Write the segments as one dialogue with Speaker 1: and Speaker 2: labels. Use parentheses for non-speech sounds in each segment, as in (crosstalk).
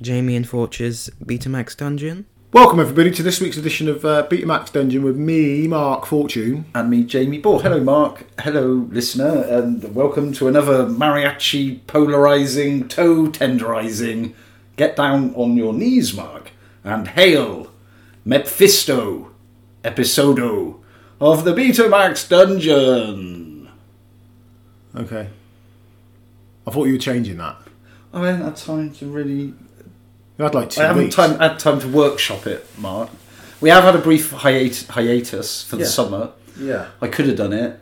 Speaker 1: Jamie and Forch's Betamax Dungeon.
Speaker 2: Welcome, everybody, to this week's edition of uh, Betamax Dungeon with me, Mark Fortune.
Speaker 3: and me, Jamie Ball. Hello, Mark. Hello, listener, and welcome to another mariachi polarizing, toe tenderizing. Get down on your knees, Mark, and hail Mephisto episodo of the Betamax Dungeon.
Speaker 2: Okay. I thought you were changing that.
Speaker 3: I Oh, haven't had time to really.
Speaker 2: You had like two
Speaker 3: I haven't
Speaker 2: weeks.
Speaker 3: time, had time to workshop it, Mark. We have had a brief hiat- hiatus for the
Speaker 2: Yeah.
Speaker 3: summer.
Speaker 2: Yeah.
Speaker 3: I could have done it,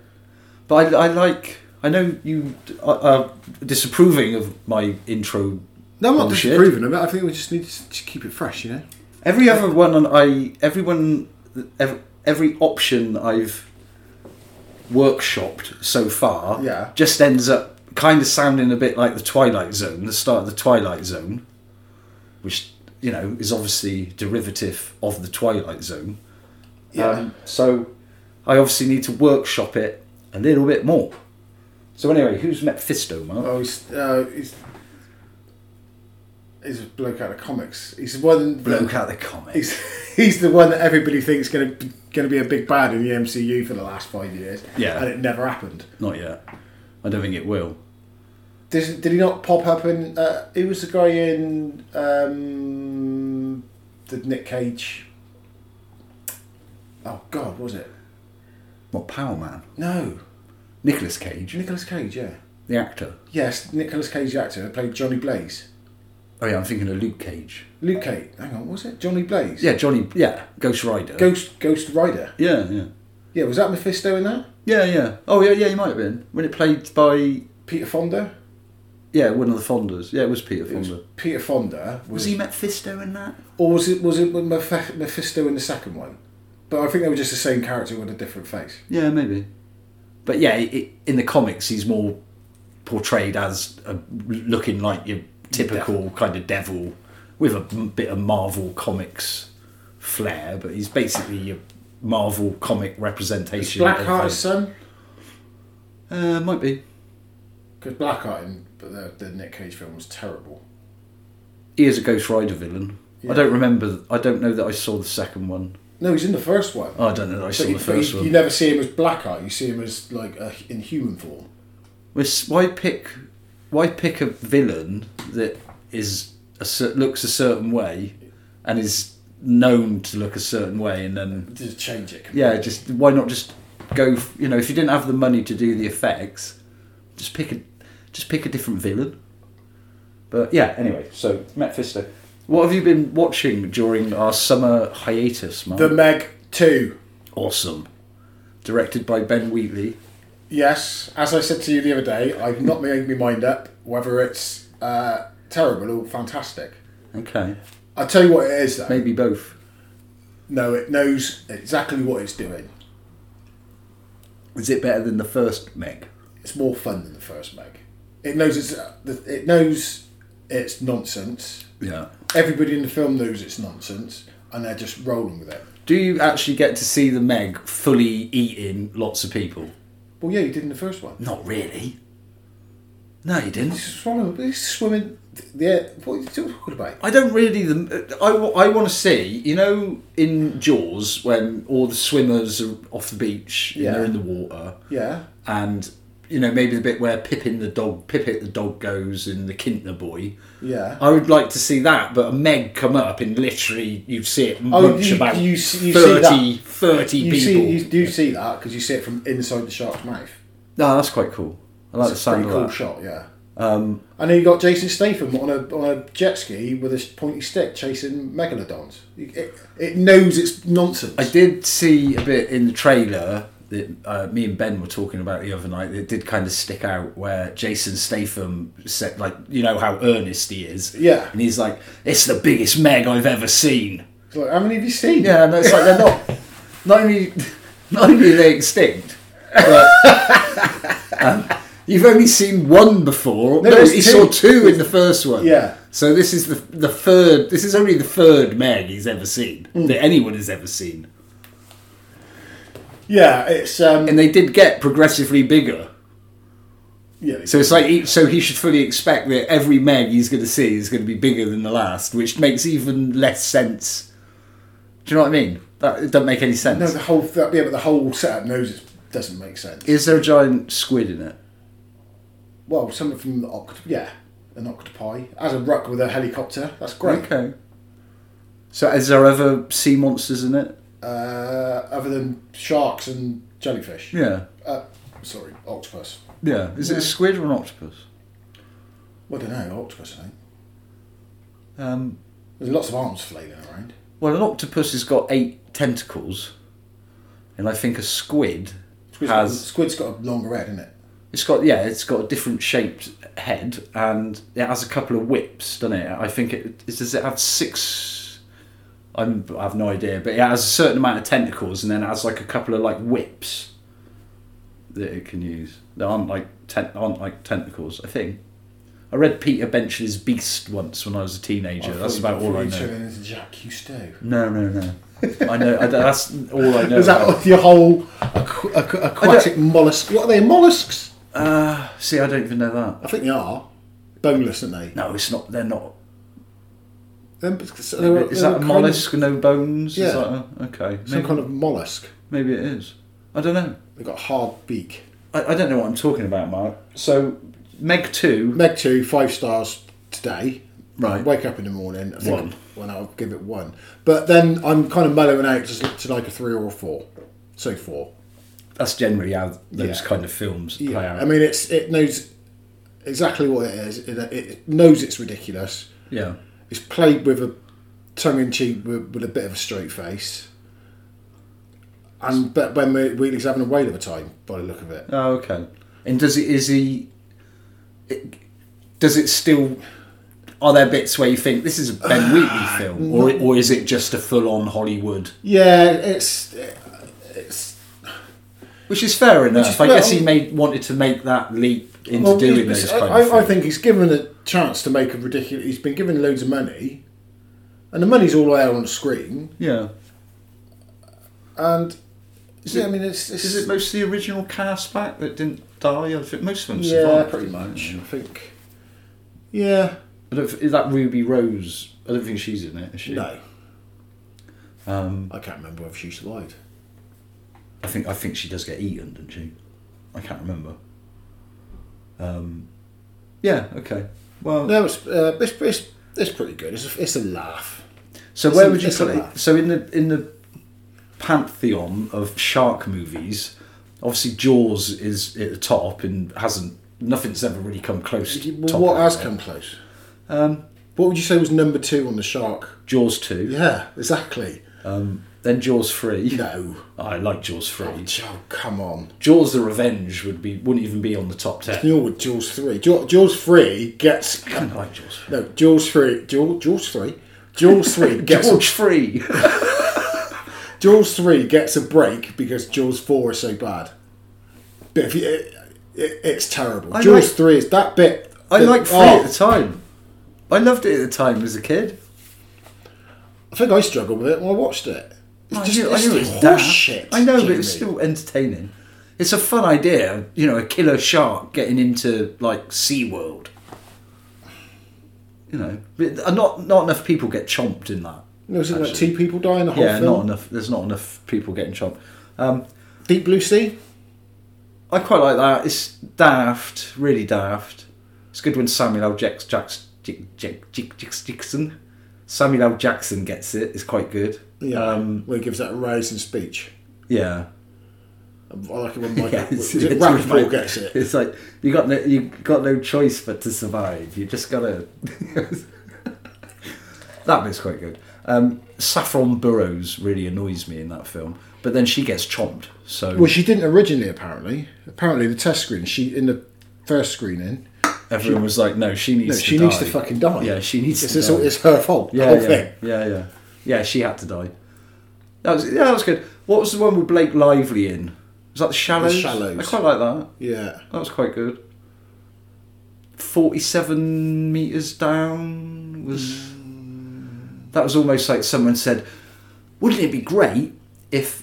Speaker 3: but I, I like. I know you are, are disapproving of my intro.
Speaker 2: No, I'm not
Speaker 3: bullshit.
Speaker 2: disapproving of it. I think Oh, we just need to just keep it fresh, you know?
Speaker 3: Every other one, I everyone, every, every option I've workshopped so far,
Speaker 2: Yeah.
Speaker 3: just ends up kind of sounding a bit like the Twilight Zone, the start of the Twilight Zone, which you know is obviously derivative of the Twilight Zone.
Speaker 2: Yeah.
Speaker 3: Um, so I obviously need to workshop it a little bit more. So anyway, who's Mephisto, Mark?
Speaker 2: Oh, he's, uh, he's, he's a bloke out of comics. He's the one.
Speaker 3: Bloke
Speaker 2: that,
Speaker 3: out the comic.
Speaker 2: he's, he's the one that everybody thinks going to going to be a big bad in the MCU for the last five years.
Speaker 3: Yeah.
Speaker 2: and it never happened.
Speaker 3: Not yet. I don't think it will.
Speaker 2: Did, did he not pop up in? Uh, he was the guy in um, the Nick Cage. Oh God, was it?
Speaker 3: What Power Man?
Speaker 2: No,
Speaker 3: Nicolas Cage,
Speaker 2: Nicholas Cage. Yeah,
Speaker 3: the actor.
Speaker 2: yes, Nicholas Cage, the actor, played Johnny Blaze.
Speaker 3: Oh yeah, I'm thinking of Luke Cage.
Speaker 2: Luke Cage. Hang on, was it Johnny Blaze?
Speaker 3: Yeah, Johnny. Yeah, Ghost Rider.
Speaker 2: Ghost Ghost Rider.
Speaker 3: Yeah, yeah,
Speaker 2: Yeah, was that Mephisto in that?
Speaker 3: yeah, yeah. Oh yeah, yeah. He might have been when it played by
Speaker 2: Peter Fonda.
Speaker 3: yeah one of the Fondas. Yeah, it was Peter
Speaker 2: It was
Speaker 3: Fonda.
Speaker 2: Peter Fonda. Was,
Speaker 3: Was he Mephisto in that?
Speaker 2: Or was it was it with Meph- Mephisto in the second one? But I think they were just the same character with a different face.
Speaker 3: Yeah, maybe. But yeah, it, in the comics, he's more portrayed as a, looking like your typical kind of devil with a m- bit of Marvel comics flair. But he's basically your Marvel comic representation.
Speaker 2: Blackheart
Speaker 3: of-
Speaker 2: his son.
Speaker 3: Uh, might be.
Speaker 2: Because Blackheart in the, the Nick Cage film was terrible.
Speaker 3: He is a Ghost Rider villain.
Speaker 2: Yeah.
Speaker 3: I don't remember. I don't know that I saw the second one. Oh,
Speaker 2: No, he's in the first one.
Speaker 3: I don't know that I saw
Speaker 2: But you-
Speaker 3: the
Speaker 2: but you-
Speaker 3: first
Speaker 2: You
Speaker 3: one.
Speaker 2: never see him as Blackheart. You see him as like a, in human form.
Speaker 3: Well, s- Why pick? Why pick a villain that is a, cer- looks a certain way, and is known to look a certain way, and then
Speaker 2: Just change it.
Speaker 3: yeah, just why not just go? f- You know, if you didn't have the money to do the effects, just pick a just pick a different villain. But yeah, anyway. So Mephisto, what have you been watching during our summer hiatus, Mark?
Speaker 2: The Meg Two.
Speaker 3: awesome. Directed by Ben Wheatley.
Speaker 2: Yes, as I said to you the other day, I've not made my mind up whether it's uh, terrible or fantastic.
Speaker 3: Okay.
Speaker 2: I'll tell you what it is though.
Speaker 3: Maybe both.
Speaker 2: No, it knows exactly what it's doing.
Speaker 3: Is it better than the first Meg?
Speaker 2: It's more fun than the first Meg. It knows it's uh, it knows it's nonsense.
Speaker 3: Yeah.
Speaker 2: Everybody in the film knows it's nonsense, and they're just rolling with it.
Speaker 3: Do you actually get to see the Meg fully eating lots of people?
Speaker 2: Well, yeah, you did in the first one.
Speaker 3: Not really. No, you didn't.
Speaker 2: Swallow, he's swimming. Yeah, what are you talking about?
Speaker 3: I don't really. The I, want to see. You know, in Jaws when all the swimmers are off the beach
Speaker 2: Yeah.
Speaker 3: and they're in the water,
Speaker 2: Yeah,
Speaker 3: and you know maybe the bit where Pippin the dog, Pippet the dog goes, and the Kintner boy.
Speaker 2: yeah.
Speaker 3: I would like to see that, but a Meg come up and literally you see it
Speaker 2: Oh,
Speaker 3: munch
Speaker 2: you-
Speaker 3: about
Speaker 2: you see- you see
Speaker 3: 30, 30
Speaker 2: you
Speaker 3: people.
Speaker 2: see, you do see that because you see it from inside the shark's mouth.
Speaker 3: No, that's quite cool. I like the
Speaker 2: It's a
Speaker 3: sound
Speaker 2: pretty
Speaker 3: of
Speaker 2: cool
Speaker 3: that.
Speaker 2: shot. Yeah. Um, and then you got Jason Statham on a on a jet ski with a pointy stick chasing megalodons. It, it knows it's nonsense.
Speaker 3: I did see a bit in the trailer that uh, me and Ben were talking about the other night. It did kind of stick out where Jason Statham said, like, you know how earnest he is.
Speaker 2: Yeah.
Speaker 3: And he's like, "It's the biggest Meg I've ever seen."
Speaker 2: It's like, how many have you seen?
Speaker 3: Yeah, and it's like they're not. Not only, not only are they extinct, but (laughs) um, you've only seen one before.
Speaker 2: No,
Speaker 3: No,
Speaker 2: there's two.
Speaker 3: he saw two in the first one.
Speaker 2: Yeah.
Speaker 3: So this is the the third. This is only the third Meg he's ever seen that anyone has ever seen.
Speaker 2: Yeah, um, it's um,
Speaker 3: And they did get progressively bigger.
Speaker 2: Yeah, they
Speaker 3: So it's like he, so he should fully expect that every Meg he's going to see is going to be bigger than the last, which makes even less sense. Do you know what I mean? That it doesn't make any sense.
Speaker 2: No, the whole that, yeah, but the whole setup knows it doesn't make sense.
Speaker 3: Is there a giant squid in it?
Speaker 2: well, something from the oct, yeah, an octopi as a ruck with a helicopter. That's great.
Speaker 3: Okay. So is there other sea monsters in it?
Speaker 2: Uh, other than sharks and jellyfish.
Speaker 3: Yeah.
Speaker 2: Uh, sorry, octopus.
Speaker 3: Yeah. Is it a squid or an octopus?
Speaker 2: Well, I don't know, octopus. I think
Speaker 3: Um,
Speaker 2: there's lots of arms flailing around.
Speaker 3: well, an octopus has got eight tentacles, and I think a squid
Speaker 2: Squid's got,
Speaker 3: has
Speaker 2: squid's got a longer head, isn't it?
Speaker 3: It's got yeah, it's got a different shaped head, and it has a couple of whips, doesn't it? I think it it- does. It have six. I'm, I have no idea, but it has a certain amount of tentacles, and then it has like a couple of like whips that it can use. That aren't like ten, aren't like tentacles. I think. I read Peter Benchley's Beast once when I was a teenager.
Speaker 2: Oh, I
Speaker 3: that's
Speaker 2: thought-
Speaker 3: about all
Speaker 2: thought
Speaker 3: I
Speaker 2: you
Speaker 3: know.
Speaker 2: said it was Jack Cousteau.
Speaker 3: No, no, no. I know. I, that's all
Speaker 2: (laughs)
Speaker 3: I know.
Speaker 2: Is that
Speaker 3: about-
Speaker 2: your whole aqu- aqu- aquatic mollusk? What are they? Mollusks?
Speaker 3: Uh, see, I don't even know that.
Speaker 2: I think they are. Boneless, aren't they?
Speaker 3: No, it's not. They're not.
Speaker 2: Them- they were-
Speaker 3: Is
Speaker 2: they
Speaker 3: that
Speaker 2: were
Speaker 3: a
Speaker 2: kind
Speaker 3: mollusk, no bones?
Speaker 2: Yeah.
Speaker 3: Is that a, okay.
Speaker 2: of- Some
Speaker 3: Maybe,
Speaker 2: kind of mollusk.
Speaker 3: maybe it is. I don't know.
Speaker 2: They've got a hard beak.
Speaker 3: I, I don't know what I'm talking about, Mark. So, Meg 2.
Speaker 2: Meg 2, five stars today.
Speaker 3: Right.
Speaker 2: Wake up in the morning. I think
Speaker 3: One.
Speaker 2: Well, I'll give it one. But then I'm kind of mellowing out to, to like a three or a four. So four.
Speaker 3: That's generally how those
Speaker 2: Yeah.
Speaker 3: kind of films play
Speaker 2: Yeah.
Speaker 3: out.
Speaker 2: I mean, it's it knows exactly what it is. It, it knows it's ridiculous.
Speaker 3: yeah.
Speaker 2: It's played with a tongue in cheek with, with a bit of a straight face. And but when we Wheatley's having a whale of a time by the look of it.
Speaker 3: Oh, okay. And does it, is he. It, does it still. Are there bits where you think this is a
Speaker 2: (sighs)
Speaker 3: Ben Wheatley film? Or, or is it just a full on Hollywood?
Speaker 2: Yeah, it's it's
Speaker 3: Which is fair enough.
Speaker 2: is fair.
Speaker 3: I guess he made, wanted to make that leap into
Speaker 2: well,
Speaker 3: doing
Speaker 2: he's-
Speaker 3: those
Speaker 2: I,
Speaker 3: kind of
Speaker 2: I, I
Speaker 3: things.
Speaker 2: think he's given a chance to make a ridiculous. He's been given loads of money, and the money's all there on the screen.
Speaker 3: Yeah.
Speaker 2: And
Speaker 3: Is
Speaker 2: yeah,
Speaker 3: it-
Speaker 2: I mean, it's, it's
Speaker 3: Is it mostly the original cast back that didn't die? I think most of them
Speaker 2: yeah,
Speaker 3: survived.
Speaker 2: pretty
Speaker 3: didn't
Speaker 2: much.
Speaker 3: they?
Speaker 2: I think. Yeah.
Speaker 3: I don't, is that Ruby Rose? I don't think she's in it, is she?
Speaker 2: No,
Speaker 3: Um,
Speaker 2: I can't remember whether she survived.
Speaker 3: I think I think she does get eaten, doesn't she? I can't remember. Um, yeah. Okay. Well,
Speaker 2: No, it's uh, it's, it's it's pretty good. It's a, it's a laugh.
Speaker 3: so
Speaker 2: it's
Speaker 3: where
Speaker 2: a-
Speaker 3: would you
Speaker 2: it's a
Speaker 3: put it?
Speaker 2: laugh.
Speaker 3: So in the in the pantheon of shark movies, obviously Jaws is at the top and hasn't nothing's ever really come close. to
Speaker 2: Uh, Well,
Speaker 3: top
Speaker 2: what
Speaker 3: of
Speaker 2: has
Speaker 3: it.
Speaker 2: come close?
Speaker 3: Um,
Speaker 2: What would you say was number two on the shark?
Speaker 3: Jaws two.
Speaker 2: Yeah, exactly.
Speaker 3: Um, then Jaws three.
Speaker 2: No.
Speaker 3: I like Jaws
Speaker 2: Oh,
Speaker 3: three.
Speaker 2: come on.
Speaker 3: Jaws the Revenge would be wouldn't even be on the top ten.
Speaker 2: Neil with Jaws three. Jaw- Jaws three gets
Speaker 3: I like Jaws.
Speaker 2: no Jaws three. Jaws, Jaws three. Jaws
Speaker 3: (laughs)
Speaker 2: three gets
Speaker 3: George Free.
Speaker 2: Jaws three gets a break because Jaws four is so bad. But if you, it, it, it's terrible.
Speaker 3: I
Speaker 2: Jaws
Speaker 3: like-
Speaker 2: three is that bit.
Speaker 3: I
Speaker 2: that-
Speaker 3: liked Free
Speaker 2: oh,
Speaker 3: at the time. I loved it at the time as a kid.
Speaker 2: I think I struggled with it when I watched it. It's
Speaker 3: I
Speaker 2: just
Speaker 3: knew- I
Speaker 2: it's
Speaker 3: knew it was
Speaker 2: horse
Speaker 3: daft.
Speaker 2: shit.
Speaker 3: I know, but it was
Speaker 2: Jamie.
Speaker 3: still entertaining. It's a fun idea, you know, a killer shark getting into like SeaWorld. You know, but uh, not not enough people get chomped in that.
Speaker 2: No, was it like
Speaker 3: actually.
Speaker 2: two people die in the whole
Speaker 3: Yeah,
Speaker 2: film?
Speaker 3: not enough. There's not enough people getting chomped. Um,
Speaker 2: Deep Blue Sea.
Speaker 3: I quite like that. It's daft, really daft. It's good when Samuel L. Jackson, Jackson, Jackson, Samuel L. Jackson gets it. It's quite good.
Speaker 2: Yeah,
Speaker 3: um,
Speaker 2: where he gives that rousing speech.
Speaker 3: yeah.
Speaker 2: I like it
Speaker 3: (laughs)
Speaker 2: when Michael
Speaker 3: Yeah,
Speaker 2: was it Rappaport gets
Speaker 3: (laughs)
Speaker 2: it.
Speaker 3: It's like you got no, you got no choice but to survive. You just gotta. (laughs) that bit's quite good. Um, Saffron Burrows really annoys me in that film, but then she gets chomped. So
Speaker 2: Well, she didn't originally. Apparently, apparently the test screen. She in the first screening.
Speaker 3: everyone was like, "No, she needs.
Speaker 2: No,
Speaker 3: to
Speaker 2: she
Speaker 3: die.
Speaker 2: needs to fucking die.
Speaker 3: Yeah, she needs
Speaker 2: It's,
Speaker 3: to.
Speaker 2: it's,
Speaker 3: die.
Speaker 2: all- it's her fault. the
Speaker 3: Yeah,
Speaker 2: whole
Speaker 3: yeah,
Speaker 2: thing.
Speaker 3: yeah, yeah, yeah. She had to die. That was yeah, that was good. What was the one with Blake Lively in? Was that The Shallows?
Speaker 2: Shallows.
Speaker 3: I quite like that.
Speaker 2: Yeah.
Speaker 3: That was quite good. Forty-seven meters down was.
Speaker 2: Mm.
Speaker 3: That was almost like someone said, "Wouldn't it be great if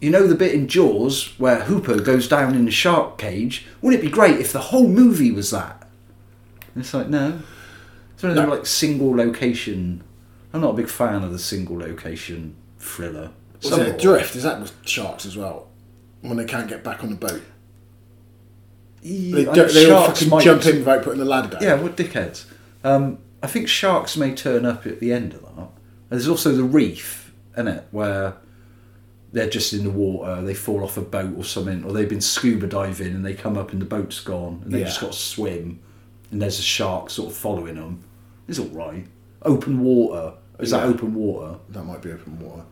Speaker 3: You know the bit in Jaws where Hooper goes down in the shark cage? Wouldn't it be great if the whole movie was that? And it's like, no. It's one of them like single location. I'm not a big fan of the single location thriller.
Speaker 2: Was
Speaker 3: Some
Speaker 2: it
Speaker 3: are.
Speaker 2: Adrift? Is that with sharks as well? When they can't get back on the boat, they,
Speaker 3: Yeah,
Speaker 2: don't- they all
Speaker 3: sharks
Speaker 2: fucking
Speaker 3: might-
Speaker 2: jump in without putting the ladder down.
Speaker 3: Yeah, what dickheads. Um, I think sharks may turn up at the end of that. There's also the reef, in it, where they're just in the water, they fall off a boat or something, or they've been scuba diving and they come up and the boat's gone and they
Speaker 2: Yeah.
Speaker 3: just got to swim, and there's a shark sort of following them. It's all right. Open water. Is that
Speaker 2: Yeah.
Speaker 3: open water?
Speaker 2: That might be open water.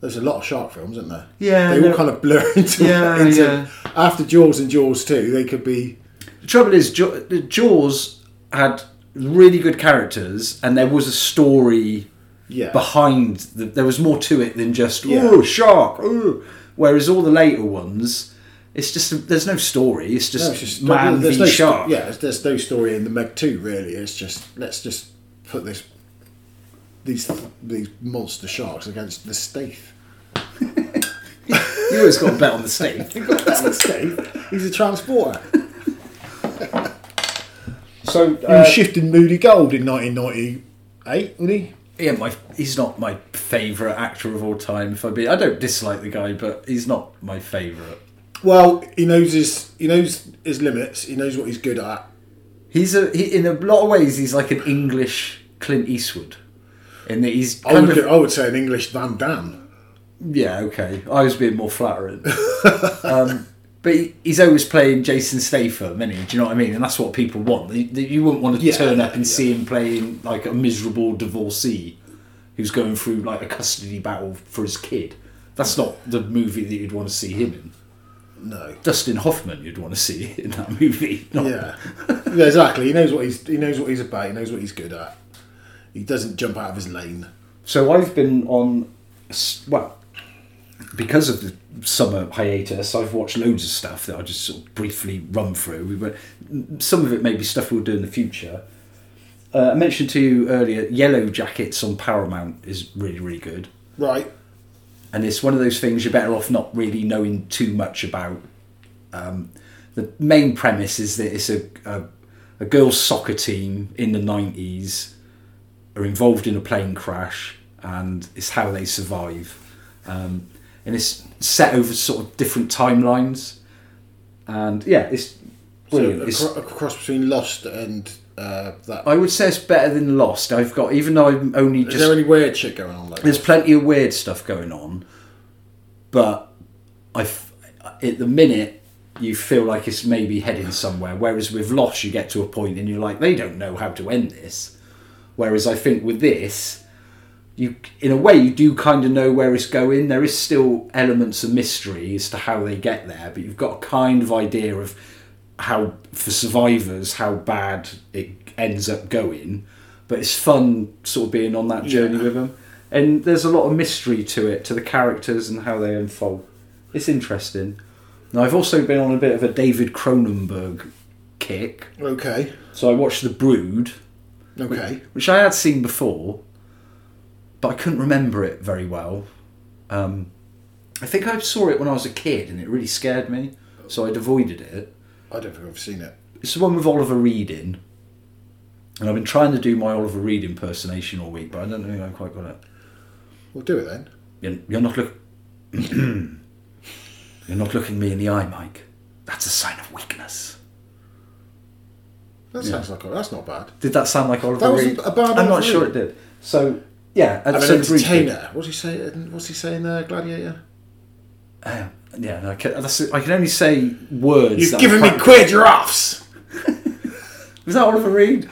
Speaker 2: There's a lot of shark films, isn't there?
Speaker 3: Yeah,
Speaker 2: they all
Speaker 3: no-
Speaker 2: kind of blur (laughs) into.
Speaker 3: Yeah,
Speaker 2: into
Speaker 3: yeah.
Speaker 2: After Jaws and Jaws two, they could be.
Speaker 3: The trouble is, Jaw- the Jaws had really good characters, and there was a story
Speaker 2: Yeah.
Speaker 3: behind. The, there was more to it than just
Speaker 2: Yeah.
Speaker 3: oh shark. Oh. Whereas all the later ones, it's just there's no story. It's just,
Speaker 2: No, it's just-
Speaker 3: man
Speaker 2: there's
Speaker 3: v
Speaker 2: no sto-
Speaker 3: shark.
Speaker 2: yeah, there's, there's no story in the Meg two really. It's just let's just put this these these monster sharks against the
Speaker 3: (laughs)
Speaker 2: Staith.
Speaker 3: You always got to bet on
Speaker 2: (laughs)
Speaker 3: the state.
Speaker 2: That's the Staith. He's a transporter.
Speaker 3: (laughs) so uh,
Speaker 2: He was shifting Moody Gold in 1998, wasn't he?
Speaker 3: yeah, my he's not my favourite actor of all time. If I be, I don't dislike the guy, but he's not my favourite.
Speaker 2: Well, he knows his he knows his limits. He knows what he's good at.
Speaker 3: He's a he, in a lot of ways he's like an English Clint Eastwood, in that he's
Speaker 2: I
Speaker 3: kind
Speaker 2: would,
Speaker 3: of
Speaker 2: I would say an English Van Damme.
Speaker 3: Yeah, okay. I was being
Speaker 2: (laughs)
Speaker 3: more flattering. um, but he, he's always playing Jason Statham, is Do you know what I mean? And that's what people want. You, you wouldn't want to
Speaker 2: Yeah,
Speaker 3: turn up and
Speaker 2: yeah.
Speaker 3: see him playing like a miserable divorcee who's going through like a custody battle for his kid. That's not the movie that you'd want to see him in.
Speaker 2: No.
Speaker 3: Dustin Hoffman, you'd want to see (laughs) in that movie. Not,
Speaker 2: Yeah. yeah, exactly. He knows what he's he knows what he's about. He knows what he's good at. He doesn't jump out of his lane.
Speaker 3: So I've been on, s- well, because of the summer hiatus, I've watched loads of stuff that I just sort of briefly run through. We were, some of it may be stuff we'll do in the future. Uh, I mentioned to you earlier, Yellow Jackets on Paramount is really, really good.
Speaker 2: Right.
Speaker 3: And it's one of those things you're better off not really knowing too much about. Um, the main premise is that it's a, a, a girls' soccer team in the 90s are involved in a plane crash and it's how they survive. Um, and it's set over sort of different timelines. And yeah, it's brilliant. It's-
Speaker 2: So a, cro- a cross between Lost and uh, that.
Speaker 3: I would say it's better than Lost. I've got, even though I'm only
Speaker 2: Is
Speaker 3: just.
Speaker 2: there any weird shit going on like
Speaker 3: There's plenty of weird stuff going on, but I, f- at the minute, you feel like it's maybe heading somewhere. Whereas with Lost, you get to a point and you're like, they don't know how to end this. Whereas I think with this, you in a way you do kind of know where it's going. There is still elements of mystery as to how they get there, but you've got a kind of idea of how for survivors how bad it ends up going. But it's fun sort of being on that journey with them, and there's a lot of mystery to it, to the characters and how they unfold. It's interesting. Now I've also been on a bit of a David Cronenberg kick,
Speaker 2: that? Okay.
Speaker 3: so I watched The Brood
Speaker 2: Okay.
Speaker 3: which I had seen before, but I couldn't remember it very well. Um, I think I saw it when I was a kid, and it really scared me, so I'd avoided it.
Speaker 2: I don't think I've seen it.
Speaker 3: It's the one with Oliver Reed in, and I've been trying to do my Oliver Reed impersonation all week, but I don't think I've quite got it.
Speaker 2: We'll do it then.
Speaker 3: You're, you're not look. (clears throat) you're not looking me in the eye, Mike. That's a sign of weakness.
Speaker 2: That sounds like a, that's not bad.
Speaker 3: Did that sound like Oliver
Speaker 2: That
Speaker 3: Reed?
Speaker 2: wasn't a bad
Speaker 3: I'm
Speaker 2: Oliver
Speaker 3: not sure it
Speaker 2: Reed.
Speaker 3: did. So yeah, and
Speaker 2: I'm
Speaker 3: so
Speaker 2: an
Speaker 3: the Brood did.
Speaker 2: entertainer. What's he saying? What's he saying there, Gladiator?
Speaker 3: Um, yeah, no, I, can, that's it. I can only say words. that
Speaker 2: You've
Speaker 3: I
Speaker 2: given me
Speaker 3: can't-
Speaker 2: quid, you're offs.
Speaker 3: Was that Oliver Reed?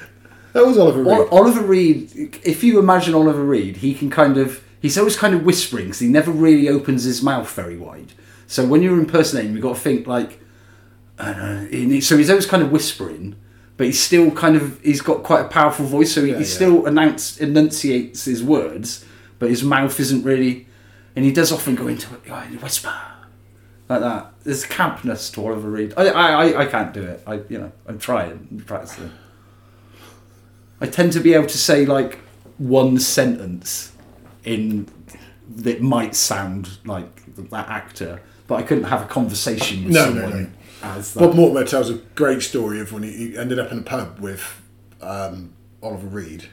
Speaker 2: That was Oliver Reed.
Speaker 3: Ol- Oliver Reed. If you imagine Oliver Reed, he can kind of. He's always kind of whispering because he never really opens his mouth very wide. So when you're impersonating, you've got to think like. I don't know, he needs- so he's always kind of whispering, but he's still kind of. He's got quite a powerful voice, so he, he
Speaker 2: yeah.
Speaker 3: still announce, enunciates his words, but his mouth isn't really. And he does often go into it, like, whisper. like that. There's campness to Oliver Reed. I, I, I, I can't do it. I, you know, I'm trying, I'm practicing. I tend to be able to say like one sentence in that might sound like that actor, but I couldn't have a conversation with
Speaker 2: No, no,
Speaker 3: someone
Speaker 2: no.
Speaker 3: as that.
Speaker 2: Bob Mortimer tells a great story of when he, he ended up in a pub with um, Oliver Reed,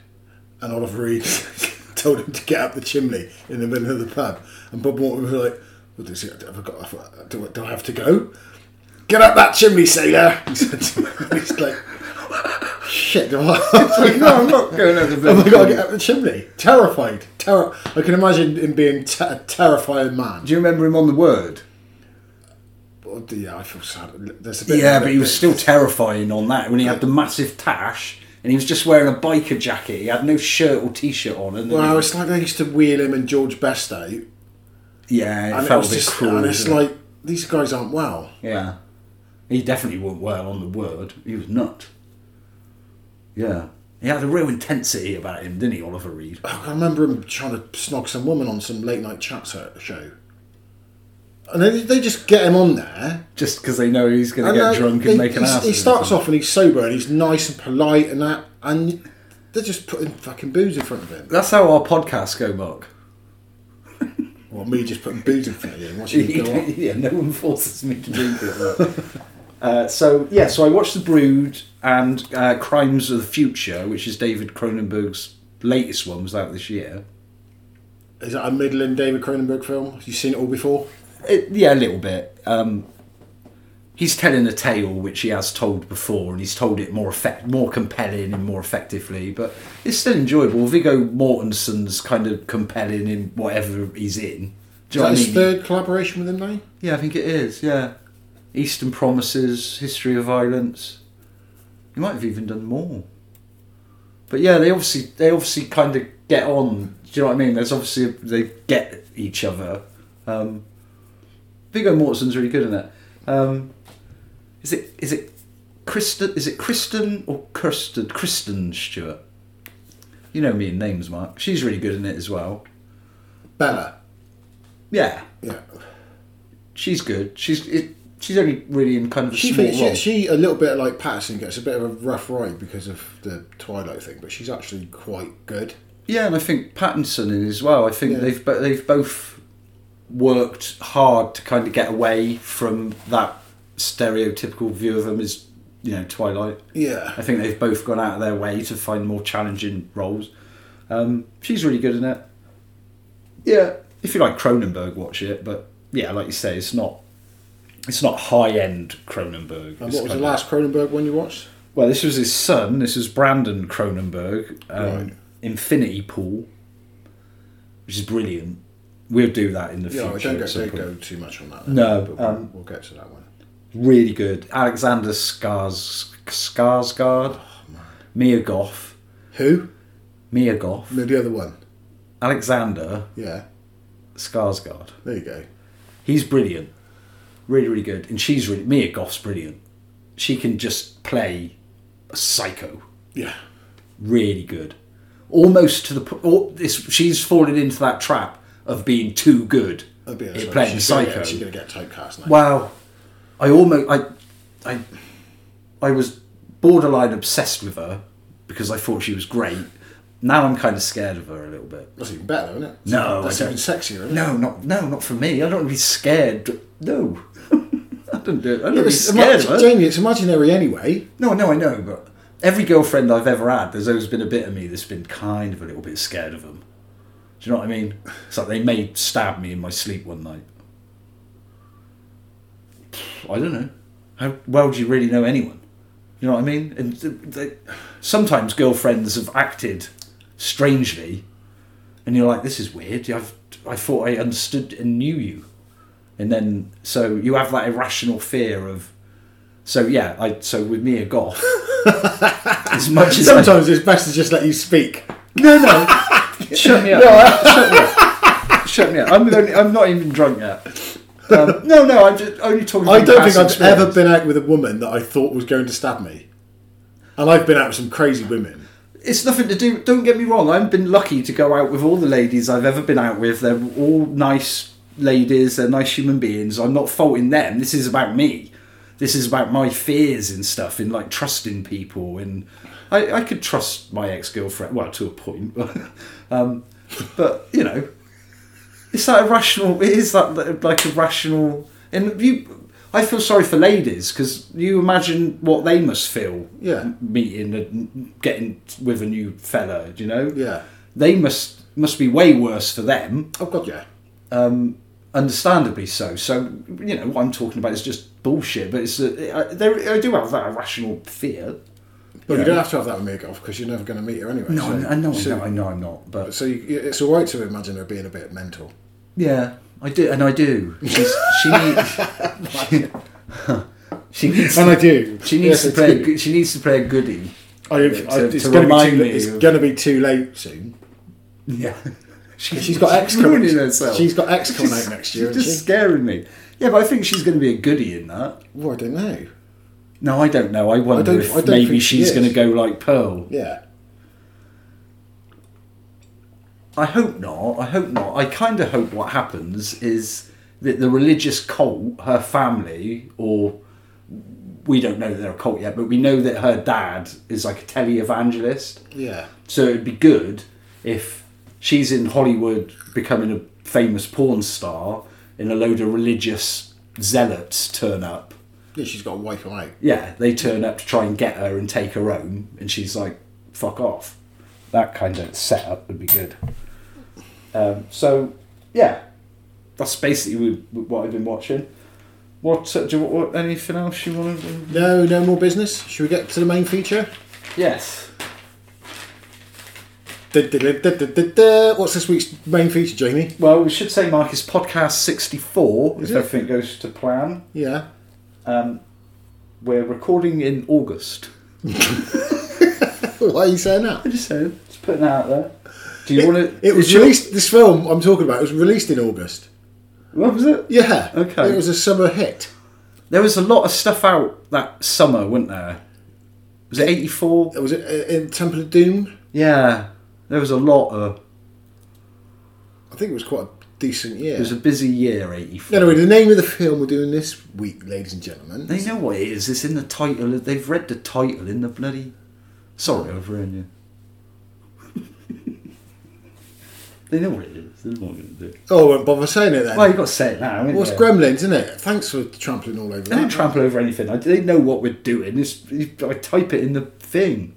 Speaker 2: and Oliver Reed (laughs) told him to get up the chimney in the middle of the pub, and Bob Mortimer was like, "What is it? Have I got? Do I, do I have to go? Get up that chimney, sailor!" (laughs) He said. To him. And He's like, "Shit! Do I, (laughs) it's
Speaker 3: (laughs)
Speaker 2: like, no, I'm not
Speaker 3: going over (laughs)
Speaker 2: Oh my god! Get up the chimney! Terrified! Terror! I can imagine him being te- a terrifying man.
Speaker 3: Do you remember him on the word?
Speaker 2: Oh, Yeah, I feel sad. There's a bit
Speaker 3: Yeah, but he was still terrifying on that when he had the massive tash and he was just wearing a biker jacket. He had no shirt or t-shirt on, and
Speaker 2: Well, it's like they used to wheel him and George Best out, and
Speaker 3: yeah, it
Speaker 2: it,
Speaker 3: felt
Speaker 2: was
Speaker 3: a bit
Speaker 2: just,
Speaker 3: cruel.
Speaker 2: and it's
Speaker 3: didn't it?
Speaker 2: like these guys aren't well.
Speaker 3: yeah, he definitely wasn't well on the word. He was nut. Yeah, he had a real intensity about him, didn't he, Oliver Reed?
Speaker 2: I remember him trying to snog some woman on some late night chat so- show, and they, they just get him on there.
Speaker 3: Just because they know he's going
Speaker 2: And
Speaker 3: to get
Speaker 2: they-
Speaker 3: drunk
Speaker 2: they-
Speaker 3: and make an
Speaker 2: he's-
Speaker 3: ass.
Speaker 2: He starts off and he's sober and he's nice and polite and that, and they're just putting fucking booze in front of him.
Speaker 3: That's how our podcasts go, Mark.
Speaker 2: Well, me just putting booze in front of him. What's he
Speaker 3: (laughs)
Speaker 2: gonna go on?
Speaker 3: yeah, no one forces me to drink it.
Speaker 2: (laughs)
Speaker 3: but- Uh, so yeah, so I watched The Brood and uh, Crimes of the Future, which is David Cronenberg's latest one, was out this year.
Speaker 2: Is that a middling David Cronenberg film? Have you seen it all before?
Speaker 3: It, Uh, yeah, a little bit. Um, he's telling a tale which he has told before, and he's told it more effect, more compelling and more effectively. But it's still enjoyable. Viggo Mortensen's kind of compelling in whatever he's in.
Speaker 2: Is that
Speaker 3: Do you know what I
Speaker 2: his
Speaker 3: mean?
Speaker 2: third collaboration with him now?
Speaker 3: Yeah, I think it is. Yeah, Eastern Promises, History of Violence. He might have even done more. But yeah, they obviously they obviously kind of get on. Do you know what I mean? There's obviously they get each other. Um, Viggo Mortensen's really good in it. Um, is it is it Kristen? Is it Kristen or Kirsten? Kristen Stewart. You know me in names, Mark. She's really good in it as well.
Speaker 2: Bella.
Speaker 3: Yeah,
Speaker 2: Yeah.
Speaker 3: she's good. She's it, she's only really in kind of a
Speaker 2: She,
Speaker 3: small
Speaker 2: thinks
Speaker 3: role.
Speaker 2: she, she a little bit like Patterson gets a bit of a rough ride because of the Twilight thing, but she's actually quite good.
Speaker 3: yeah, and I think Pattinson in as well. I think
Speaker 2: Yeah.
Speaker 3: they've bo- they've both worked hard to kind of get away from that stereotypical view of them as you know Twilight. I
Speaker 2: Yeah,
Speaker 3: think they've both gone out of their way to find more challenging roles. Um, she's really good in it. Yeah, if you like Cronenberg, watch it. But yeah, like you say, it's not it's not high end
Speaker 2: and
Speaker 3: Cronenberg. It's
Speaker 2: what was the
Speaker 3: kind of-
Speaker 2: last Cronenberg one you watched?
Speaker 3: Well, this was his son. This was Brandon Cronenberg. Um,
Speaker 2: Right.
Speaker 3: Infinity Pool, which is brilliant. We'll do that in the
Speaker 2: Yeah, I
Speaker 3: future.
Speaker 2: don't go,
Speaker 3: at some
Speaker 2: don't
Speaker 3: point.
Speaker 2: go too much on that.
Speaker 3: No,
Speaker 2: but we'll,
Speaker 3: um,
Speaker 2: we'll get to that one.
Speaker 3: Really good. Alexander Skars Skarsgård,
Speaker 2: Oh,
Speaker 3: Mia Goff,
Speaker 2: Who?
Speaker 3: Mia Goff,
Speaker 2: No, the other one.
Speaker 3: Alexander
Speaker 2: Yeah,
Speaker 3: Skarsgård.
Speaker 2: there you go.
Speaker 3: He's brilliant, really, really good, and she's really Mia Goff's brilliant. She can just play a psycho.
Speaker 2: Yeah,
Speaker 3: really good. Almost to the p- or this, she's fallen into that trap of being too good
Speaker 2: That'd be
Speaker 3: at
Speaker 2: it.
Speaker 3: playing
Speaker 2: Oh, she's
Speaker 3: psycho.
Speaker 2: Gonna, get- she's gonna get typecast now.
Speaker 3: Wow, I almost I, I, I was borderline obsessed with her because I thought she was great. Now I'm kind of scared of her a little bit.
Speaker 2: That's even better, isn't it?
Speaker 3: No,
Speaker 2: that's
Speaker 3: I don't-
Speaker 2: even sexier. Isn't
Speaker 3: No, not no, not for me. I don't want to be scared. No, (laughs) I don't do it.
Speaker 2: it?
Speaker 3: I don't want to be
Speaker 2: It's,
Speaker 3: scared of
Speaker 2: ima-
Speaker 3: her.
Speaker 2: Jamie, it's imaginary anyway.
Speaker 3: No, no, I know, but every girlfriend I've ever had, there's always been a bit of me that's been kind of a little bit scared of them. Do you know what I mean? It's like they may stab me in my sleep one night. I don't know. How well do you really know anyone? You know what I mean? And th- they, sometimes girlfriends have acted strangely, and you're like, "This is weird." I've, I thought I understood and knew you, and then so you have that irrational fear of. So yeah, I so with me a goth. (laughs) as much as I-
Speaker 2: Sometimes it's best to just let you speak.
Speaker 3: no, no. Shut me up. Shut me up. (laughs) Shut me up. I'm, the only, I'm not even drunk yet. Um, no, no, I'm just only talking.
Speaker 2: I
Speaker 3: from
Speaker 2: don't
Speaker 3: past
Speaker 2: think I've
Speaker 3: experience.
Speaker 2: ever been out with a woman that I thought was going to stab me, and I've been out with some crazy women.
Speaker 3: It's nothing to do. Don't get me wrong. I've been lucky to go out with all the ladies I've ever been out with. They're all nice ladies. They're nice human beings. I'm not faulting them. This is about me. This is about my fears and stuff, and like trusting people. And I, I could trust my ex girlfriend, well, to a point, but, um, but you know, It's that irrational. It is that like irrational. And you, I feel sorry for ladies because you imagine what they must feel.
Speaker 2: Yeah.
Speaker 3: Meeting and getting with a new fella, you know.
Speaker 2: Yeah.
Speaker 3: They must must be way worse for them.
Speaker 2: Oh god, yeah.
Speaker 3: Um, understandably so. So you know what I'm talking about is just bullshit. But it's uh, I, there, I do have that irrational fear.
Speaker 2: But you don't have to have that with me golf because you're never going to meet her anyway.
Speaker 3: No,
Speaker 2: so,
Speaker 3: I, I know,
Speaker 2: so,
Speaker 3: I know, I know, I'm not. But
Speaker 2: So you, it's all right to imagine her being a bit mental.
Speaker 3: Yeah, I do, and I do. She's, she needs. she, she (laughs) needs.
Speaker 2: And I do.
Speaker 3: She
Speaker 2: Yes,
Speaker 3: needs to
Speaker 2: I
Speaker 3: play.
Speaker 2: do.
Speaker 3: A, good- she needs to play a goodie.
Speaker 2: I, I,
Speaker 3: to-
Speaker 2: it's
Speaker 3: to
Speaker 2: going
Speaker 3: remind
Speaker 2: to
Speaker 3: me
Speaker 2: be too,
Speaker 3: of-
Speaker 2: it's going to be too late soon.
Speaker 3: Yeah, (laughs) she,
Speaker 2: She's got X coming.
Speaker 3: ruining herself.
Speaker 2: She's got X coming
Speaker 3: She's-
Speaker 2: out next year.
Speaker 3: She's
Speaker 2: Isn't
Speaker 3: just
Speaker 2: she?
Speaker 3: scaring me. Yeah, but I think she's going to be a goodie in that.
Speaker 2: Well, I don't know.
Speaker 3: No, I don't know. I wonder
Speaker 2: don't-
Speaker 3: if
Speaker 2: I don't
Speaker 3: maybe
Speaker 2: think she
Speaker 3: she's
Speaker 2: is.
Speaker 3: going to go like Pearl.
Speaker 2: Yeah.
Speaker 3: I hope not. I hope not. I kind of hope what happens is that the religious cult, her family, or we don't know that they're a cult yet, but we know that her dad is like a televangelist.
Speaker 2: Yeah.
Speaker 3: So it'd be good if she's in Hollywood becoming a famous porn star and a load of religious zealots turn up.
Speaker 2: Yeah, she's got to wipe them out.
Speaker 3: Yeah, they turn up to try and get her and take her home, and she's like, fuck off. That kind of setup would be good. Um, so, yeah, that's basically wh- wh- what I've been watching. What, uh, do you, what, anything else you want to
Speaker 2: No, no more business. Should we get to the main feature?
Speaker 3: Yes.
Speaker 2: Da-da-da-da-da-da. What's this week's main feature, Jamie?
Speaker 3: Well, we should say, Mark, it's podcast 64, if
Speaker 2: it?
Speaker 3: everything goes to plan.
Speaker 2: Yeah. (laughs)
Speaker 3: Um, we're recording in August.
Speaker 2: Why are you saying that?
Speaker 3: I just said, just putting that out there. Do you want to?
Speaker 2: It was released. This film I'm talking about it was released in August.
Speaker 3: What was it?
Speaker 2: Yeah.
Speaker 3: Okay.
Speaker 2: It was a summer hit.
Speaker 3: There was a lot of stuff out that summer, wasn't there? Was it '84?
Speaker 2: It was uh, in Temple of Doom.
Speaker 3: Yeah, there was a lot of.
Speaker 2: I think it was quite a decent year.
Speaker 3: It was a busy year, '84.
Speaker 2: Anyway, the name of the film we're doing this week, ladies and gentlemen.
Speaker 3: They know what it is. It's in the title. They've read the title in the bloody. Sorry, I've ruined you. (laughs) they know what it is. They're not going to do.
Speaker 2: Oh, I won't bother saying it then.
Speaker 3: Well, you've got to say it now. haven't
Speaker 2: Well, it's
Speaker 3: you?
Speaker 2: Gremlins, isn't it? Thanks for trampling all over
Speaker 3: They don't
Speaker 2: that.
Speaker 3: trample over anything. I, they know what we're doing. It's, I type it in the thing.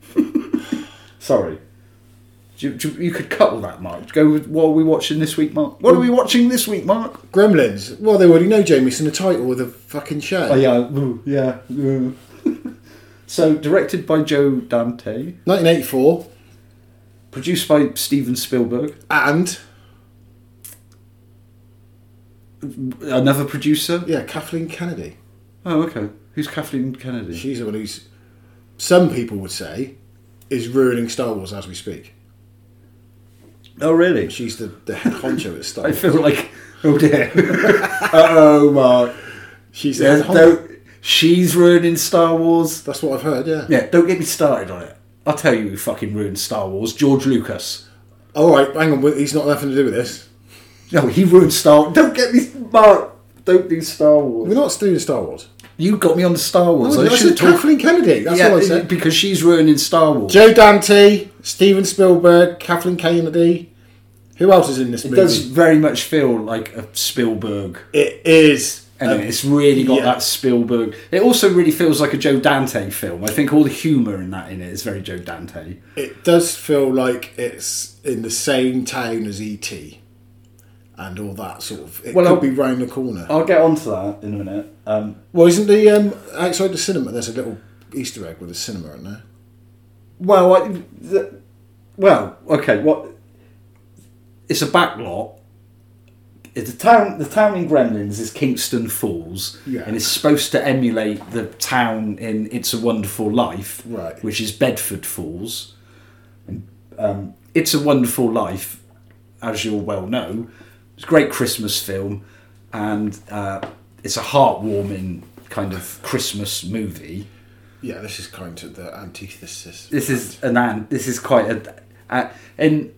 Speaker 3: (laughs) Sorry. Do you, do you, you could cut all that, Mark. Go with what are we watching this week, Mark? What are we watching this week, Mark?
Speaker 2: Gremlins. Well, they already know Jamie's in the title of the fucking show.
Speaker 3: Oh, yeah. ooh, yeah. ooh. (laughs) so, directed by Joe Dante,
Speaker 2: 1984,
Speaker 3: produced by Steven Spielberg,
Speaker 2: and
Speaker 3: another producer.
Speaker 2: yeah, Kathleen Kennedy.
Speaker 3: Oh, okay. Who's Kathleen Kennedy?
Speaker 2: She's the one who's some people would say is ruining Star Wars as we speak.
Speaker 3: Oh, really?
Speaker 2: She's the, the head honcho at Star
Speaker 3: I
Speaker 2: Wars.
Speaker 3: feel like, oh dear. (laughs) uh oh, Mark.
Speaker 2: She's the
Speaker 3: Yeah,
Speaker 2: head honcho.
Speaker 3: don't, she's ruining Star Wars.
Speaker 2: That's what I've heard. Yeah.
Speaker 3: Yeah, don't get me started on it. I'll tell you who fucking ruined Star Wars. George Lucas.
Speaker 2: All right, hang on. He's not nothing to do with this.
Speaker 3: No, he ruined Star. Don't get me Mark. Don't do Star Wars.
Speaker 2: We're not doing Star Wars.
Speaker 3: You got me on the Star Wars.
Speaker 2: Oh, I
Speaker 3: should've
Speaker 2: said Kathleen Kennedy. That's
Speaker 3: yeah,
Speaker 2: what I said.
Speaker 3: because she's ruining Star Wars.
Speaker 2: Joe Dante, Steven Spielberg, Kathleen Kennedy. Who else is in this
Speaker 3: it
Speaker 2: movie?
Speaker 3: does very much feel like a Spielberg,
Speaker 2: It is.
Speaker 3: and
Speaker 2: um,
Speaker 3: it's really got
Speaker 2: yeah.
Speaker 3: that Spielberg. It also really feels like a Joe Dante film. I think all the humor in that in it is very Joe Dante.
Speaker 2: It does feel like it's in the same town as ET and all that sort of. It
Speaker 3: Well,
Speaker 2: could
Speaker 3: I'll-
Speaker 2: be round the corner.
Speaker 3: I'll get onto that in a minute. Um,
Speaker 2: well, isn't the um, outside the cinema? There's a little Easter egg with a cinema in there.
Speaker 3: Well, I, the, well, okay. What? It's a back lot. It's the town, the town in Gremlins is Kingston Falls,
Speaker 2: Yeah.
Speaker 3: and it's supposed to emulate the town in It's a Wonderful Life,
Speaker 2: Right.
Speaker 3: Which is Bedford Falls. And, um, it's a Wonderful Life, as you'll well know, it's a great Christmas film, and uh, it's a heartwarming kind of Christmas movie
Speaker 2: Yeah, this is kind of the antithesis.
Speaker 3: this is an an this is quite a, a and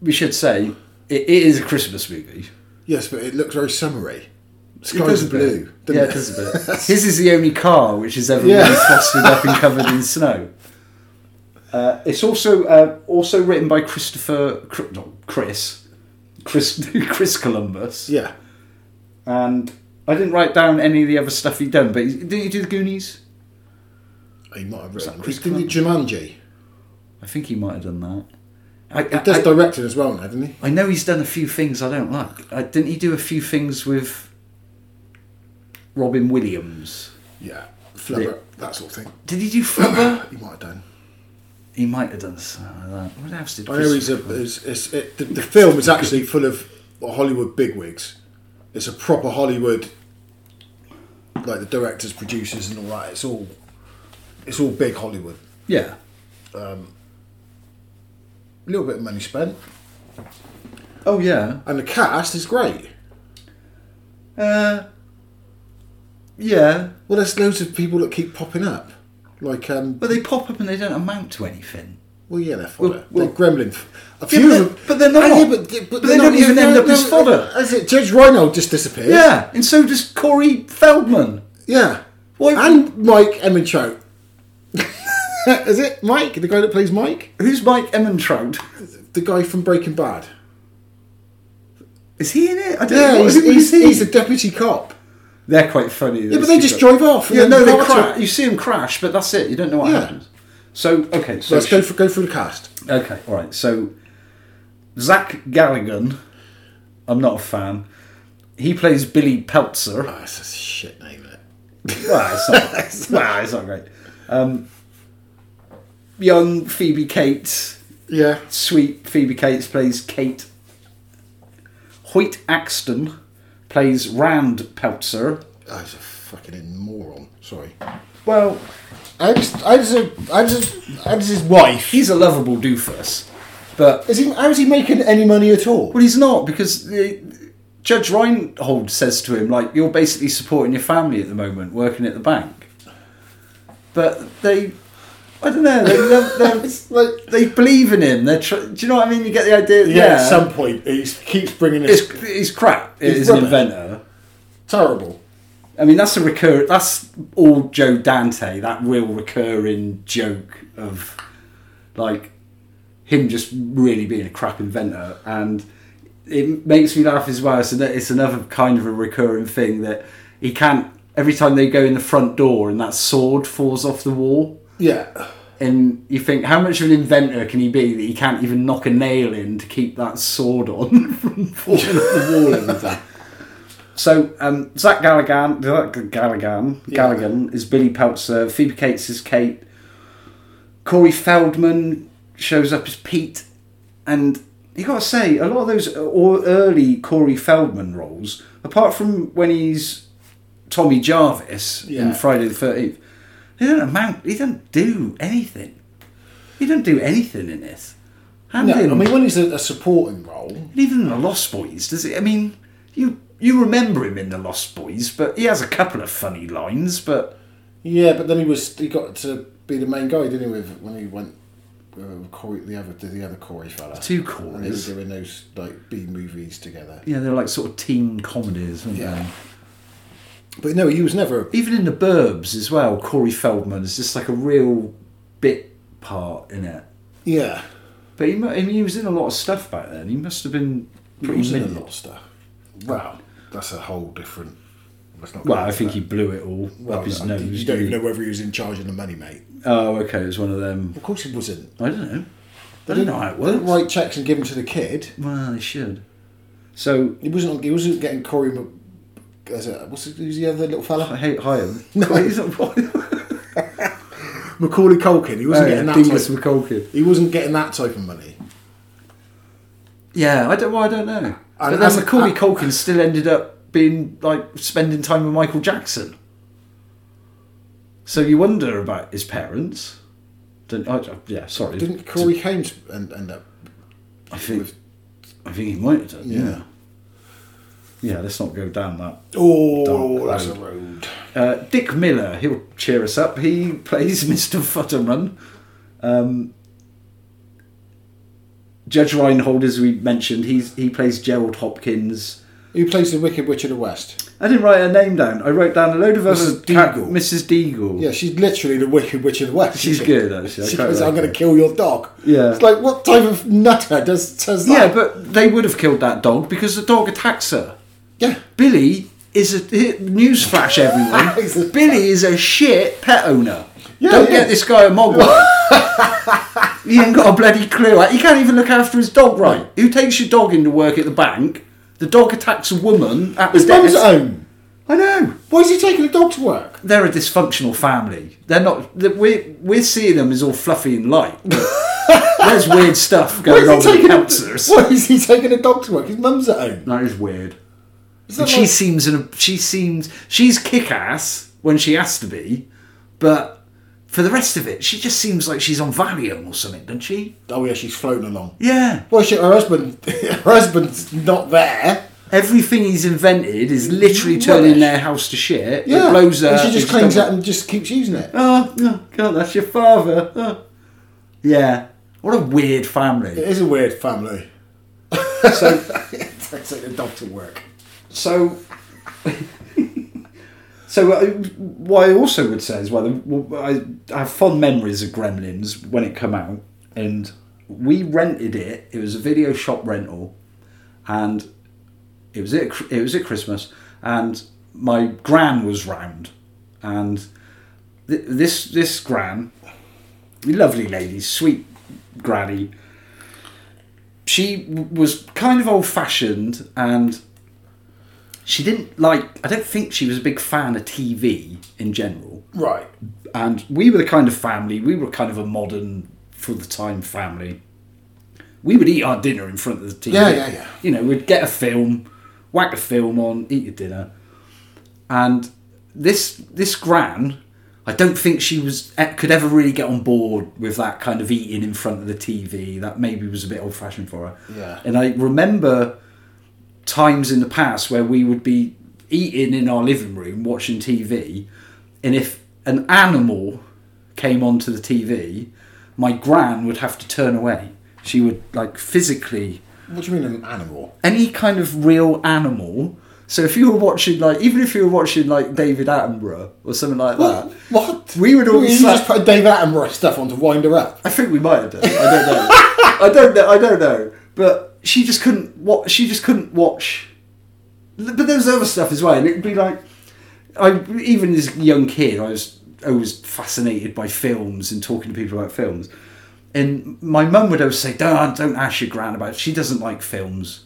Speaker 3: we should say it, it is a christmas movie
Speaker 2: Yes, but it looks very summery.
Speaker 3: It
Speaker 2: Sky's
Speaker 3: does a bit.
Speaker 2: blue. doesn't
Speaker 3: yeah
Speaker 2: it?
Speaker 3: it does a bit
Speaker 2: (laughs)
Speaker 3: his is the only car which is ever really
Speaker 2: Yeah. (laughs)
Speaker 3: frosted up and covered in snow uh, it's also uh, also written by christopher Cr- not chris Chris (laughs) Chris Columbus.
Speaker 2: Yeah.
Speaker 3: And I didn't write down any of the other stuff he'd done, but he, did he do the Goonies?
Speaker 2: He might have written.
Speaker 3: that
Speaker 2: Chris
Speaker 3: Chris
Speaker 2: didn't he Jumanji?
Speaker 3: I think he might have done that. I,
Speaker 2: He
Speaker 3: I,
Speaker 2: does
Speaker 3: I-
Speaker 2: directing as well now, didn't he?
Speaker 3: I know he's done a few things I don't like. Uh, didn't he do a few things with Robin Williams?
Speaker 2: Yeah. Flubber, that sort of thing.
Speaker 3: Did he do Flubber?
Speaker 2: (coughs) He might have done.
Speaker 3: he might have done something like that. What else did
Speaker 2: I know he's a. It's, it's, it, the, the film is actually full of Hollywood bigwigs. It's a proper Hollywood, like the directors, producers, and all that. It's all, it's all big Hollywood.
Speaker 3: Yeah.
Speaker 2: A little bit of money spent,
Speaker 3: Oh yeah.
Speaker 2: and the cast is great.
Speaker 3: Uh, yeah.
Speaker 2: Well, there's loads of people that keep popping up, like um.
Speaker 3: But they pop up and they don't amount to anything.
Speaker 2: Well, yeah, they're fodder.
Speaker 3: well-
Speaker 2: they're gremlin. f- A
Speaker 3: Yeah,
Speaker 2: few of
Speaker 3: but they-
Speaker 2: them,
Speaker 3: but they're not.
Speaker 2: Ah, yeah, but, but
Speaker 3: But
Speaker 2: they're
Speaker 3: they don't
Speaker 2: not-
Speaker 3: even
Speaker 2: yeah,
Speaker 3: end
Speaker 2: no,
Speaker 3: up as
Speaker 2: no,
Speaker 3: fodder.
Speaker 2: That's it. Judge Reinhold just disappeared.
Speaker 3: Yeah, and so does Corey Feldman.
Speaker 2: Yeah.
Speaker 3: Why-
Speaker 2: and Mike Emintrout. (laughs) Is it Mike? The guy that plays Mike?
Speaker 3: Who's Mike Emmentrout?
Speaker 2: The guy from Breaking Bad.
Speaker 3: Is he in it? I don't
Speaker 2: Yeah,
Speaker 3: know.
Speaker 2: he's,
Speaker 3: Who
Speaker 2: he's,
Speaker 3: is he?
Speaker 2: he's a deputy cop.
Speaker 3: They're quite funny.
Speaker 2: Yeah, but they just drive off. and
Speaker 3: Yeah,
Speaker 2: then
Speaker 3: no,
Speaker 2: the
Speaker 3: they
Speaker 2: car
Speaker 3: crash.
Speaker 2: took-
Speaker 3: You see them crash, but that's it. You don't know what
Speaker 2: Yeah.
Speaker 3: happens. So okay, so
Speaker 2: Let's go for, go through the cast.
Speaker 3: okay, all right. So Zach Galligan, I'm not a fan. He plays Billy (laughs) Peltzer.
Speaker 2: Oh, that's a shit name, isn't it?
Speaker 3: well, (laughs) it's not. well, it's not great. Um, young Phoebe Cates,
Speaker 2: Yeah.
Speaker 3: sweet Phoebe Cates plays Kate. Hoyt Axton plays Rand Peltzer.
Speaker 2: Oh, he's a fucking moron. Sorry.
Speaker 3: Well,
Speaker 2: I just, I just, I just, I just his wife.
Speaker 3: he's a lovable doofus, but
Speaker 2: Is he, how is he making any money at all?
Speaker 3: Well, he's not because the, Judge Reinhold says to him, like, you're basically supporting your family at the moment, working at the bank. But they, I don't know, they,
Speaker 2: (laughs)
Speaker 3: they're, they're,
Speaker 2: Like,
Speaker 3: they believe in him. They're, tr- do you know what I mean? You get the idea.
Speaker 2: yeah, at some point, he keeps bringing this
Speaker 3: it's, it's crap. It
Speaker 2: He's
Speaker 3: is an
Speaker 2: rubbish.
Speaker 3: inventor.
Speaker 2: terrible.
Speaker 3: I mean, that's a recur. That's all Joe Dante. That real recurring joke of like him just really being a crap inventor, and it makes me laugh as well. So that it's another kind of a recurring thing that he can't. Every time they go in the front door and that sword falls off the wall,
Speaker 2: Yeah.
Speaker 3: and you think, how much of an inventor can he be that he can't even knock a nail in to keep that sword on (laughs) from falling off the wall every time? So um, Zach Galligan, Galligan, Galligan is Billy Peltzer. Phoebe Cates is Kate. Corey Feldman shows up as Pete, and you got to say a lot of those or early Corey Feldman roles, apart from when he's Tommy Jarvis
Speaker 2: Yeah.
Speaker 3: in Friday the Thirteenth, he don't amount. He don't do anything. He don't do anything in this. And
Speaker 2: No, I
Speaker 3: him-
Speaker 2: mean, when he's a, a supporting role,
Speaker 3: and even in the Lost Boys, does it? I mean, you you remember him in the Lost Boys, but he has a couple of funny lines. But
Speaker 2: Yeah, but then he was he got to be the main guy, didn't he? With when he went uh, with Corey, the other the other Corey fella,
Speaker 3: two
Speaker 2: and they were
Speaker 3: chorus,
Speaker 2: doing those like B movies together.
Speaker 3: yeah, they're like sort of teen comedies, aren't
Speaker 2: Yeah. But no, he was never.
Speaker 3: they? Even in the Burbs as well, Corey Feldman is just like a real bit part in it.
Speaker 2: Yeah,
Speaker 3: But he, mu- I mean, he was in a lot of stuff back then. He must have been
Speaker 2: he
Speaker 3: pretty
Speaker 2: was in a
Speaker 3: minted.
Speaker 2: lot of stuff. Wow, that's a whole different. That's not
Speaker 3: Well, I think he blew it all
Speaker 2: Well,
Speaker 3: up his
Speaker 2: I-
Speaker 3: nose.
Speaker 2: You don't even
Speaker 3: didn't
Speaker 2: know whether he was in charge of the money, mate.
Speaker 3: he? Oh, okay, it was one of them.
Speaker 2: Of course, he wasn't.
Speaker 3: I don't know. I don't know how it
Speaker 2: They didn't
Speaker 3: works.
Speaker 2: write checks and give them to the kid.
Speaker 3: Well, they should. So
Speaker 2: He wasn't. He wasn't getting Corey. Mc- As a, what's the, who's the other little
Speaker 3: I
Speaker 2: fella?
Speaker 3: (laughs) hate Hyam. No, (laughs) he's not.
Speaker 2: Macaulay Culkin. He wasn't getting that.
Speaker 3: Dingus
Speaker 2: Type,
Speaker 3: McCulkin.
Speaker 2: Oh, he wasn't getting that type of money.
Speaker 3: Yeah, I don't. Well, I don't know. but
Speaker 2: And- and-
Speaker 3: then
Speaker 2: uh,
Speaker 3: Macaulay
Speaker 2: and-
Speaker 3: Culkin still ended up being like spending time with Michael Jackson. So you wonder about his parents. Don't, I, I- yeah, sorry.
Speaker 2: Didn't Corey Hames end, end up?
Speaker 3: I think? I think he might have done. Yeah.
Speaker 2: Yeah.
Speaker 3: yeah. let's not go down that.
Speaker 2: Oh,
Speaker 3: Dark
Speaker 2: that's a road.
Speaker 3: Uh, Dick Miller, he'll cheer us up. He (laughs) plays Mr. Futterman. Um, Judge Reinhold, as we mentioned, he's, he plays Gerald Hopkins.
Speaker 2: Who plays the Wicked Witch of the West?
Speaker 3: I didn't write her name down. I wrote down a load of
Speaker 2: Mrs.
Speaker 3: other cat-
Speaker 2: Deagle.
Speaker 3: Mrs. Deagle.
Speaker 2: Yeah, she's literally the Wicked Witch of the West. (laughs)
Speaker 3: She's
Speaker 2: isn't she?
Speaker 3: good actually. I
Speaker 2: She
Speaker 3: quite
Speaker 2: goes,
Speaker 3: like
Speaker 2: "I'm going
Speaker 3: her.
Speaker 2: to kill your dog."
Speaker 3: Yeah.
Speaker 2: It's like what type of nutter does says that?
Speaker 3: Yeah, but they would have killed that dog because the dog attacks her.
Speaker 2: yeah,
Speaker 3: Billy is a newsflash,
Speaker 2: (laughs) He's a-
Speaker 3: everyone. Billy is a shit pet owner.
Speaker 2: Yeah,
Speaker 3: Don't
Speaker 2: yeah.
Speaker 3: get this guy a mogwai. (laughs) he ain't got a bloody clue. He can't even look after his dog right. Who takes your dog into work at the bank? The dog attacks a woman at
Speaker 2: his
Speaker 3: the
Speaker 2: mum's
Speaker 3: desk.
Speaker 2: at home.
Speaker 3: I know.
Speaker 2: Why is he taking a dog to work?
Speaker 3: They're a dysfunctional family. They're not. that We're we're seeing them as all fluffy and light. but
Speaker 2: (laughs)
Speaker 3: There's weird stuff
Speaker 2: Why
Speaker 3: going on
Speaker 2: is, he
Speaker 3: with the
Speaker 2: taking a, (laughs)
Speaker 3: counselors.
Speaker 2: why is he taking a dog to work? His mum's at home.
Speaker 3: That is weird.
Speaker 2: Is
Speaker 3: And
Speaker 2: that
Speaker 3: she
Speaker 2: like-
Speaker 3: seems in a, she seems she's kick ass when she has to be, but for the rest of it, she just seems like she's on Valium or something, doesn't she?
Speaker 2: oh yeah, she's floating along.
Speaker 3: Yeah.
Speaker 2: Well, shit, her husband, (laughs) her husband's not there.
Speaker 3: Everything he's invented is literally turning their house to shit.
Speaker 2: Mm, Yeah,
Speaker 3: It blows her.
Speaker 2: And she just
Speaker 3: it's
Speaker 2: cleans
Speaker 3: done.
Speaker 2: that and just keeps using (laughs) it.
Speaker 3: Oh, oh God, that's your father. Oh. Yeah. What a weird
Speaker 2: It (laughs)
Speaker 3: family.
Speaker 2: is a weird family. (laughs)
Speaker 3: So
Speaker 2: Taking a dog to work.
Speaker 3: So, (laughs) so uh, what I also would say is, well, the- well, I, I have fond memories of Gremlins when it came out, and we rented it. It was a video shop rental, and it was at, it was at Christmas, and my gran was round, and th- this this gran, lovely lady, sweet granny. She w- was kind of old fashioned and she didn't like i don't think she was a big fan of tv in general
Speaker 2: Right.
Speaker 3: and we were the kind of family we were kind of a modern for the time family we would eat our dinner in front of the tv
Speaker 2: Yeah, yeah, yeah.
Speaker 3: you know we'd get a film whack a film on eat your dinner and this this gran i don't think she was eh, could ever really get on board with that kind of eating in front of the tv that maybe was a bit old fashioned for her
Speaker 2: Yeah.
Speaker 3: and i remember times in the past where we would be eating in our living room watching TV, and if an animal came onto the TV, my gran would have to turn away. She would like physically
Speaker 2: What do you mean an animal?
Speaker 3: any kind of real animal. So if you were watching like even if you were watching like David Attenborough or something like
Speaker 2: Uh,
Speaker 3: that,
Speaker 2: What?
Speaker 3: We would always
Speaker 2: You
Speaker 3: say-
Speaker 2: just put David Attenborough stuff on to wind her (laughs) up.
Speaker 3: I think we might have done. I don't know. I don't know. I don't know. But she just couldn't watch. She just couldn't watch. But there was other stuff as well, and it'd be like, I even as a young kid, I was always fascinated by films and talking to people about films. And my mum would always say, "Don't don't ask your gran about. It. She doesn't like films.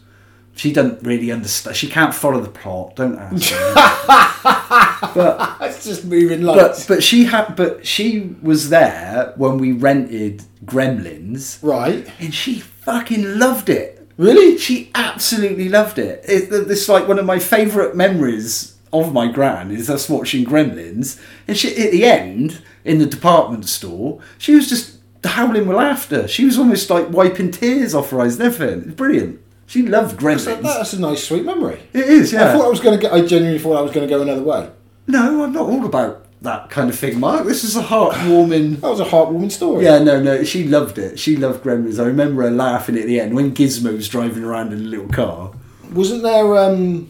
Speaker 3: She doesn't really understand. She can't follow the plot. Don't ask." her."
Speaker 2: That's just moving (laughs)
Speaker 3: but
Speaker 2: lights.
Speaker 3: but she had. But she was there when we rented Gremlins.
Speaker 2: right.
Speaker 3: and she fucking loved it.
Speaker 2: Really?
Speaker 3: She absolutely loved it. it th- this like one of my favourite memories of my gran is us watching Gremlins, and she at the end in the department store, she was just howling with laughter. She was almost like wiping tears off her eyes and everything. It's brilliant. She loved
Speaker 2: That-
Speaker 3: Gremlins.
Speaker 2: that's a nice, sweet memory.
Speaker 3: It is, yeah.
Speaker 2: I thought I was going to. I genuinely thought I was going to go another way.
Speaker 3: no, I'm not all about that kind of thing, Mark. This is a heartwarming. (laughs)
Speaker 2: That was a heartwarming story.
Speaker 3: Yeah, no, no. She loved it. She loved Gremlins. I remember her laughing at the end when Gizmo's driving around in a little car.
Speaker 2: Wasn't there? um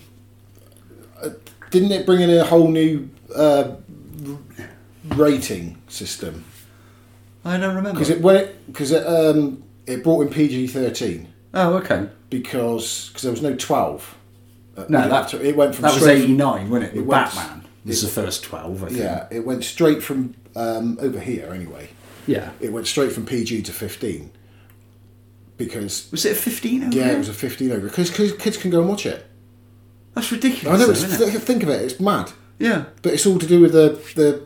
Speaker 2: uh, Didn't it bring in a whole new uh, r- rating system?
Speaker 3: I don't remember.
Speaker 2: Because it when because it, um, it brought in PG thirteen
Speaker 3: Oh, okay.
Speaker 2: because because there was no twelve. Uh,
Speaker 3: No,
Speaker 2: it-
Speaker 3: that-
Speaker 2: it went from
Speaker 3: that was
Speaker 2: straight from-
Speaker 3: 89, wasn't it?
Speaker 2: it
Speaker 3: With
Speaker 2: went-
Speaker 3: Batman was the first 12, I think.
Speaker 2: Yeah, it went straight from um, over here anyway.
Speaker 3: Yeah.
Speaker 2: It went straight from PG to fifteen because
Speaker 3: Was it a 15 over
Speaker 2: yeah,
Speaker 3: there?
Speaker 2: it was a fifteen over because kids can go and watch it.
Speaker 3: That's
Speaker 2: I
Speaker 3: ridiculous.
Speaker 2: know.
Speaker 3: though,
Speaker 2: It's,
Speaker 3: isn't it?
Speaker 2: think of it, it's mad,
Speaker 3: Yeah.
Speaker 2: but it's all to do with the the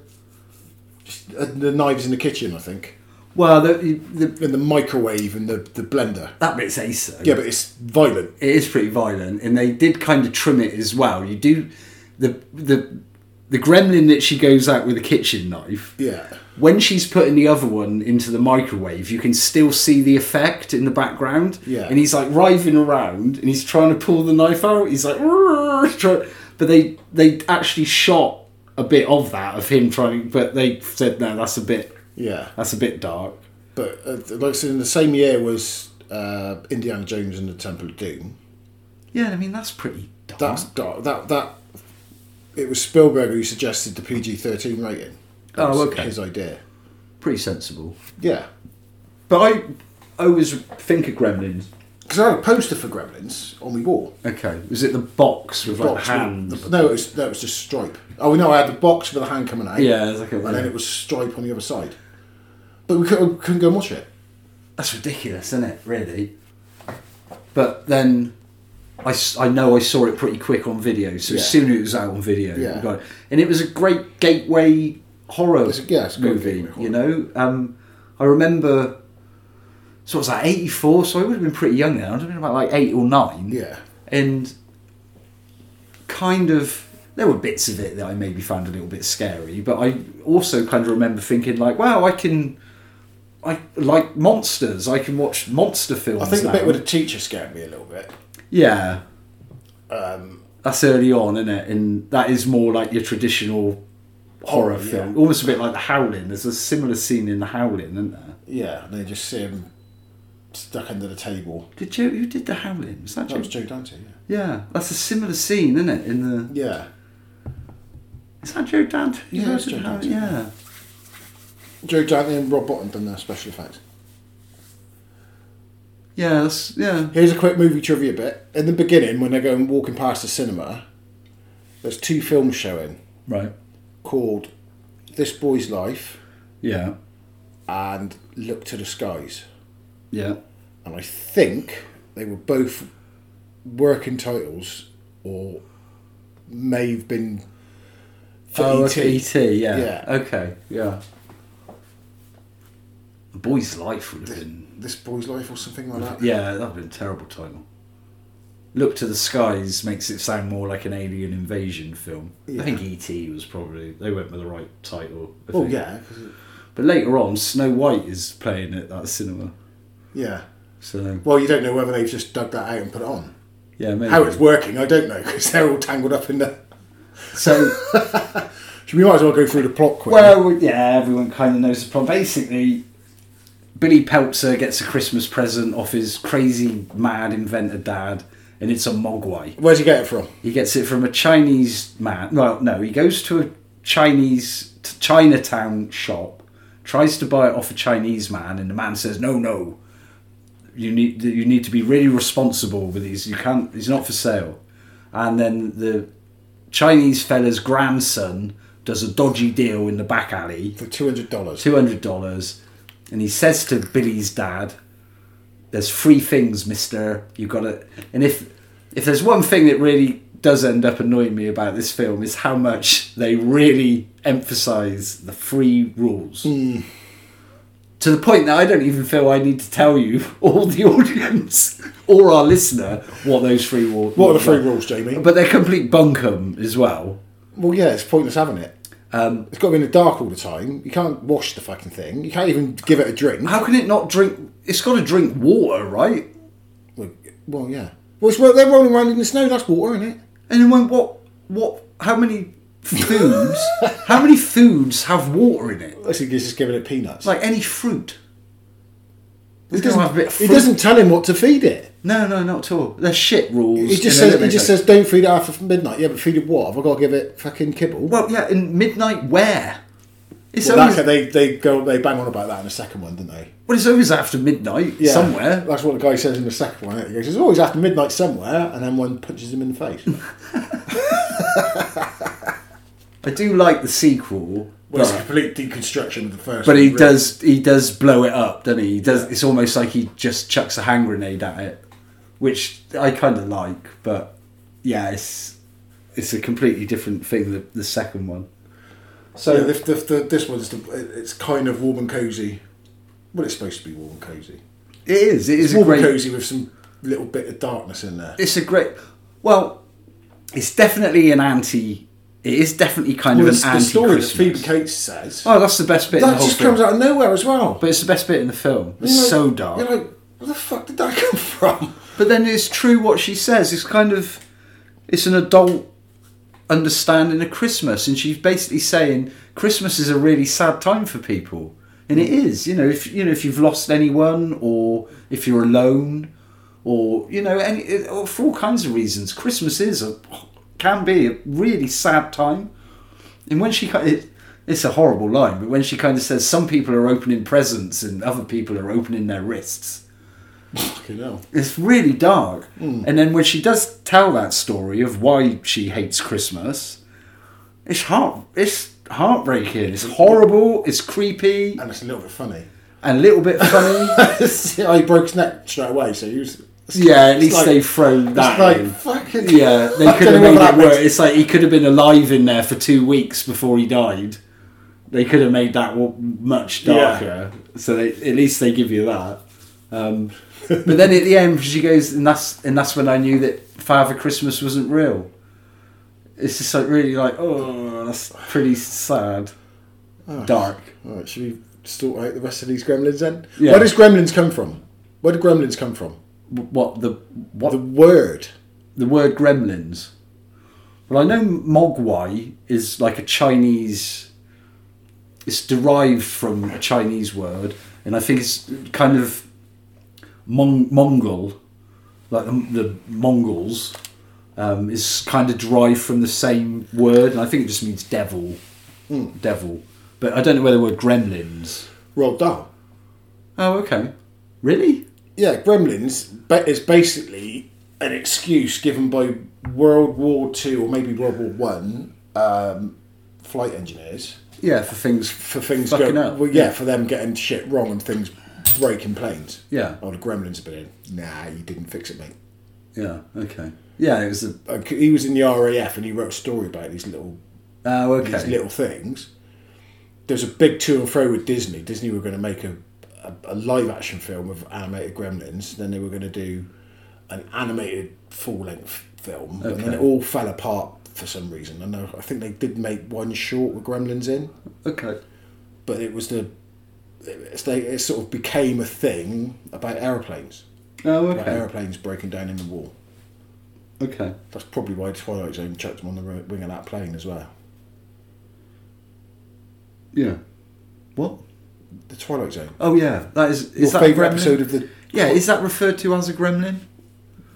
Speaker 2: uh, the knives in the kitchen, I think,
Speaker 3: Well, the, the,
Speaker 2: and the microwave and the the blender.
Speaker 3: that bit's ace, though.
Speaker 2: Yeah, but it's violent.
Speaker 3: It is pretty violent, and they did kind of trim it as well. You do... The, the, the gremlin that she goes out with a kitchen knife...
Speaker 2: Yeah.
Speaker 3: When she's putting the other one into the microwave, you can still see the effect in the background.
Speaker 2: Yeah.
Speaker 3: And he's like writhing around and he's trying to pull the knife out. He's like, "Rrrr," try- but they they actually shot a bit of that of him trying, but they said no, that's a bit
Speaker 2: Yeah.
Speaker 3: that's a bit dark.
Speaker 2: But uh, like I said, in the same year was uh, Indiana Jones and the Temple of Doom.
Speaker 3: Yeah, I mean that's pretty dark.
Speaker 2: That's dark. That that it was Spielberg who suggested the PG thirteen rating. That
Speaker 3: Oh,
Speaker 2: was
Speaker 3: okay.
Speaker 2: His idea.
Speaker 3: Pretty sensible.
Speaker 2: Yeah,
Speaker 3: But I always think of Gremlins.
Speaker 2: because I had a poster for Gremlins on my wall.
Speaker 3: Okay, was it the box with like
Speaker 2: Box with-
Speaker 3: hands?
Speaker 2: the- no, it was no, it was just stripe. Oh no, I had the box with a hand coming out.
Speaker 3: Yeah, it's like a-
Speaker 2: and then it was stripe on the other side. But we couldn't, couldn't go and watch it.
Speaker 3: That's ridiculous, isn't it? Really. But then, I, s- I know I saw it pretty quick on video. So
Speaker 2: Yeah.
Speaker 3: as soon as it was out on video,
Speaker 2: Yeah.
Speaker 3: we got it. and it was a great gateway horror
Speaker 2: It's a- yeah, it's a great
Speaker 3: movie.
Speaker 2: gateway horror.
Speaker 3: You know, um, I remember. So it was like eighty four. So I would have been pretty young then. I'd have been about like eight or nine.
Speaker 2: Yeah,
Speaker 3: and kind of there were bits of it that I maybe found a little bit scary, but I also kind of remember thinking like, wow, I can, I like monsters. I can watch monster films.
Speaker 2: I think the
Speaker 3: now.
Speaker 2: bit with the teacher scared me a little bit.
Speaker 3: yeah,
Speaker 2: Um,
Speaker 3: that's early on, isn't it? And that is more like your traditional
Speaker 2: Horror,
Speaker 3: horror
Speaker 2: Oh, yeah.
Speaker 3: film, almost a bit like The Howling. There's a similar scene in The Howling, isn't there?
Speaker 2: yeah, and they just see him stuck under the table.
Speaker 3: Did Joe? Who did The Howling? Was that
Speaker 2: That
Speaker 3: Joe?
Speaker 2: was Joe Dante. Yeah.
Speaker 3: yeah, that's a similar scene, isn't it? In the
Speaker 2: Yeah.
Speaker 3: is that Joe Dante?
Speaker 2: Yeah,
Speaker 3: Who
Speaker 2: it's
Speaker 3: did
Speaker 2: Joe
Speaker 3: The Howling?
Speaker 2: Dante.
Speaker 3: Yeah.
Speaker 2: Joe Dante and Rob Bottom done their special effects.
Speaker 3: Yeah, that's, yeah.
Speaker 2: Here's a quick movie trivia bit. In the beginning, when they're going walking past the cinema, there's two films showing
Speaker 3: Right.
Speaker 2: called This Boy's Life
Speaker 3: Yeah.
Speaker 2: and Look to the Skies.
Speaker 3: Yeah.
Speaker 2: And I think they were both working titles or may have been for E
Speaker 3: oh,
Speaker 2: ET.
Speaker 3: okay, ET. Yeah.
Speaker 2: Yeah.
Speaker 3: Okay. Yeah. The boy's life would have been.
Speaker 2: This Boy's Life or something like that.
Speaker 3: Yeah, that would have been a terrible title. Look to the skies makes it sound more like an alien invasion film. I think ET was probably they went with the right title. I
Speaker 2: Oh,
Speaker 3: think.
Speaker 2: yeah. 'cause it-
Speaker 3: But later on, Snow White is playing at that cinema.
Speaker 2: Yeah.
Speaker 3: So
Speaker 2: Well, you don't know whether they've just dug that out and put it on.
Speaker 3: yeah, maybe.
Speaker 2: How it's working, I don't know, because they're all tangled up in the. (laughs)
Speaker 3: so
Speaker 2: We might as well go through the plot quick.
Speaker 3: Well, yeah, everyone kind of knows the plot. Basically, Billy Peltzer gets a Christmas present off his crazy, mad inventor dad, and it's a mogwai.
Speaker 2: Where'd you get it from?
Speaker 3: He gets it from a Chinese man. Well, no, he goes to a Chinese t- Chinatown shop, tries to buy it off a Chinese man, and the man says, "No, no, you need you need to be really responsible with these. You can't. It's not for sale." And then the Chinese fella's grandson does a dodgy deal in the back alley
Speaker 2: For two hundred dollars.
Speaker 3: two hundred dollars, and he says to Billy's dad, "There's three things, Mister. You got to." And if if there's one thing that really does end up annoying me about this film is how much they really emphasise the three rules.
Speaker 2: Hmm.
Speaker 3: To the point that I don't even feel I need to tell you, (laughs) or the audience, or our listener, what those three rules.
Speaker 2: What are the three rules, Jamie?
Speaker 3: Uh, But they're complete bunkum as well.
Speaker 2: Well, yeah, it's pointless having it. Um, it's got to be in the dark all the time. You can't wash the fucking thing. You can't even give it a drink.
Speaker 3: How can it not drink? It's got to drink water, right?
Speaker 2: Well, well, yeah. Well, it's, well, they're rolling around in the snow. That's water, isn't it?
Speaker 3: And then went, what, what, how many
Speaker 2: (laughs)
Speaker 3: foods, how many foods have water in it?
Speaker 2: I think he's just giving it peanuts.
Speaker 3: Like any fruit. It doesn't have a bit of
Speaker 2: he
Speaker 3: fruit.
Speaker 2: doesn't tell him what to feed it.
Speaker 3: No, no, not at all. They're shit rules.
Speaker 2: He just
Speaker 3: in a
Speaker 2: says, he
Speaker 3: living
Speaker 2: just
Speaker 3: room.
Speaker 2: says, don't feed it after midnight. Yeah, but feed it what? Have I got to give it fucking kibble? Well,
Speaker 3: well, yeah, in midnight where? It's
Speaker 2: that-
Speaker 3: always,
Speaker 2: they they go they bang on about that in the second one, didn't they?
Speaker 3: well, it's always after midnight
Speaker 2: Yeah,
Speaker 3: somewhere.
Speaker 2: That's what the guy says in the second one. isn't it? He goes, "Oh, "It's always after midnight somewhere," and then one punches him in the face.
Speaker 3: I do like the sequel.
Speaker 2: Well, it's a
Speaker 3: but-
Speaker 2: complete deconstruction of the first.
Speaker 3: But
Speaker 2: one,
Speaker 3: he
Speaker 2: really.
Speaker 3: does he does blow it up, doesn't he? He does it's almost like he just chucks a hand grenade at it. Which I kinda like, but yeah, it's it's a completely different thing the, the second one. So
Speaker 2: Yeah, the, the, the, this one's the, it's kind of warm and cozy. Well, it's supposed to be warm and cozy.
Speaker 3: it is, it is a
Speaker 2: warm
Speaker 3: great
Speaker 2: and cozy with some little bit of darkness in there.
Speaker 3: it's a great well it's definitely an anti it is definitely kind
Speaker 2: Well,
Speaker 3: of
Speaker 2: it's
Speaker 3: an
Speaker 2: the
Speaker 3: anti
Speaker 2: story that Phoebe
Speaker 3: Christmas.
Speaker 2: Cates says
Speaker 3: Oh that's the best bit in
Speaker 2: that
Speaker 3: the whole
Speaker 2: just
Speaker 3: film.
Speaker 2: comes out of nowhere as well.
Speaker 3: But it's the best bit in the film. It's
Speaker 2: You're like-
Speaker 3: so dark.
Speaker 2: You're like, where the fuck did that come from?
Speaker 3: But then it's true what she says. It's kind of it's an adult understanding of Christmas, and she's basically saying Christmas is a really sad time for people, and it is. You know, if you know if you've lost anyone, or if you're alone, or you know, any or for all kinds of reasons, Christmas is a can be a really sad time. And when she ki- it, it's a horrible line, but when she kind of says some people are opening presents and other people are opening their wrists,
Speaker 2: Fucking hell.
Speaker 3: it's really dark.
Speaker 2: Hmm.
Speaker 3: And then when she does tell that story of why she hates Christmas, it's heart it's heartbreaking. It's horrible. It's creepy
Speaker 2: And it's a little bit funny. (laughs)
Speaker 3: and a little bit funny.
Speaker 2: I broke his neck straight away, so he was.
Speaker 3: yeah, at
Speaker 2: It's
Speaker 3: least
Speaker 2: like-
Speaker 3: they throw that.
Speaker 2: It's like,
Speaker 3: in.
Speaker 2: fucking.
Speaker 3: Yeah, they
Speaker 2: I
Speaker 3: could
Speaker 2: don't
Speaker 3: have
Speaker 2: know
Speaker 3: made
Speaker 2: what that
Speaker 3: it worse.
Speaker 2: makes-
Speaker 3: It's like he could have been alive in there for two weeks before he died. They could have made that w- much darker. So they, at least they give you that. Um, but then at the end, she goes, and that's and that's when I knew that Father Christmas wasn't real. It's just like really like oh, that's pretty sad,
Speaker 2: Oh.
Speaker 3: dark.
Speaker 2: Alright, should we sort out the rest of these gremlins then?
Speaker 3: Yeah.
Speaker 2: Where does gremlins come from? Where do gremlins come from?
Speaker 3: W- What the what
Speaker 2: The word.
Speaker 3: the word gremlins. Well, I know mogwai is like a Chinese. It's derived from a Chinese word, and I think it's kind of Mong- Mongol, like the, the Mongols, um, is kind of derived from the same word, and I think it just means devil, Hmm. devil. But I don't know where the word gremlins.
Speaker 2: Roald Dahl.
Speaker 3: Oh, okay, really?
Speaker 2: Yeah, gremlins ba- is basically an excuse given by World War Two or maybe World War One um, flight engineers
Speaker 3: Yeah, for things
Speaker 2: for things
Speaker 3: fucking
Speaker 2: go-
Speaker 3: up.
Speaker 2: Well, yeah, for them getting shit wrong and things breaking planes.
Speaker 3: Yeah.
Speaker 2: Oh, the gremlins have been in. Nah, you didn't fix it, mate.
Speaker 3: yeah, okay, yeah. It was a
Speaker 2: Uh, c- he was in the RAF and he wrote a story about these little
Speaker 3: oh, okay.
Speaker 2: these little things. There's a big to and fro with Disney. Disney were going to make a, a, a live action film of animated gremlins, then they were going to do an animated full length film, and then it all fell apart for some reason. And I, I think they did make one short with gremlins in,
Speaker 3: Okay.
Speaker 2: but it was the. It's they, it sort of became a thing about aeroplanes,
Speaker 3: Oh,
Speaker 2: about
Speaker 3: okay.
Speaker 2: aeroplanes breaking down in the wall.
Speaker 3: Okay.
Speaker 2: That's probably why Twilight Zone chucked them on the ro- wing of that plane as well.
Speaker 3: Yeah. What?
Speaker 2: The Twilight Zone.
Speaker 3: Oh, yeah. That is. is
Speaker 2: Your
Speaker 3: that a
Speaker 2: favourite
Speaker 3: gremlin?
Speaker 2: episode of the
Speaker 3: Yeah. Is that referred to as a gremlin?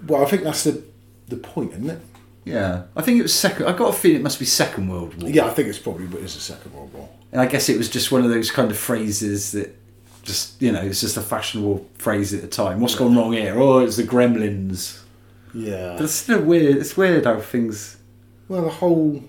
Speaker 2: Well, I think that's the the point, isn't it?
Speaker 3: Yeah. I think it was second. I got a feeling it must be Second World War.
Speaker 2: Yeah, I think it's probably but it's the Second World War.
Speaker 3: And I guess it was just one of those kind of phrases that, just you know, it's just a fashionable phrase at the time. What's gone wrong here? Oh, it's the gremlins. But
Speaker 2: Yeah.
Speaker 3: it's still weird. It's weird how things.
Speaker 2: Well, the whole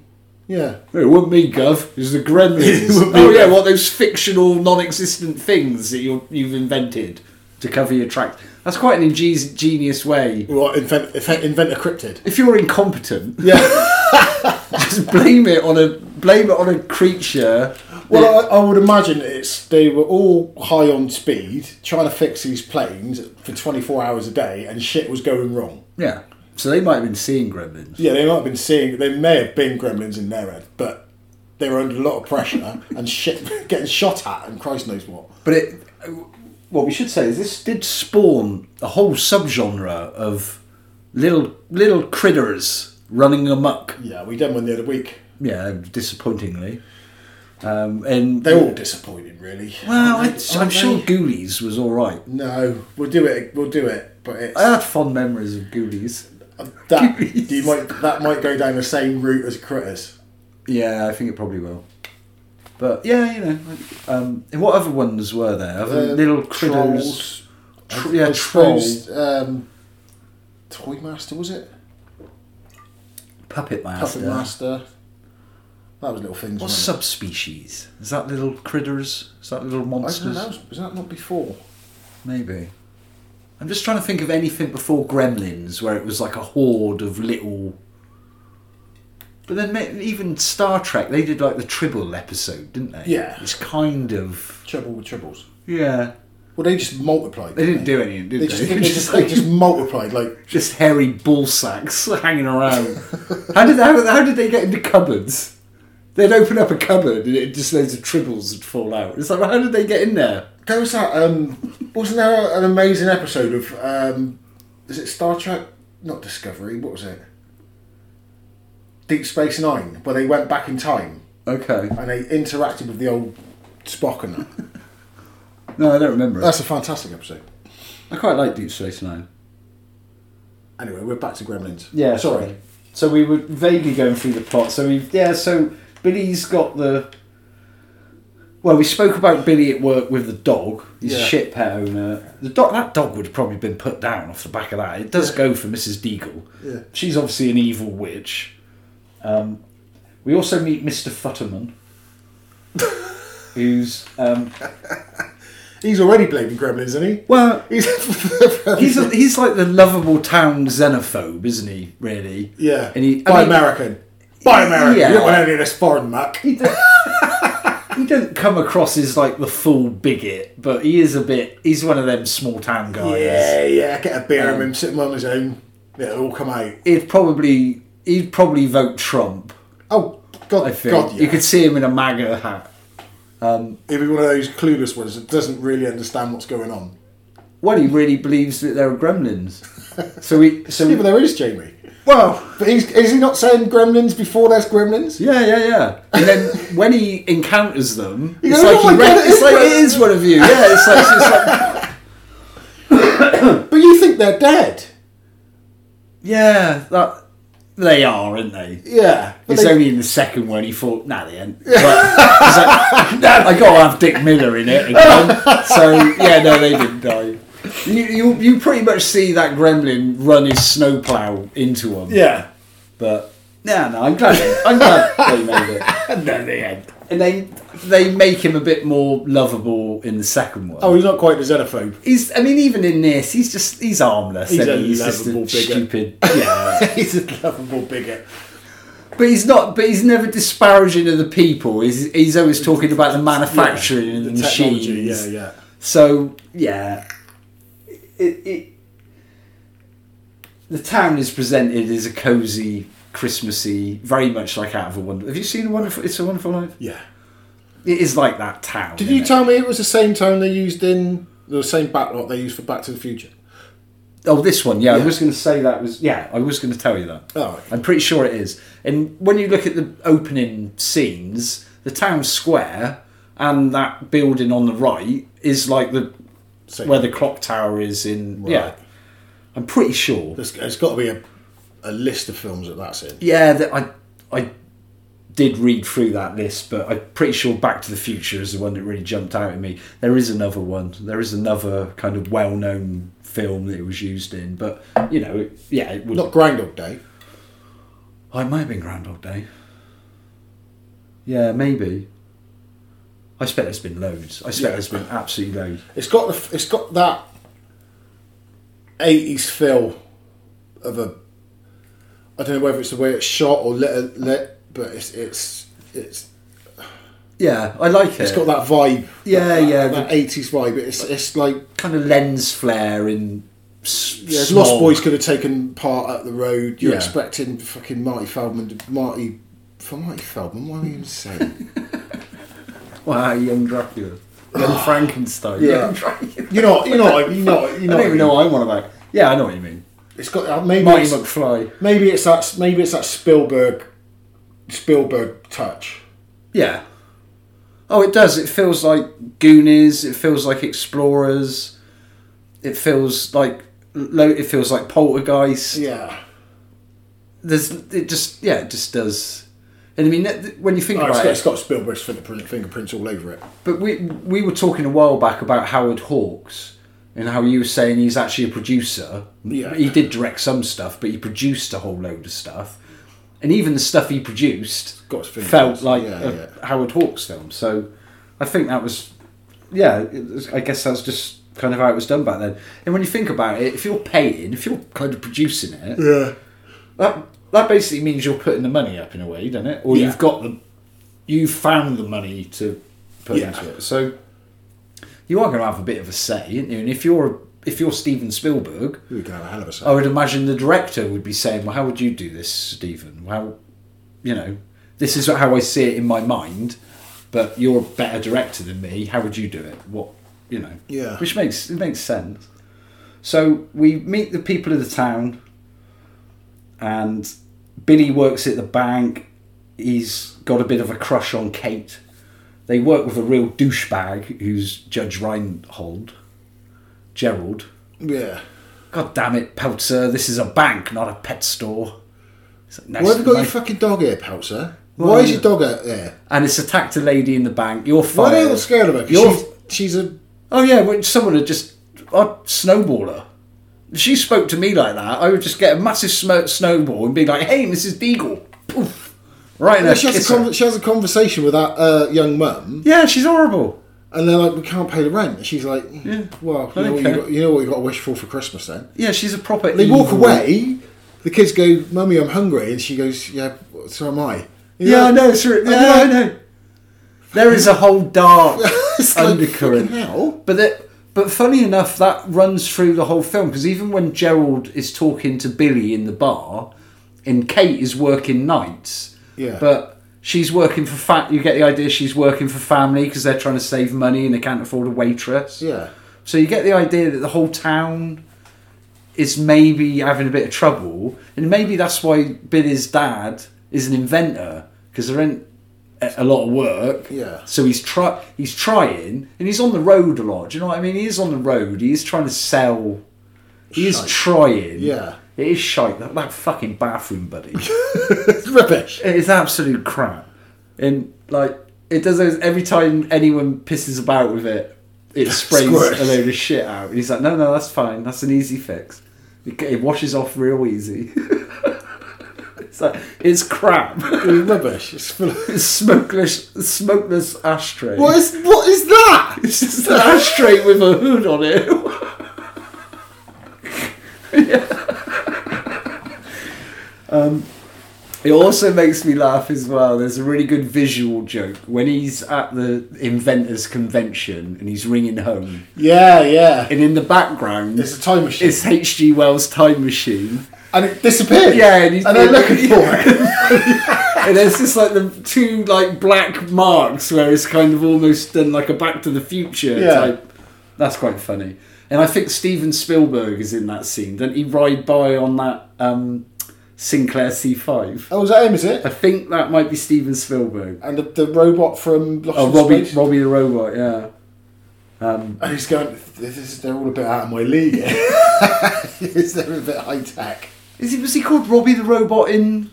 Speaker 2: yeah.
Speaker 3: No, It wasn't me, Gov. It was the gremlins.
Speaker 2: (laughs) It wasn't me,
Speaker 3: oh yeah,
Speaker 2: Gov.
Speaker 3: what those fictional, non-existent things that you're, you've invented to cover your tracks. That's quite an ingenious ingenious way.
Speaker 2: Well, invent invent, invent a cryptid.
Speaker 3: If you're incompetent,
Speaker 2: Yeah.
Speaker 3: (laughs) just blame it on a blame it on a creature.
Speaker 2: well, I, I would imagine it's they were all high on speed trying to fix these planes for 24 hours a day, and shit was going wrong.
Speaker 3: yeah. So they might have been seeing gremlins.
Speaker 2: Yeah, they might have been seeing. They may have been gremlins in their head, but they were under a lot of (laughs) pressure and shit getting shot at, and Christ knows what.
Speaker 3: But it, what we should say is this did spawn a whole subgenre of little little critters running amok.
Speaker 2: Yeah, we done one the other week.
Speaker 3: Yeah, disappointingly. Um, and
Speaker 2: They're all disappointing, really.
Speaker 3: well, I,
Speaker 2: Aren't they?
Speaker 3: I'm
Speaker 2: Aren't
Speaker 3: sure
Speaker 2: they?
Speaker 3: Ghoulies was all right.
Speaker 2: No, we'll do it. We'll do it. But it's
Speaker 3: I had fond memories of Ghoulies.
Speaker 2: (laughs) that you might that might go down the same route as critters.
Speaker 3: Yeah, I think it probably will. But yeah, you know, um, and what other ones were there? Other
Speaker 2: Uh,
Speaker 3: little critters.
Speaker 2: Trolls.
Speaker 3: Tr-
Speaker 2: I-
Speaker 3: yeah,
Speaker 2: I
Speaker 3: troll.
Speaker 2: suppose, Um, Toy Master was it?
Speaker 3: Puppet Master.
Speaker 2: Puppet Master. That was little things.
Speaker 3: What
Speaker 2: wasn't
Speaker 3: subspecies? Is that little critters? Is that little
Speaker 2: it? I don't
Speaker 3: monsters?
Speaker 2: know. Was, was that not before?
Speaker 3: Maybe. I'm just trying to think of anything before Gremlins where it was like a horde of little. But then ma- even Star Trek, they did like the Tribble episode, didn't they?
Speaker 2: Yeah.
Speaker 3: It's kind of.
Speaker 2: Trouble with tribbles.
Speaker 3: Yeah.
Speaker 2: Well, they just multiplied.
Speaker 3: They didn't do anything, did
Speaker 2: They
Speaker 3: they?
Speaker 2: just,
Speaker 3: (laughs)
Speaker 2: they just, they just multiplied. Like
Speaker 3: just hairy ball sacks hanging around. how did how, how did they get into cupboards? They'd open up a cupboard and it just loads of tribbles would fall out. It's like well, how did they get in there?
Speaker 2: there was that. Um, wasn't there an amazing episode of? Um, is it Star Trek? Not Discovery. What was it? Deep Space Nine, where they went back in time.
Speaker 3: Okay,
Speaker 2: and they interacted with the old Spock and
Speaker 3: (laughs)
Speaker 2: that.
Speaker 3: no, I don't remember. It.
Speaker 2: That's a fantastic episode.
Speaker 3: I quite like Deep Space Nine.
Speaker 2: Anyway, we're back to Gremlins.
Speaker 3: Yeah,
Speaker 2: sorry.
Speaker 3: sorry. So we were vaguely going through the plot. So we yeah. So Billy's got the. Well, we spoke about Billy at work with the dog. He's a
Speaker 2: Yeah.
Speaker 3: shit pet owner. The dog that dog would have probably been put down off the back of that. It does go for Mrs. Deagle.
Speaker 2: Yeah.
Speaker 3: She's obviously an evil witch. Um, we also meet Mr. (laughs) Futterman, who's um,
Speaker 2: He's already blaming Gremlins, isn't he?
Speaker 3: well,
Speaker 2: He's (laughs)
Speaker 3: he's a, he's like the lovable town xenophobe, isn't he? Really?
Speaker 2: yeah.
Speaker 3: And he- I
Speaker 2: Buy
Speaker 3: mean-
Speaker 2: American. Buy American.
Speaker 3: Yeah.
Speaker 2: You don't want any of this foreign muck.
Speaker 3: He don't, he don't come across as like the full bigot, but he is a bit. He's one of them small town guys.
Speaker 2: Oh, Yeah, yeah. Get a beer
Speaker 3: Um,
Speaker 2: of him, sit him on his own. It'll all come out.
Speaker 3: He'd probably he'd probably vote Trump.
Speaker 2: Oh, God,
Speaker 3: I think
Speaker 2: God, yeah.
Speaker 3: you could see him in a MAGA hat.
Speaker 2: He'd be one of those clueless ones that doesn't really understand what's going on.
Speaker 3: Well, he really believes that there
Speaker 2: (laughs)
Speaker 3: are gremlins. So we so
Speaker 2: Yeah, but there is Jamie.
Speaker 3: well
Speaker 2: But he's, is he not saying gremlins before there's gremlins?
Speaker 3: Yeah, yeah, yeah. And then when he encounters them,
Speaker 2: He
Speaker 3: it's
Speaker 2: goes,
Speaker 3: like,
Speaker 2: "Oh
Speaker 3: he
Speaker 2: my
Speaker 3: rec-
Speaker 2: God, it
Speaker 3: it's
Speaker 2: is
Speaker 3: like
Speaker 2: one
Speaker 3: it
Speaker 2: of-
Speaker 3: is one of you. Yeah, it's like, it's like (laughs)
Speaker 2: But you think they're dead.
Speaker 3: yeah, that they are, aren't they?
Speaker 2: Yeah. But
Speaker 3: It's
Speaker 2: they-
Speaker 3: only in the second one he thought, nah, they
Speaker 2: (laughs)
Speaker 3: ain't. But he's like, (laughs) "Nah, I gotta have Dick Miller in
Speaker 2: (laughs)
Speaker 3: it again. so yeah, no, they didn't die. You, you you pretty much see that gremlin run his snowplow into him.
Speaker 2: yeah.
Speaker 3: But no, no, I'm glad. I'm glad they made
Speaker 2: (laughs)
Speaker 3: it.
Speaker 2: no, they ain't.
Speaker 3: And they they make him a bit more lovable in the second one.
Speaker 2: Oh, he's not quite a xenophobe.
Speaker 3: He's, I mean, even in this, he's just, he's harmless.
Speaker 2: He's
Speaker 3: and
Speaker 2: a
Speaker 3: he's just
Speaker 2: lovable
Speaker 3: a
Speaker 2: bigot. (laughs)
Speaker 3: stupid, yeah.
Speaker 2: (laughs) he's a lovable bigot.
Speaker 3: but he's not, but he's never disparaging of the people. He's, he's always talking about the manufacturing and the, machines.
Speaker 2: Technology, yeah, yeah.
Speaker 3: So, yeah. It, it, the town is presented as a cosy, Christmassy, very much like Out of a Wonderful. Have you seen a Wonderful? It's a Wonderful Life.
Speaker 2: Yeah.
Speaker 3: It is like that town.
Speaker 2: Did
Speaker 3: isn't
Speaker 2: you
Speaker 3: it?
Speaker 2: tell me it was the same tone they used in the same backlot they used for Back to the Future?
Speaker 3: Oh, this one. Yeah, I
Speaker 2: Yeah.
Speaker 3: was going to say that was. Yeah, I was going to tell you that.
Speaker 2: Oh, okay.
Speaker 3: I'm pretty sure it is. And when you look at the opening scenes, the town square and that building on the right is like the
Speaker 2: Same.
Speaker 3: where the clock tower is in. Yeah,
Speaker 2: Right.
Speaker 3: I'm pretty sure.
Speaker 2: There's, there's got to be a, a list of films that that's in.
Speaker 3: Yeah, that I I did read through that list, but I'm pretty sure Back to the Future is the one that really jumped out at me. There is another one. There is another kind of well-known film that it was used in, but you know, it, yeah, it was.
Speaker 2: Not Groundhog Day.
Speaker 3: Oh, it might have been Groundhog Day. Yeah, maybe. I expect there's been loads. I expect
Speaker 2: Yeah.
Speaker 3: there's been absolutely loads.
Speaker 2: It's got the, it's got that eighties feel of a. I don't know whether it's the way it's shot or lit, lit but it's it's it's
Speaker 3: Yeah, I like it.
Speaker 2: it's got that vibe.
Speaker 3: Yeah,
Speaker 2: that,
Speaker 3: yeah,
Speaker 2: that eighties vibe. It's it's like
Speaker 3: kind of lens flare in. s-
Speaker 2: yeah, if
Speaker 3: smog.
Speaker 2: Lost Boys could have taken part at the road. You're
Speaker 3: Yeah.
Speaker 2: expecting fucking Marty Feldman, to, Marty for Marty Feldman. What am I even saying?
Speaker 3: Wow, young Dracula, young Frankenstein.
Speaker 2: Yeah.
Speaker 3: young Dracula.
Speaker 2: (laughs) you know, (laughs) you know, you know, you
Speaker 3: I
Speaker 2: know.
Speaker 3: don't even know what I want about. Yeah, I know what you mean.
Speaker 2: It's got uh, maybe
Speaker 3: Marty
Speaker 2: it's,
Speaker 3: McFly.
Speaker 2: maybe it's that maybe it's that Spielberg Spielberg touch.
Speaker 3: Yeah. Oh, it does. It feels like Goonies. It feels like Explorers. It feels like lo- it feels like Poltergeist.
Speaker 2: Yeah.
Speaker 3: There's it just yeah it just does. And I mean that- th- when you think
Speaker 2: Oh, it's,
Speaker 3: about
Speaker 2: got, it's
Speaker 3: it,
Speaker 2: got Spielberg's fingerprint, fingerprints all over it.
Speaker 3: but we we were talking a while back about Howard Hawks and how you were saying he's actually a producer.
Speaker 2: Yeah.
Speaker 3: He did direct some stuff, but he produced a whole load of stuff. And even the stuff he produced
Speaker 2: got his fingerprints,
Speaker 3: felt like
Speaker 2: yeah,
Speaker 3: a Howard Hawks film. So I think that was, yeah, it was, I guess that's just kind of how it was done back then. And when you think about it, if you're paying, if you're kind of producing it,
Speaker 2: Yeah.
Speaker 3: that that basically means you're putting the money up in a way, doesn't it? Or
Speaker 2: Yeah.
Speaker 3: you've got the you've found the money to put
Speaker 2: Yeah.
Speaker 3: into it. So you are going to have a bit of a say, aren't you? And if you're if you're Steven Spielberg,
Speaker 2: We can have a hell of a set.
Speaker 3: I would imagine the director would be saying, "Well, how would you do this, Stephen? How, you know, this is how I see it in my mind, but you're a better director than me. How would you do it? What, you know?
Speaker 2: Yeah.
Speaker 3: Which makes it makes sense. So we meet the people of the town, and Billy works at the bank. He's got a bit of a crush on Kate. They work with a real douchebag who's Judge Reinhold, Gerald.
Speaker 2: yeah.
Speaker 3: God damn it, Peltzer, this is a bank, not a pet store. It's like, nice-
Speaker 2: Why have you got your
Speaker 3: nice-
Speaker 2: fucking dog here, Pouncer? Why is your dog out there?
Speaker 3: and it's attacked a lady in the bank. You're
Speaker 2: Why
Speaker 3: fired.
Speaker 2: are they all scared of her? 'Cause
Speaker 3: You're-
Speaker 2: she's, she's a.
Speaker 3: Oh yeah, well, someone would just I'd snowball her. If she spoke to me like that, I would just get a massive sm- snowball and be like, "Hey, Mrs. Deagle," poof, right in her
Speaker 2: She has,
Speaker 3: kisser.
Speaker 2: a con- she has a conversation with that uh, young mum,
Speaker 3: yeah, she's horrible.
Speaker 2: and they're like, "We can't pay the rent." And she's like, "Well, you know, what you,
Speaker 3: okay.
Speaker 2: got, you know what you got to wish for for Christmas then."
Speaker 3: Yeah, she's a proper.
Speaker 2: They walk
Speaker 3: evil-
Speaker 2: away. The kids go, "Mummy, I'm hungry," and she goes, "Yeah, so am I." You
Speaker 3: Yeah, I know. It's, re- yeah, I know. There is a whole dark
Speaker 2: (laughs) It's like,
Speaker 3: undercurrent.
Speaker 2: fucking hell.
Speaker 3: But that, but funny enough, that runs through the whole film because even when Gerald is talking to Billy in the bar, and Kate is working nights,
Speaker 2: Yeah.
Speaker 3: but she's working for fat. You get the idea she's working for family because they're trying to save money and they can't afford a waitress.
Speaker 2: Yeah. (laughs)
Speaker 3: So you get the idea that the whole town is maybe having a bit of trouble, and maybe that's why Billy's dad is an inventor because there ain't a a lot of work.
Speaker 2: Yeah.
Speaker 3: So he's try he's trying, and he's on the road a lot. Do you know what I mean? He is on the road. He is trying to sell. He is
Speaker 2: Shite.
Speaker 3: trying.
Speaker 2: Yeah.
Speaker 3: It is shite. That, that fucking bathroom buddy.
Speaker 2: It's rubbish.
Speaker 3: It is absolute crap. And like it does those every time anyone pisses about with it, it sprays
Speaker 2: Squirt.
Speaker 3: a load of shit out. And he's like, no, no, that's fine. That's an easy fix. It, it washes off real easy. (laughs) it's like it's crap. (laughs)
Speaker 2: It's rubbish. It's full of-
Speaker 3: It's smokeless, smokeless ashtray.
Speaker 2: what is what is that?
Speaker 3: It's just an ashtray with a hood on it. (laughs) um, it also makes me laugh as well. There's a really good visual joke when he's at the inventors convention and he's ringing home,
Speaker 2: Yeah, yeah.
Speaker 3: and in the background
Speaker 2: It's a time machine,
Speaker 3: it's H.G. Wells' time machine.
Speaker 2: and it disappeared.
Speaker 3: Yeah, and he's-
Speaker 2: they're looking for
Speaker 3: (laughs)
Speaker 2: it.
Speaker 3: and there's just like the two like black marks where it's kind of almost done like a Back to the Future
Speaker 2: Yeah.
Speaker 3: type. That's quite funny. And I think Steven Spielberg is in that scene. Doesn't he ride by on that um, Sinclair C5?
Speaker 2: Oh, was that him? Is
Speaker 3: I
Speaker 2: it?
Speaker 3: think that might be Steven Spielberg.
Speaker 2: And the, the robot from Lost
Speaker 3: Oh,
Speaker 2: in
Speaker 3: Robbie,
Speaker 2: Space.
Speaker 3: Robbie the Robot, yeah. Um,
Speaker 2: And he's going. This is, they're all a bit out of my
Speaker 3: (laughs)
Speaker 2: league. (laughs) is they're a bit high tech.
Speaker 3: is he, was he called Robbie the Robot in.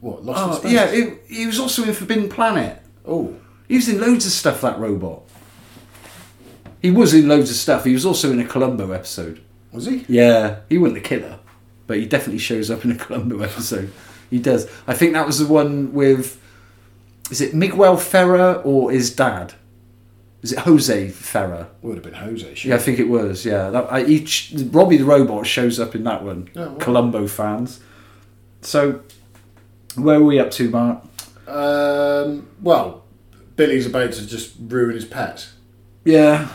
Speaker 2: What Lost in
Speaker 3: Oh,
Speaker 2: Space?
Speaker 3: yeah, it, he was also in Forbidden Planet.
Speaker 2: Oh,
Speaker 3: He was in loads of stuff, that robot. He was in loads of stuff. He was also in a Columbo episode.
Speaker 2: was he?
Speaker 3: Yeah. He wasn't the killer, but he definitely shows up in a (laughs) Columbo episode. He does. I think that was the one with. Is it Miguel Ferrer or his dad? Is it Jose Ferrer?
Speaker 2: Would have been Jose.
Speaker 3: Yeah, I think it was. Yeah, that, I, each Robbie the robot shows up in that one.
Speaker 2: Oh, wow.
Speaker 3: Columbo fans. So, where are we up to, Mark?
Speaker 2: Um, well, Billy's about to just ruin his pet.
Speaker 3: Yeah.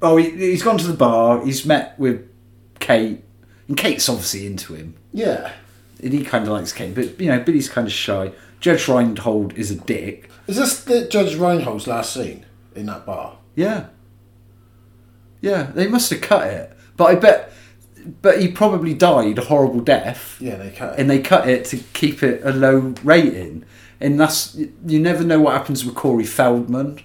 Speaker 3: Oh, he, he's gone to the bar. He's met with Kate, and Kate's obviously into him,
Speaker 2: Yeah.
Speaker 3: and he kind of likes Kate. But you know, Billy's kind of shy. Judge Reinhold is a dick.
Speaker 2: Is this the Judge Reinhold's last scene in that bar?
Speaker 3: Yeah. Yeah, they must have cut it, but I bet. But he probably died a horrible death.
Speaker 2: Yeah, they cut it.
Speaker 3: and they cut it to keep it a low rating. And that's you never know what happens with Corey Feldman.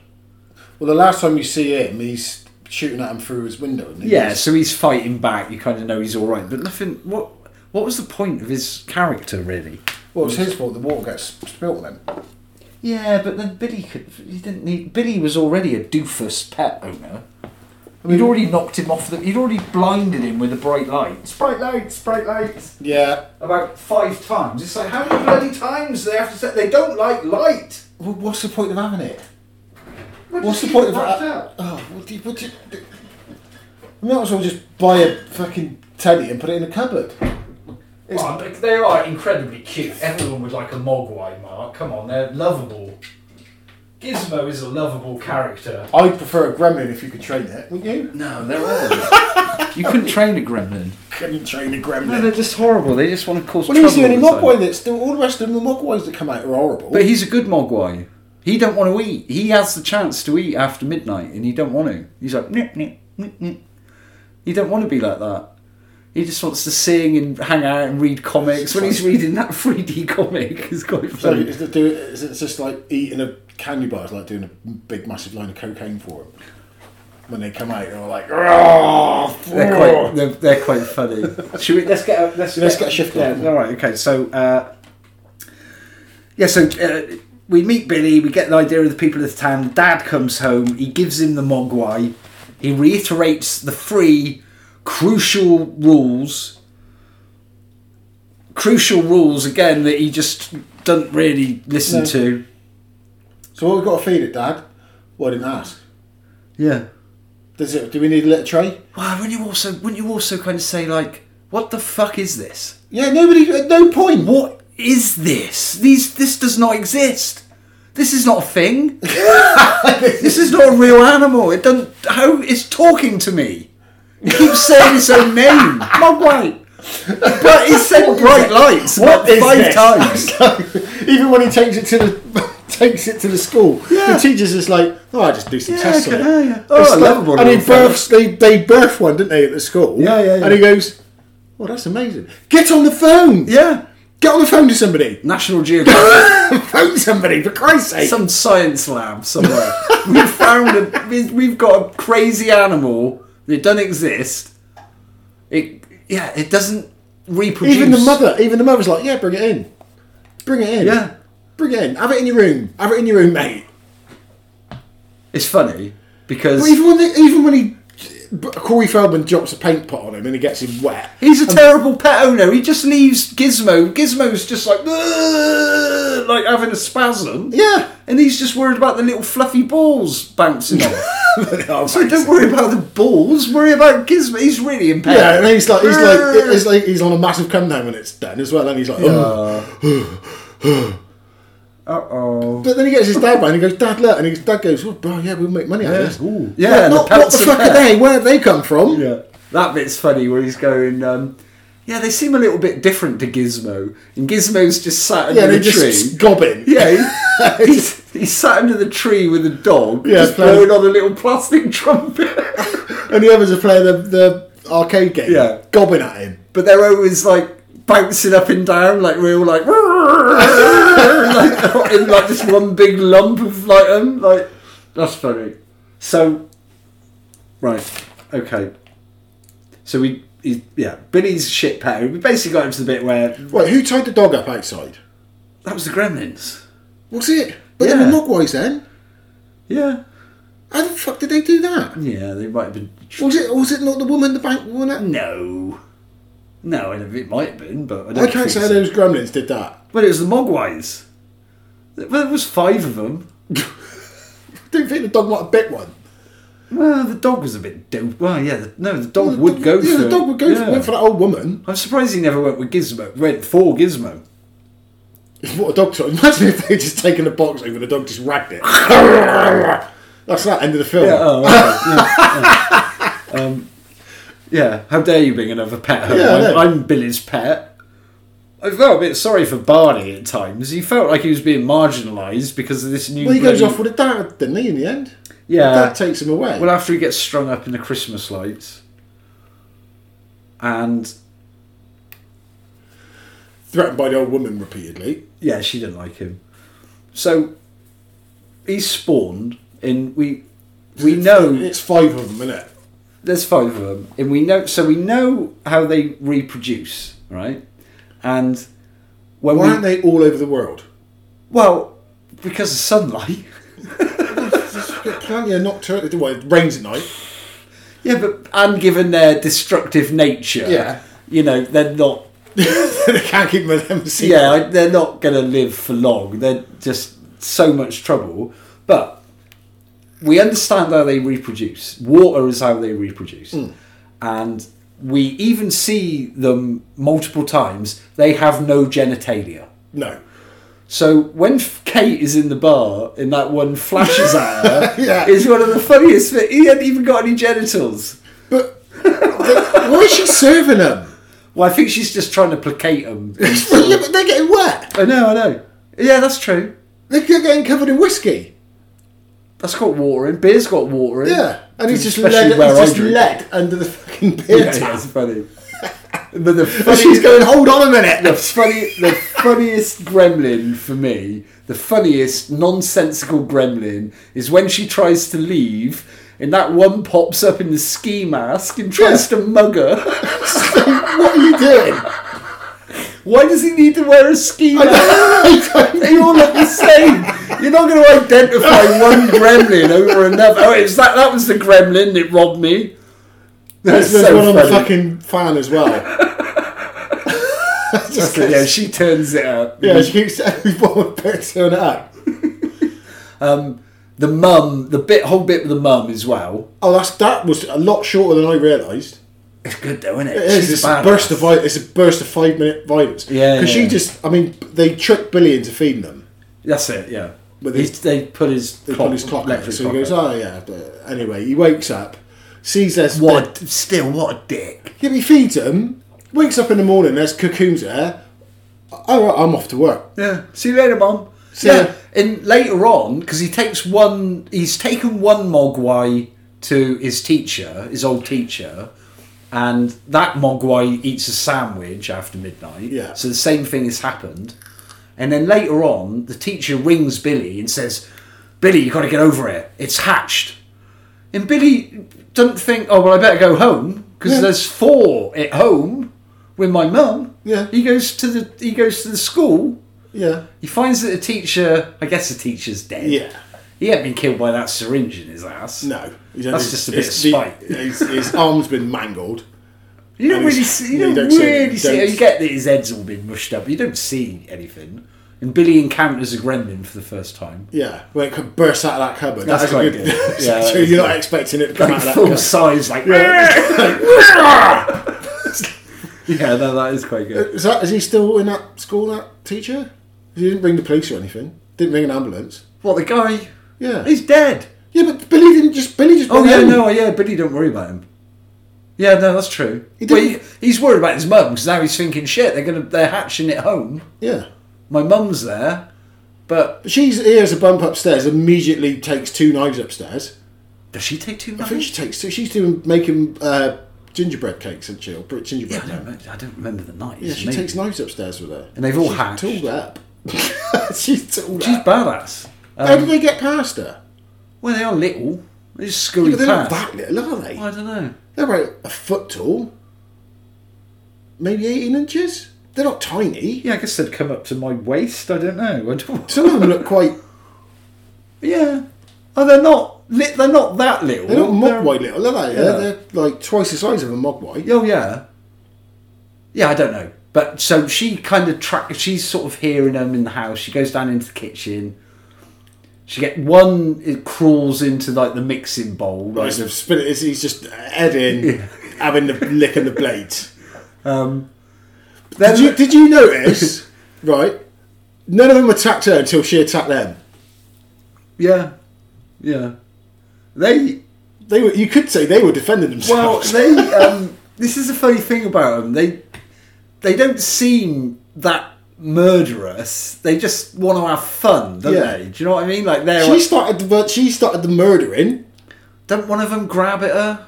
Speaker 2: well, the last time you see him, he's shooting at him through his window. Isn't he?
Speaker 3: Yeah, so he's fighting back. You kind of know he's all right, but nothing. What what was the point of his character really?
Speaker 2: Well, it's his fault the water gets spilt on him.
Speaker 3: Yeah, but then Billy could. He didn't need. Billy was already a doofus pet owner. I mean, he'd already knocked him off the. He'd already blinded him with a bright light. Bright lights, bright lights.
Speaker 2: Yeah.
Speaker 3: About five times. It's like how many bloody times do they have to say they don't like light?
Speaker 2: Well, what's the point of having it?
Speaker 3: What
Speaker 2: What's
Speaker 3: does
Speaker 2: the
Speaker 3: he
Speaker 2: point of
Speaker 3: want
Speaker 2: that? Oh, what do you, what do you, you might as well just buy a fucking teddy and put it in a cupboard. It's-
Speaker 4: Well, they- they are incredibly cute. Everyone would like a Mogwai, Mark. Come on, they're lovable. Gizmo is a lovable character.
Speaker 2: I'd prefer a gremlin if you could train it, wouldn't you?
Speaker 3: No, they're horrible. you couldn't train a gremlin.
Speaker 2: Couldn't train a
Speaker 3: No,
Speaker 2: gremlin.
Speaker 3: they're just horrible. They just want to cause
Speaker 2: well,
Speaker 3: trouble.
Speaker 2: he's the only
Speaker 3: all the time.
Speaker 2: mogwai that's all the rest of the mogwais that come out are horrible.
Speaker 3: But he's a good mogwai. He don't want to eat. He has the chance to eat after midnight, and he don't want to. He's like, nip, nip, nip, nip. He don't want to be like that. He just wants to sing and hang out and read comics. When he's reading that (laughs) 3D comic, it's quite
Speaker 2: so
Speaker 3: funny.
Speaker 2: is it, do, is it just like eating a candy bar is like doing a big massive line of cocaine for him? when they come out, they're like, "Rawr,
Speaker 3: They're quite, they're, they're quite funny. (laughs) Should we? Let's get a, let's,
Speaker 2: Oh. Let's get a shift on.
Speaker 3: Yeah, all right. Okay. So uh, yeah. So uh, we meet Billy. We get the idea of the people of the town. Dad comes home. He gives him the mogwai. He reiterates the three crucial rules. Crucial rules again that he just doesn't really listen
Speaker 5: No.
Speaker 3: to.
Speaker 2: So what we got to feed it, Dad? Well, I didn't ask.
Speaker 3: Yeah.
Speaker 2: Does it? Do we need a little tray?
Speaker 3: Well, wouldn't you also wouldn't you also kind of say like, what the fuck is this?
Speaker 2: Yeah, nobody. At no point.
Speaker 3: What is this? These this does not exist. This is not
Speaker 2: (laughs)
Speaker 3: a thing. this is not a real animal. It doesn't. How it's talking to me? It keeps saying its own name. Mogwai. But it said bright lights.
Speaker 2: What
Speaker 3: What
Speaker 2: is
Speaker 3: five
Speaker 2: this? (laughs)
Speaker 3: times? (laughs)
Speaker 2: Even when he takes it to the (laughs) takes it to the school,
Speaker 3: Yeah.
Speaker 2: the teacher's just like, "Oh, I just do some tests on
Speaker 3: okay,
Speaker 2: it."
Speaker 3: yeah, yeah.
Speaker 2: It's
Speaker 3: Oh,
Speaker 2: like-
Speaker 3: lovable
Speaker 2: And he
Speaker 3: little fella.
Speaker 2: births. They they birth one, didn't they, at the school?
Speaker 3: Yeah, yeah, yeah.
Speaker 2: And he goes, "Well, that's amazing. Get on the phone.
Speaker 3: Yeah.
Speaker 2: Get on the phone to somebody. (laughs)
Speaker 3: National Geographic.
Speaker 2: phone somebody for Christ's sake."
Speaker 3: Some science lab somewhere. we've found a. we- We've got a crazy animal that doesn't exist. It. Yeah. It doesn't reproduce.
Speaker 2: even the mother, even the mother's like, "Yeah, bring it in. Bring it in.
Speaker 3: Yeah.
Speaker 2: Bring it in. Have it in your room. Have it in your room, mate."
Speaker 3: It's funny because
Speaker 2: But even when they, even when he. Corey Feldman drops a paint pot on him and he gets him wet.
Speaker 3: he's a terrible pet owner. He just leaves Gizmo. Gizmo's just like "Ugh," like having a spasm.
Speaker 2: Yeah.
Speaker 3: And he's just worried about the little fluffy balls bouncing
Speaker 2: (laughs)
Speaker 3: off. so don't worry about the balls. Worry about Gizmo. He's really impaired.
Speaker 2: Yeah, and then he's like, he's like,
Speaker 3: Ugh.
Speaker 2: it's like he's on a massive come down when it's done as well, and he's like, oh.
Speaker 3: Uh-oh.
Speaker 2: But then he gets his dad by and he goes, Dad, look, and his dad goes, oh, bro, yeah, we'll make money out of this.
Speaker 3: Ooh. Yeah, and the
Speaker 2: not, what
Speaker 3: pants
Speaker 2: the
Speaker 3: are
Speaker 2: fuck
Speaker 3: pet.
Speaker 2: are they? Where have they come from?
Speaker 3: Yeah. That bit's funny where he's going, um, yeah, they seem a little bit different to Gizmo. And Gizmo's just sat under
Speaker 2: Yeah,
Speaker 3: the
Speaker 2: they
Speaker 3: tree.
Speaker 2: just gob him. (laughs)
Speaker 3: Yeah, he, he's, he's sat under the tree with a dog,
Speaker 2: Yeah,
Speaker 3: just
Speaker 2: playing-
Speaker 3: blowing on a little plastic (laughs) trumpet.
Speaker 2: and the others are playing the, the arcade game,
Speaker 3: Yeah.
Speaker 2: gobbing at him.
Speaker 3: but they're always like bouncing up and down, like real, like, (laughs) like in like this one big lump of like, um, like that's funny. So, right, okay. So we, he, yeah, Billy's shit pet. We basically got into the bit where
Speaker 2: Right, who tied the dog up outside?
Speaker 3: that was the Gremlins.
Speaker 2: What's it? But
Speaker 3: Yeah.
Speaker 2: then the mogwais then?
Speaker 3: Yeah,
Speaker 2: How the fuck did they do that?
Speaker 3: yeah, they might have been
Speaker 2: Was it was it not the woman, the bank woman? That,
Speaker 3: No. No, I don't- it might have been, but I don't
Speaker 2: I can't
Speaker 3: think
Speaker 2: say
Speaker 3: so.
Speaker 2: those gremlins did that.
Speaker 3: But it was the Mogwais. Well, there was five of them.
Speaker 2: I don't think the dog might have bit one.
Speaker 3: Well, the dog was a bit dope. Well, yeah, the, no, the dog
Speaker 2: The
Speaker 3: would
Speaker 2: dog-
Speaker 3: go
Speaker 2: yeah,
Speaker 3: for
Speaker 2: the dog would go
Speaker 3: yeah.
Speaker 2: for, went for that old woman.
Speaker 3: I'm surprised he never went with Gizmo. Went for Gizmo.
Speaker 2: What a dog shot. (laughs) Imagine if they'd just taken the box over and the dog just ragged
Speaker 3: (laughs)
Speaker 2: it. That's that end of the film.
Speaker 3: Yeah, oh, okay. yeah, yeah. Um, yeah, how dare you bring another pet home?
Speaker 2: Yeah, I
Speaker 3: I'm,
Speaker 2: know.
Speaker 3: I'm Billy's pet. I felt a bit sorry for Barney at times. He felt like he was being marginalised because of this new.
Speaker 2: Well, he goes
Speaker 3: bloody-
Speaker 2: off with a dad, didn't he, in the end?
Speaker 3: Yeah,
Speaker 2: dad takes him away.
Speaker 3: Well, after he gets strung up in the Christmas lights, and
Speaker 2: Threatened by the old woman repeatedly.
Speaker 3: yeah, she didn't like him. So he's spawned, and we
Speaker 2: (laughs)
Speaker 3: we know
Speaker 2: It's five of them, innit?
Speaker 3: there's five of them, and we know so we know how they reproduce, right? And when
Speaker 2: Why
Speaker 3: we
Speaker 2: aren't they all over the world?
Speaker 3: well because of sunlight.
Speaker 2: Plenty of nocturnal. Well, it rains at night. (laughs)
Speaker 3: Yeah, but and given their destructive nature,
Speaker 2: Yeah.
Speaker 3: you know they're not
Speaker 2: they can't keep them in the sea.
Speaker 3: yeah, I- they're not going to live for long. They're just so much trouble. But we understand how they reproduce. Water is how they reproduce. And we even see them multiple times. They have no genitalia.
Speaker 2: No.
Speaker 3: So when F- Kate is in the bar and that one flashes at her,
Speaker 2: Yeah.
Speaker 3: it's one of the funniest. thi- He hadn't even got any genitals.
Speaker 2: But why is she serving them?
Speaker 3: (laughs) Well, I think she's just trying to placate him.
Speaker 2: Yeah, but they're getting wet.
Speaker 3: I know, I know. Yeah, that's true.
Speaker 2: They're getting covered in whiskey.
Speaker 3: That's got water in. Beer's got water in.
Speaker 2: Yeah. And he's just,
Speaker 3: Especially
Speaker 2: led, he's
Speaker 3: where I
Speaker 2: just
Speaker 3: drink.
Speaker 2: led under the fucking beer
Speaker 3: Yeah,
Speaker 2: tap. (laughs)
Speaker 3: it's funny. But the
Speaker 2: And (laughs)
Speaker 3: funny,
Speaker 2: she's going, hold on a minute.
Speaker 3: the funny, the funniest gremlin for me, the funniest nonsensical gremlin, is when she tries to leave and that one pops up in the ski mask and tries to mug her. (laughs) It's like, what are you doing? Why does he need to wear a ski mask? (laughs) They all look the same. You're not going to identify one gremlin over another. Oh, it's that, that was the gremlin that robbed me.
Speaker 2: There's,
Speaker 3: That's
Speaker 2: there's
Speaker 3: so
Speaker 2: one on the
Speaker 3: funny.
Speaker 2: fucking fan as
Speaker 3: (laughs)
Speaker 2: well. Just
Speaker 3: So, yeah, she turns it up.
Speaker 2: yeah, she keeps everyone turn it up.
Speaker 3: The mum, the bit, whole bit with the mum as well.
Speaker 2: Oh, that's that was a lot shorter than I realised.
Speaker 3: It's good though, isn't it?
Speaker 2: It is. It's a burst of vi- it's a burst of five minute violence.
Speaker 3: Yeah,
Speaker 2: because
Speaker 3: yeah.
Speaker 2: she just I mean they tricked Billy into feeding them.
Speaker 3: That's it. Yeah.
Speaker 2: But
Speaker 3: they,
Speaker 2: they-
Speaker 3: they put his
Speaker 2: They
Speaker 3: clock,
Speaker 2: put his clock on,
Speaker 3: electric
Speaker 2: so
Speaker 3: clock
Speaker 2: he goes,
Speaker 3: up.
Speaker 2: oh yeah. But anyway, he wakes up, sees there's
Speaker 3: What? A, still, what a dick.
Speaker 2: Yeah, but he feeds them. Wakes up in the morning. There's cocoons there. Oh, right, I'm off to work.
Speaker 3: Yeah. See you later, mum.
Speaker 2: See
Speaker 3: Yeah.
Speaker 2: ya.
Speaker 3: And later on, because he takes one, he's taken one Mogwai to his teacher, his old teacher, and that Mogwai eats a sandwich after midnight.
Speaker 2: Yeah.
Speaker 3: So the same thing has happened. And then later on, the teacher rings Billy and says, Billy, you got to get over it. It's hatched. And Billy doesn't think, oh, well, I better go home because
Speaker 2: Yeah.
Speaker 3: there's four at home with my mum.
Speaker 2: Yeah.
Speaker 3: He goes to the he goes to the school
Speaker 2: Yeah.
Speaker 3: he finds that the teacher, I guess the teacher's dead.
Speaker 2: Yeah.
Speaker 3: He had been killed by that syringe in his ass.
Speaker 2: No. He's
Speaker 3: That's
Speaker 2: only-
Speaker 3: just a bit
Speaker 2: it's
Speaker 3: of
Speaker 2: the-
Speaker 3: spite.
Speaker 2: his, his arm's been mangled.
Speaker 3: You don't
Speaker 2: And he's-
Speaker 3: really see, you
Speaker 2: yeah,
Speaker 3: don't,
Speaker 2: you don't see it.
Speaker 3: really
Speaker 2: You
Speaker 3: see,
Speaker 2: don't-
Speaker 3: You get that his head's all been mushed up, but you don't see anything. And Billy encounters a gremlin for the first time.
Speaker 2: Yeah. When it could burst out of that cupboard.
Speaker 3: That's
Speaker 2: That's
Speaker 3: quite
Speaker 2: a good. (laughs)
Speaker 3: good. Yeah,
Speaker 2: so
Speaker 3: that's
Speaker 2: you're not expecting it to come
Speaker 3: Like
Speaker 2: out of
Speaker 3: full
Speaker 2: that cupboard.
Speaker 3: size, (laughs) like. Yeah, no, that is quite good.
Speaker 2: Is that? Is he still in that school? That teacher? He didn't bring the police or anything. Didn't bring an ambulance.
Speaker 3: What, the guy?
Speaker 2: Yeah.
Speaker 3: He's dead.
Speaker 2: yeah, but Billy didn't just. Billy just.
Speaker 3: Oh,
Speaker 2: went
Speaker 3: yeah,
Speaker 2: home.
Speaker 3: no, yeah, Billy, don't worry about him. Yeah, no, that's true.
Speaker 2: He
Speaker 3: Well,
Speaker 2: didn't-
Speaker 3: he- he's worried about his mum because now he's thinking, shit, they're gonna, they're hatching it home.
Speaker 2: Yeah.
Speaker 3: My mum's there, but
Speaker 2: But She's hears a bump upstairs. Immediately takes two knives upstairs.
Speaker 3: does she take too
Speaker 2: I
Speaker 3: much?
Speaker 2: think she takes. So she's doing making uh, gingerbread cakes, isn't she? Or br-
Speaker 3: I
Speaker 2: gingerbread.
Speaker 3: don't,
Speaker 2: man.
Speaker 3: remember, I don't remember the night.
Speaker 2: yeah, she takes knives upstairs with her,
Speaker 3: And they've all
Speaker 2: she's
Speaker 3: hatched.
Speaker 2: Tooled up. (laughs) she's tooled
Speaker 3: She's um,
Speaker 2: up.
Speaker 3: badass.
Speaker 2: How did they get past her?
Speaker 3: Well, they are little. They just
Speaker 2: Yeah,
Speaker 3: scurry
Speaker 2: but they're not
Speaker 3: past.
Speaker 2: that little, are they?
Speaker 3: I don't know.
Speaker 2: They're about a foot tall, maybe eighteen inches. They're not tiny.
Speaker 3: Yeah, I guess they'd come up to my waist. I don't know. (laughs) I don't-
Speaker 2: Some of them look quite.
Speaker 3: yeah. Oh, they're not. Li- they're not that little.
Speaker 2: They're not
Speaker 3: They're-
Speaker 2: mogwai little, are they?
Speaker 3: Yeah.
Speaker 2: They're, they're like twice the size of a mogwai.
Speaker 3: Oh yeah. Yeah, I don't know. But so she kind of track. She's sort of hearing them in the house. She goes down into the kitchen. She get one. It crawls into like the mixing bowl.
Speaker 2: Right,
Speaker 3: like
Speaker 2: so spin it. He's just head in, having the lick and the blades.
Speaker 3: Then
Speaker 2: Did you, did you notice? (laughs) right, none of them attacked her until she attacked them.
Speaker 3: yeah, yeah. They
Speaker 2: They were, you could say they were defending (laughs)
Speaker 3: well,
Speaker 2: themselves.
Speaker 3: they. Um, this is the funny thing about them. They they don't seem that murderous. They just want to have fun, don't
Speaker 2: Yeah.
Speaker 3: they? Do you know what I mean? Like they're
Speaker 2: she
Speaker 3: like,
Speaker 2: started the but she started the murdering.
Speaker 3: don't one of them grab at her?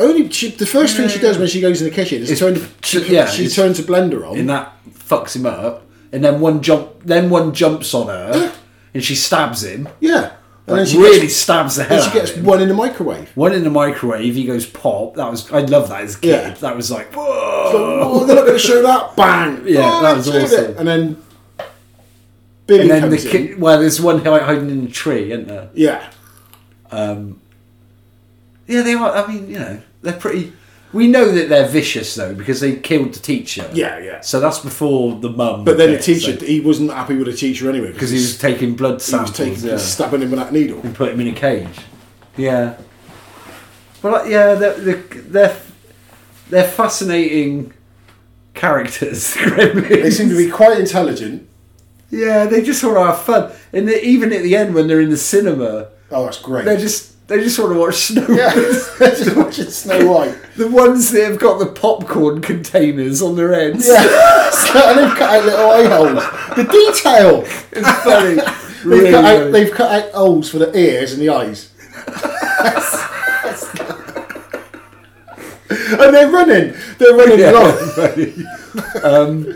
Speaker 2: Only she, the first thing she does when she goes in the kitchen is
Speaker 3: It's-
Speaker 2: turn the, she,
Speaker 3: yeah,
Speaker 2: she
Speaker 3: it's-
Speaker 2: turns a blender on.
Speaker 3: and that fucks him up. And then one jump, then one jumps on
Speaker 2: (laughs)
Speaker 3: her, and she stabs him.
Speaker 2: yeah, and
Speaker 3: Like,
Speaker 2: then she
Speaker 3: really
Speaker 2: gets,
Speaker 3: stabs the hell
Speaker 2: then she
Speaker 3: out
Speaker 2: gets
Speaker 3: of him.
Speaker 2: one in the microwave.
Speaker 3: One in the microwave, he goes pop. That was I love that as a kid.
Speaker 2: Yeah.
Speaker 3: That was like
Speaker 2: Oh,
Speaker 3: whoa.
Speaker 2: they're not going to show
Speaker 3: (laughs)
Speaker 2: that! Bang!
Speaker 3: Yeah,
Speaker 2: Oh,
Speaker 3: that was
Speaker 2: they've shown it.
Speaker 3: awesome.
Speaker 2: And then Billy
Speaker 3: and then the
Speaker 2: comes in.
Speaker 3: kid, well, there's one hi- hiding in a tree, isn't there?
Speaker 2: Yeah,
Speaker 3: Yeah, they are. I mean, you know, they're pretty. We know that they're vicious though because they killed the teacher.
Speaker 2: Yeah, yeah.
Speaker 3: So that's before the mum.
Speaker 2: but then the
Speaker 3: did,
Speaker 2: teacher
Speaker 3: so-
Speaker 2: he wasn't happy with the teacher anyway
Speaker 3: because he was taking blood
Speaker 2: he was
Speaker 3: samples.
Speaker 2: taking
Speaker 3: yeah.
Speaker 2: stabbing him with that needle.
Speaker 3: and put him in a cage. Yeah. Well, like, yeah, they're, they're, they're, they're fascinating characters, (laughs) gremlins.
Speaker 2: They seem to be quite intelligent.
Speaker 3: Yeah, they just want to have fun. And they, even at the end, when they're in the cinema,
Speaker 2: Oh, that's great.
Speaker 3: they're just, they just want to watch (laughs) Snow
Speaker 2: (laughs) yeah,
Speaker 3: Wars.
Speaker 2: just watching Snow White.
Speaker 3: The ones that have got the popcorn containers on their heads.
Speaker 2: Yeah, (laughs) and they've cut out little eye holes. The detail.
Speaker 3: (laughs) It's
Speaker 2: (laughs)
Speaker 3: funny.
Speaker 2: They've,
Speaker 3: really,
Speaker 2: cut
Speaker 3: really.
Speaker 2: out, they've cut out holes for the ears and the eyes. (laughs) (laughs)
Speaker 3: (laughs)
Speaker 2: and they're running. They're running
Speaker 3: Yeah.
Speaker 2: along.
Speaker 3: Um,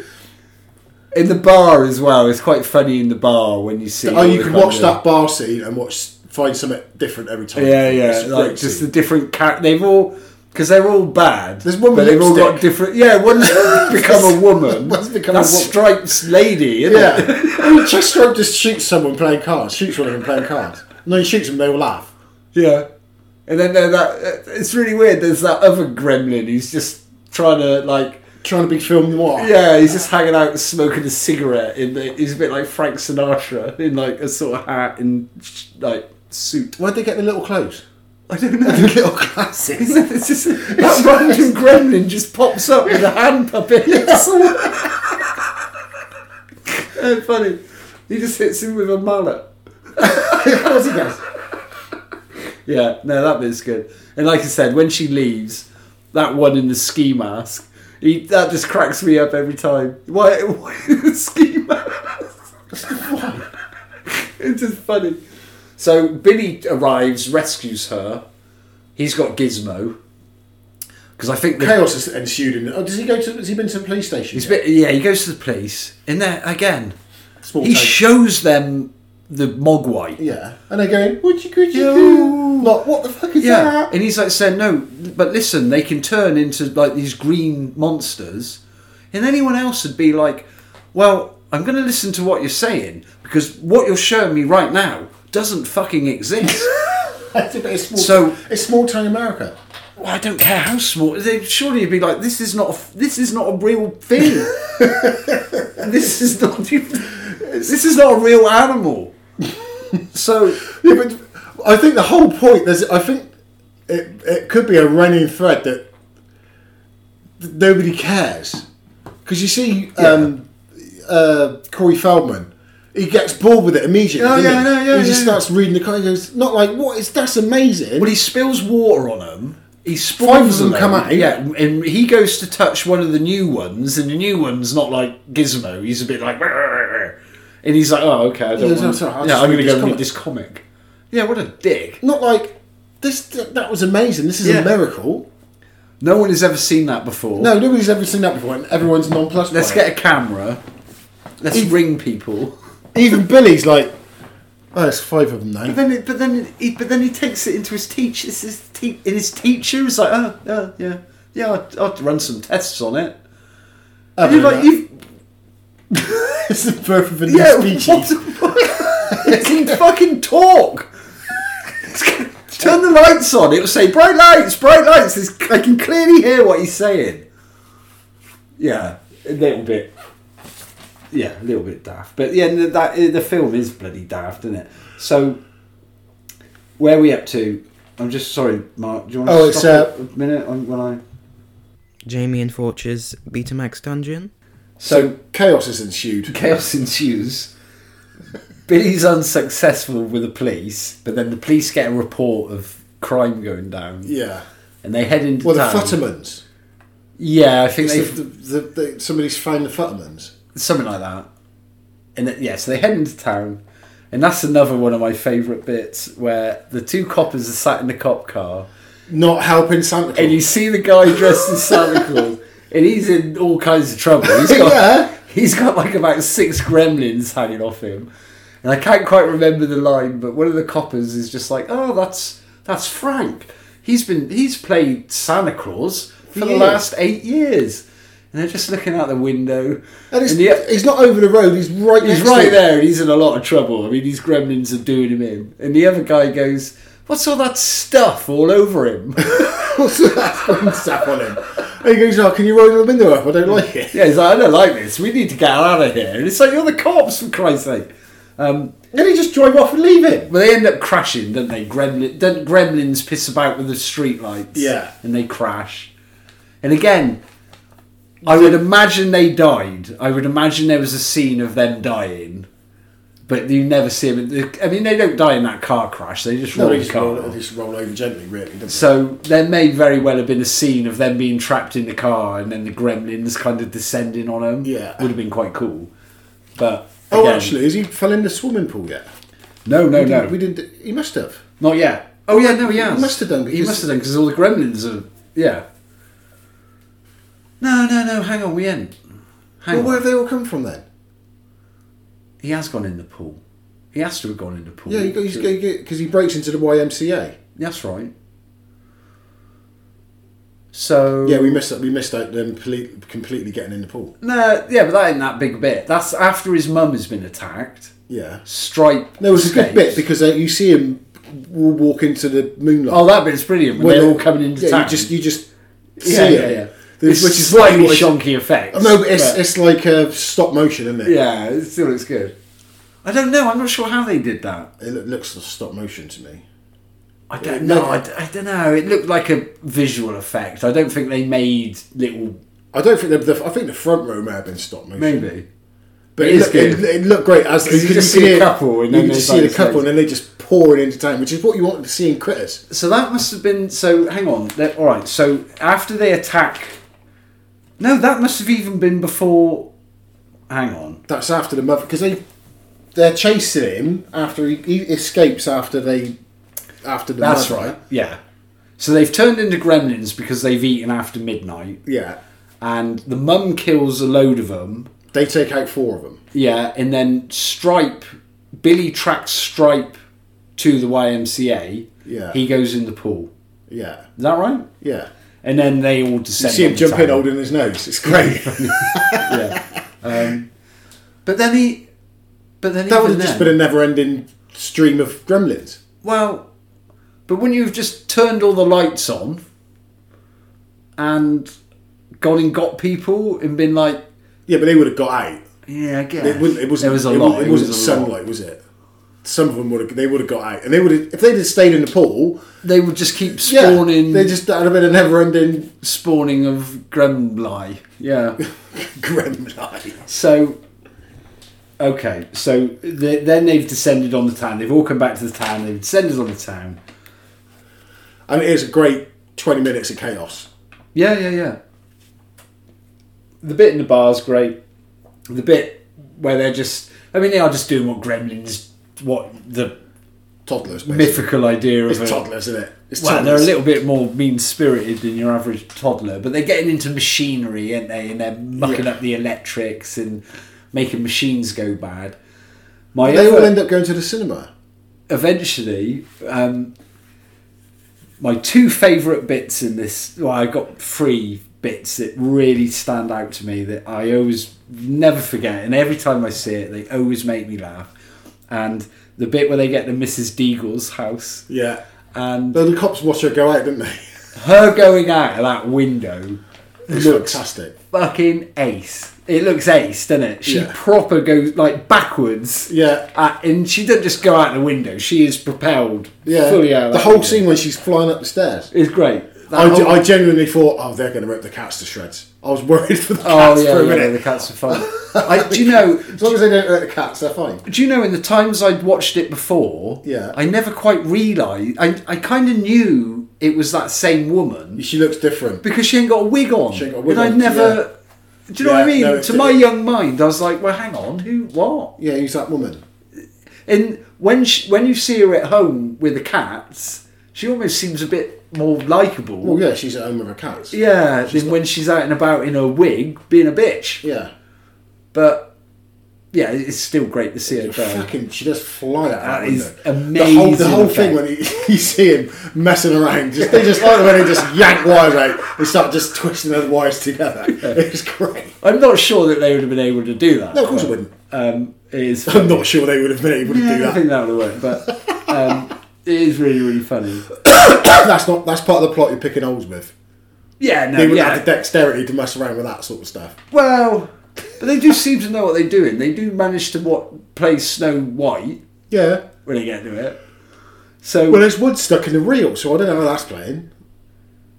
Speaker 3: in the bar as well. It's quite funny in the bar when you see.
Speaker 2: Oh,
Speaker 3: all
Speaker 2: you
Speaker 3: the
Speaker 2: could
Speaker 3: kind
Speaker 2: watch
Speaker 3: of-
Speaker 2: that bar scene and watch find something different every time.
Speaker 3: Yeah, yeah,
Speaker 2: It's a
Speaker 3: like
Speaker 2: great
Speaker 3: just the
Speaker 2: scene.
Speaker 3: different character. They've all because they're all bad.
Speaker 2: There's one
Speaker 3: but
Speaker 2: with
Speaker 3: they've all got
Speaker 2: lipstick.
Speaker 3: different. Yeah,
Speaker 2: (laughs)
Speaker 3: one's become a woman.
Speaker 2: One's become a
Speaker 3: That's
Speaker 2: woman.
Speaker 3: stripes lady. Isn't
Speaker 2: yeah.
Speaker 3: It?
Speaker 2: (laughs) I mean, Chess Stroke just shoots someone playing cards. Shoots one of them playing cards. And then he shoots them. They all laugh.
Speaker 3: Yeah. And then there that it's really weird. There's that other gremlin who's just trying to like
Speaker 2: Trying to be film noir.
Speaker 3: yeah, he's just hanging out smoking a cigarette. In the, he's a bit like Frank Sinatra in like a sort of hat and sh- like suit. (laughs)
Speaker 2: Where'd they get the little clothes? (laughs)
Speaker 3: I don't know.
Speaker 2: Little glasses.
Speaker 3: It's just, that random gremlin just pops up with a hand puppet. (laughs) It's so (laughs) Uh, funny. He just hits him with a mallet.
Speaker 2: (laughs) of course he does.
Speaker 3: Yeah, no, that bit's good. And like I said, when she leaves, that one in the ski mask, he, that just cracks me up every time. Why, (laughs) why the ski mask? (laughs) it's just funny. So Billy arrives, rescues her. He's got Gizmo. Because I think the
Speaker 2: Chaos has ensued. In, oh, does he go to? Has he been to the police station?
Speaker 3: He's
Speaker 2: yet?
Speaker 3: bit, yeah, he goes to the police, and there again,
Speaker 2: Small
Speaker 3: he
Speaker 2: town.
Speaker 3: shows them the mogwai. Yeah.
Speaker 2: yeah, and they're going. Would you? Could you?
Speaker 3: Yo.
Speaker 2: Do? Like, what the fuck is that? (laughs)
Speaker 3: and he's like saying, "No, but listen, they can turn into like these green monsters," and anyone else would be like, "Well, I'm going to listen to what you're saying because what you're showing me right now doesn't fucking exist."
Speaker 2: It's, it's small,
Speaker 3: So-
Speaker 2: it's small town America.
Speaker 3: well, I don't care how small. They surely you'd be like, "This is not a, f- this is not a real thing. this is not even- this is not a real animal." so
Speaker 2: Yeah, but I think the whole point there's I think it it could be a running thread that th- nobody cares because you see um, uh, Corey Feldman. He gets bored with it immediately.
Speaker 3: Oh,
Speaker 2: doesn't
Speaker 3: yeah,
Speaker 2: he?
Speaker 3: I know, yeah,
Speaker 2: he just
Speaker 3: yeah,
Speaker 2: starts reading the comic. He goes, "Not like what is that's amazing."
Speaker 3: Well, he spills water on him. He
Speaker 2: Five
Speaker 3: spawns
Speaker 2: of them come out.
Speaker 3: Yeah, and he goes to touch one of the new ones, and the new one's not like Gizmo. He's a bit like, (laughs) "Rrrr." and he's like, oh, okay, I don't
Speaker 2: Yeah,
Speaker 3: want.
Speaker 2: that's all right, I'll
Speaker 3: yeah,
Speaker 2: just
Speaker 3: I'm
Speaker 2: read
Speaker 3: going to
Speaker 2: this
Speaker 3: go and
Speaker 2: comic."
Speaker 3: read this comic. Yeah, what a dick.
Speaker 2: Not like this. th- That was amazing. This is
Speaker 3: Yeah.
Speaker 2: a miracle.
Speaker 3: No one has ever seen that before.
Speaker 2: No, nobody's ever seen that before, and everyone's nonplussed.
Speaker 3: let's
Speaker 2: by it.
Speaker 3: get a camera. Let's
Speaker 2: He-
Speaker 3: ring people.
Speaker 2: even Billy's like, "Oh, there's five of them now."
Speaker 3: But then, it, but then, he, but then he takes it into his teacher. His te- and his teacher is like, oh, yeah, yeah, yeah. I'll, I'll run some tests on it.
Speaker 2: Other
Speaker 3: And you're
Speaker 2: than
Speaker 3: like,
Speaker 2: that,
Speaker 3: you've
Speaker 2: (laughs) it's the birth of a new
Speaker 3: Yeah,
Speaker 2: species.
Speaker 3: what the fuck? It can fucking talk. Turn the lights on. It'll say bright lights, bright lights. It's, I can clearly hear what he's saying. Yeah, a little bit. Yeah, a little bit daft. But yeah, the- that eh, the film is bloody daft, isn't it? So, where are we up to? I'm just sorry, Mark. Do you want to
Speaker 2: Oh, it's,
Speaker 3: stop it a minute on when I?
Speaker 1: Jamie and Forch's Betamax Dungeon.
Speaker 3: So
Speaker 2: Chaos has ensued.
Speaker 3: Chaos (laughs) ensues. Billy's unsuccessful with the police, but then the police get a report of crime going down,
Speaker 2: Yeah.
Speaker 3: and they head into
Speaker 2: Well, the
Speaker 3: town.
Speaker 2: Futtermans.
Speaker 3: Yeah, I think
Speaker 2: It's
Speaker 3: they
Speaker 2: the, the, the, the, somebody's found the Futtermans.
Speaker 3: something like that. And then, yeah, so they head into town, and that's another one of my favourite bits where the two coppers are sat in the cop car,
Speaker 2: Not helping Santa Claus.
Speaker 3: and you see the guy dressed
Speaker 2: (laughs)
Speaker 3: as Santa Claus, and he's in all kinds of trouble. He's got,
Speaker 2: Yeah.
Speaker 3: he's got like about six gremlins hanging off him, and I can't quite remember the line, but one of the coppers is just like, "Oh, that's that's Frank. He's been he's played Santa Claus for the
Speaker 2: years."
Speaker 3: last eight years." And they're just looking out the window.
Speaker 2: and it's,
Speaker 3: and the-
Speaker 2: he's not over the road, he's right
Speaker 3: He's
Speaker 2: next to
Speaker 3: right
Speaker 2: it. (laughs)
Speaker 3: there, and he's in a lot of trouble. I mean, these gremlins are doing him in. And the other guy goes, "What's all that stuff all over him?"
Speaker 2: Zap on him. And he goes, oh, can you roll the window up? I don't like
Speaker 3: (laughs)
Speaker 2: it.
Speaker 3: Yeah, he's like, I don't like this. We need to get out of here. And it's like, you're the cops, for Christ's sake. Um,
Speaker 2: Then he just drive off and leave him.
Speaker 3: but they end up crashing, don't they? Gremlin, don't gremlins piss about with the streetlights.
Speaker 2: Yeah.
Speaker 3: And they crash. And again, I would imagine they died. I would imagine there was a scene of them dying. But you never see them. I mean, they don't die in that car crash. They just roll
Speaker 2: No, he
Speaker 3: the
Speaker 2: just
Speaker 3: car.
Speaker 2: roll, they just roll over gently, really. Doesn't so,
Speaker 3: So there may very well have been a scene of them being trapped in the car and then the gremlins kind of descending on them.
Speaker 2: Yeah.
Speaker 3: Would have been quite cool. But.
Speaker 2: oh,
Speaker 3: again-
Speaker 2: actually, has he fell in the swimming pool yet?
Speaker 3: No, no,
Speaker 2: We
Speaker 3: no.
Speaker 2: didn't- We didn't. He must have.
Speaker 3: Not yet. Oh, yeah, no, he has.
Speaker 2: He must have done,
Speaker 3: He
Speaker 2: because-
Speaker 3: must have done because all the gremlins are. Yeah. No, no, no, hang on, we ain't. Hang
Speaker 2: Well, where
Speaker 3: on.
Speaker 2: have they all come from then?
Speaker 3: He has gone in the pool. He has to have gone in the pool.
Speaker 2: Yeah, you he's going to get because he breaks into the YMCA.
Speaker 3: That's right. So
Speaker 2: Yeah, we missed that. We missed out them poli- completely getting in the pool.
Speaker 3: Nah, yeah, but that ain't that big a bit. That's after his mum has been attacked.
Speaker 2: Yeah,
Speaker 3: Stripe.
Speaker 2: no, it was a good
Speaker 3: escapes.
Speaker 2: bit because uh, you see him w- walk into the moonlight.
Speaker 3: oh, that bit's brilliant. When
Speaker 2: Where-
Speaker 3: they're all coming into
Speaker 2: yeah,
Speaker 3: town.
Speaker 2: You just you just
Speaker 3: yeah,
Speaker 2: see
Speaker 3: yeah,
Speaker 2: it.
Speaker 3: yeah.
Speaker 2: The-
Speaker 3: It's
Speaker 2: which is
Speaker 3: slightly
Speaker 2: like what-
Speaker 3: shonky effects.
Speaker 2: No, but it's
Speaker 3: but-
Speaker 2: it's like a stop motion, isn't it?
Speaker 3: yeah, it still looks good. I don't know. I'm not sure how they did that.
Speaker 2: it loo- looks like stop motion to me.
Speaker 3: I don't
Speaker 2: No.
Speaker 3: know. I, d- I don't know. It looked like a visual effect. I don't think they made little.
Speaker 2: I don't think the, the I think the front row may have been stop motion.
Speaker 3: Maybe.
Speaker 2: But
Speaker 3: It
Speaker 2: it,
Speaker 3: is
Speaker 2: looked, it,
Speaker 3: good.
Speaker 2: it looked great as
Speaker 3: 'Cause you just see a couple
Speaker 2: you
Speaker 3: and then
Speaker 2: can
Speaker 3: they
Speaker 2: just see the
Speaker 3: both
Speaker 2: couple
Speaker 3: say-
Speaker 2: and then they just pour it into town, which is what you want to see in critters.
Speaker 3: So that must have been. So hang on. that- All right. So after they attack. No, that must have even been before. Hang on.
Speaker 2: That's after the mother because they they're chasing him after he, he escapes after they after the
Speaker 3: That's
Speaker 2: mother.
Speaker 3: right. Yeah. So they've turned into gremlins because they've eaten after midnight,
Speaker 2: Yeah,
Speaker 3: and the mum kills a load of them.
Speaker 2: they take out four of them.
Speaker 3: Yeah, and then Stripe, Billy tracks Stripe to the YMCA.
Speaker 2: Yeah.
Speaker 3: He goes in the pool.
Speaker 2: Yeah,
Speaker 3: Is that right?
Speaker 2: yeah.
Speaker 3: And then they all
Speaker 2: You
Speaker 3: descend.
Speaker 2: see him
Speaker 3: on the
Speaker 2: jump in,
Speaker 3: town.
Speaker 2: holding his nose. It's great.
Speaker 3: (laughs)
Speaker 2: that
Speaker 3: Yeah. Um, but then he. But then even
Speaker 2: would have just
Speaker 3: then-
Speaker 2: been a never-ending stream of gremlins.
Speaker 3: Well, but wouldn't you have just turned all the lights on and gone and got people and been like,
Speaker 2: Yeah, but they would have got out.
Speaker 3: yeah, I guess.
Speaker 2: It wouldn't. It wasn't.
Speaker 3: There was a
Speaker 2: it,
Speaker 3: lot.
Speaker 2: It wasn't
Speaker 3: was a lot.
Speaker 2: sunlight, was it? Some of them would have. They would have got out, and they would have. If they'd have stayed in the pool,
Speaker 3: They would just keep
Speaker 2: yeah,
Speaker 3: spawning,
Speaker 2: they just that'd have been a (laughs) never-ending
Speaker 3: spawning of gremlin.
Speaker 2: (laughs)
Speaker 3: Yeah.
Speaker 2: gremlin.
Speaker 3: so, okay. So the then they've descended on the town. They've all come back to the town. They've descended on the town.
Speaker 2: And it is a great twenty minutes of chaos.
Speaker 3: Yeah, yeah, yeah. The bit in the bar's great. The bit where they're just I mean they are just doing what gremlins what the
Speaker 2: Toddlers, basically.
Speaker 3: mythical idea of
Speaker 2: It's
Speaker 3: a
Speaker 2: toddlers, isn't it? It's
Speaker 3: Well,
Speaker 2: toddlers.
Speaker 3: they're a little bit more mean spirited than your average toddler, but they're getting into machinery, aren't they? And they're mucking
Speaker 2: Yeah.
Speaker 3: up the electrics and making machines go bad. My
Speaker 2: They all
Speaker 3: other-
Speaker 2: end up going to the cinema.
Speaker 3: eventually, um, my two favourite bits in this, well, I got three bits that really stand out to me that I always never forget, and every time I see it, they always make me laugh. And the bit where they get to Mrs. Deagle's house
Speaker 2: Yeah.
Speaker 3: and
Speaker 2: Though the cops watch her go out, didn't they?
Speaker 3: her going out of that window
Speaker 2: It's
Speaker 3: looks
Speaker 2: fantastic.
Speaker 3: fucking ace. It looks ace, doesn't it? She
Speaker 2: Yeah.
Speaker 3: proper goes like backwards.
Speaker 2: Yeah.
Speaker 3: Uh, and she doesn't just go out the window. She is propelled
Speaker 2: Yeah.
Speaker 3: fully out. of
Speaker 2: the
Speaker 3: that
Speaker 2: whole
Speaker 3: window.
Speaker 2: scene when she's flying up the stairs.
Speaker 3: It's great. That
Speaker 2: I,
Speaker 3: whole-
Speaker 2: I genuinely thought, oh, they're going to rip the cats to shreds. I was (laughs) worried for the
Speaker 3: oh
Speaker 2: cats
Speaker 3: yeah,
Speaker 2: for a
Speaker 3: yeah,
Speaker 2: minute.
Speaker 3: the cats are fun. I, do you know?
Speaker 2: As long as they don't hurt the cats, they're fine.
Speaker 3: Do you know? In the times I'd watched it before,
Speaker 2: Yeah.
Speaker 3: I never quite realised. I I kind of knew it was that same woman
Speaker 2: She looks different.
Speaker 3: because she ain't got a wig on,
Speaker 2: She ain't got a wig
Speaker 3: and I
Speaker 2: on,
Speaker 3: never. Do you know what I
Speaker 2: Yeah,
Speaker 3: mean?
Speaker 2: no,
Speaker 3: to
Speaker 2: it-
Speaker 3: my young mind, I was like, "Well, hang on, who, what?"
Speaker 2: Yeah, who's that woman?
Speaker 3: And when she, when you see her at home with the cats, she almost seems a bit more likable.
Speaker 2: Well, yeah, she's at home with her cats.
Speaker 3: yeah, than when she's out and about in her wig, being a bitch.
Speaker 2: Yeah.
Speaker 3: But yeah, it's still great to see her go.
Speaker 2: Fucking, she does fly out that
Speaker 3: That is
Speaker 2: window. The whole, the
Speaker 3: amazing
Speaker 2: whole thing when
Speaker 3: effect.
Speaker 2: he, (laughs) you see him messing around, just, they just like when they
Speaker 3: (laughs)
Speaker 2: just yank wires out and start just twisting the wires together. It's great.
Speaker 3: I'm not sure that they would have been able to do that.
Speaker 2: No, of course
Speaker 3: but,
Speaker 2: it wouldn't.
Speaker 3: Um,
Speaker 2: (laughs)
Speaker 3: it is.
Speaker 2: I'm not sure they would have been able to
Speaker 3: Yeah, (laughs) I
Speaker 2: do
Speaker 3: don't
Speaker 2: that.
Speaker 3: think that would have worked, but um, it is really, really funny.
Speaker 2: (coughs) that's not that's part of the plot you're picking holes with.
Speaker 3: Yeah, no,
Speaker 2: They wouldn't
Speaker 3: yeah.
Speaker 2: have the dexterity to mess around with that sort of stuff.
Speaker 3: well, but they do seem to know what they're doing. They do manage to what play Snow White
Speaker 2: Yeah.
Speaker 3: when they get to it. So
Speaker 2: Well, there's one stuck in the reel, so I don't know how that's playing.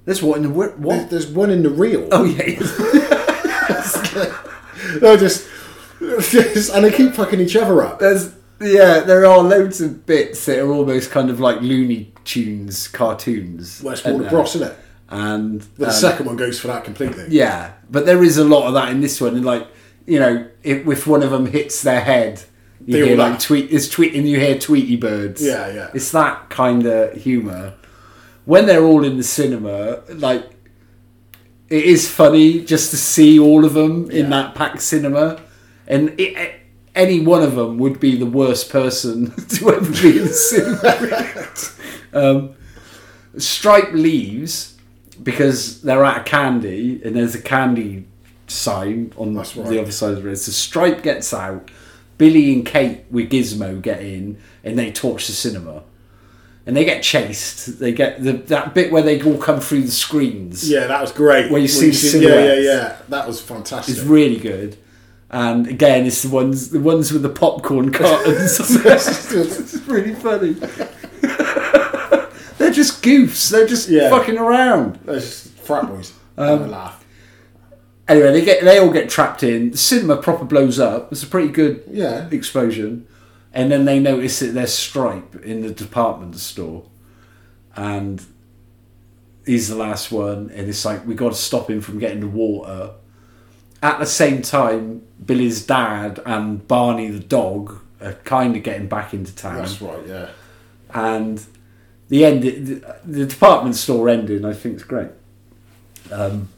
Speaker 3: that's what in the wor-
Speaker 2: There's,
Speaker 3: what?
Speaker 2: there's one in the reel.
Speaker 3: (laughs) Oh yeah,
Speaker 2: (laughs) They're just, (laughs) just- and they keep fucking each other up.
Speaker 3: there's yeah. There are loads of bits that are almost kind of like Looney Tunes cartoons.
Speaker 2: Well, it's
Speaker 3: aren't
Speaker 2: Warner
Speaker 3: they?
Speaker 2: Bros, isn't it?
Speaker 3: and
Speaker 2: But the
Speaker 3: Uh, um,
Speaker 2: second one goes for that completely.
Speaker 3: Yeah, but there is a lot of that in this one. And like, you know, if, if one of them hits their head, you
Speaker 2: They all
Speaker 3: hear like
Speaker 2: laugh.
Speaker 3: tweet is tweeting. You hear Tweety birds.
Speaker 2: Yeah, yeah.
Speaker 3: It's that kind of humour. When they're all in the cinema, like, it is funny just to see all of them in that packed cinema, and it, it, any one of them would be the worst person (laughs) to ever be in the cinema. (laughs) um, Stripe leaves because they're out of candy, and there's a candy sign on
Speaker 2: That's right.
Speaker 3: the other side of the road. So Stripe gets out. Billy and Kate with Gizmo get in, and they torch the cinema. And they get chased. They get the, that bit where they all come through the screens.
Speaker 2: Yeah, that was great.
Speaker 3: Where you see the
Speaker 2: yeah, yeah,
Speaker 3: silhouettes.
Speaker 2: yeah. That was fantastic.
Speaker 3: It's really good. And again, it's the ones the ones with the (laughs) popcorn cartons. it's really funny. (laughs) They're just goofs. They're just
Speaker 2: Yeah.
Speaker 3: fucking around.
Speaker 2: (laughs) Those frat boys. Um, a laugh.
Speaker 3: Anyway, they get they all get trapped in. The cinema proper blows up. It's a pretty good
Speaker 2: Yeah.
Speaker 3: explosion. And then they notice that there's Stripe in the department store, and he's the last one. And it's like we got to stop him from getting the water. At the same time, Billy's dad and Barney the dog are kind of getting back into town
Speaker 2: That's right. Yeah.
Speaker 3: and the end the, the department store ending I think is great. Um,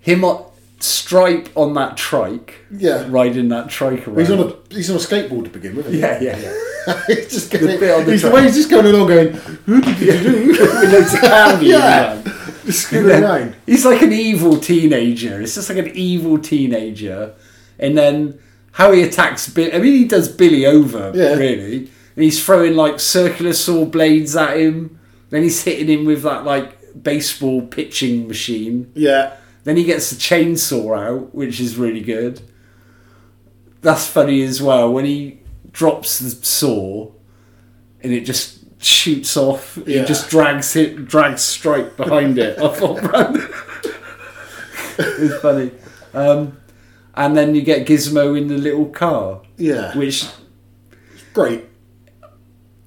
Speaker 3: him on Stripe on that trike,
Speaker 2: Yeah.
Speaker 3: riding that trike around.
Speaker 2: He's on a he's on a skateboard to begin with. isn't he?
Speaker 3: yeah, yeah, yeah.
Speaker 2: (laughs) he's just going.
Speaker 3: bit on the
Speaker 2: he's the
Speaker 3: track.
Speaker 2: way he's just going along, going. Who did you do?
Speaker 3: (laughs) With loads of candy in
Speaker 2: Yeah.
Speaker 3: the van.
Speaker 2: Just scooting around.
Speaker 3: He's like an evil teenager. It's just like an evil teenager, and then how he attacks Billy. I mean, he does Billy over
Speaker 2: Yeah.
Speaker 3: really, and he's throwing like circular saw blades at him. Then he's hitting him with that like baseball pitching machine.
Speaker 2: Yeah.
Speaker 3: Then he gets the chainsaw out, which is really good. That's funny as well when he drops the saw, and it just shoots off. It
Speaker 2: Yeah.
Speaker 3: just drags it, drags Stripe behind it. I thought, (laughs) Brandon, it's funny. Um, and then you get Gizmo in the little car,
Speaker 2: Yeah.
Speaker 3: which
Speaker 2: Great.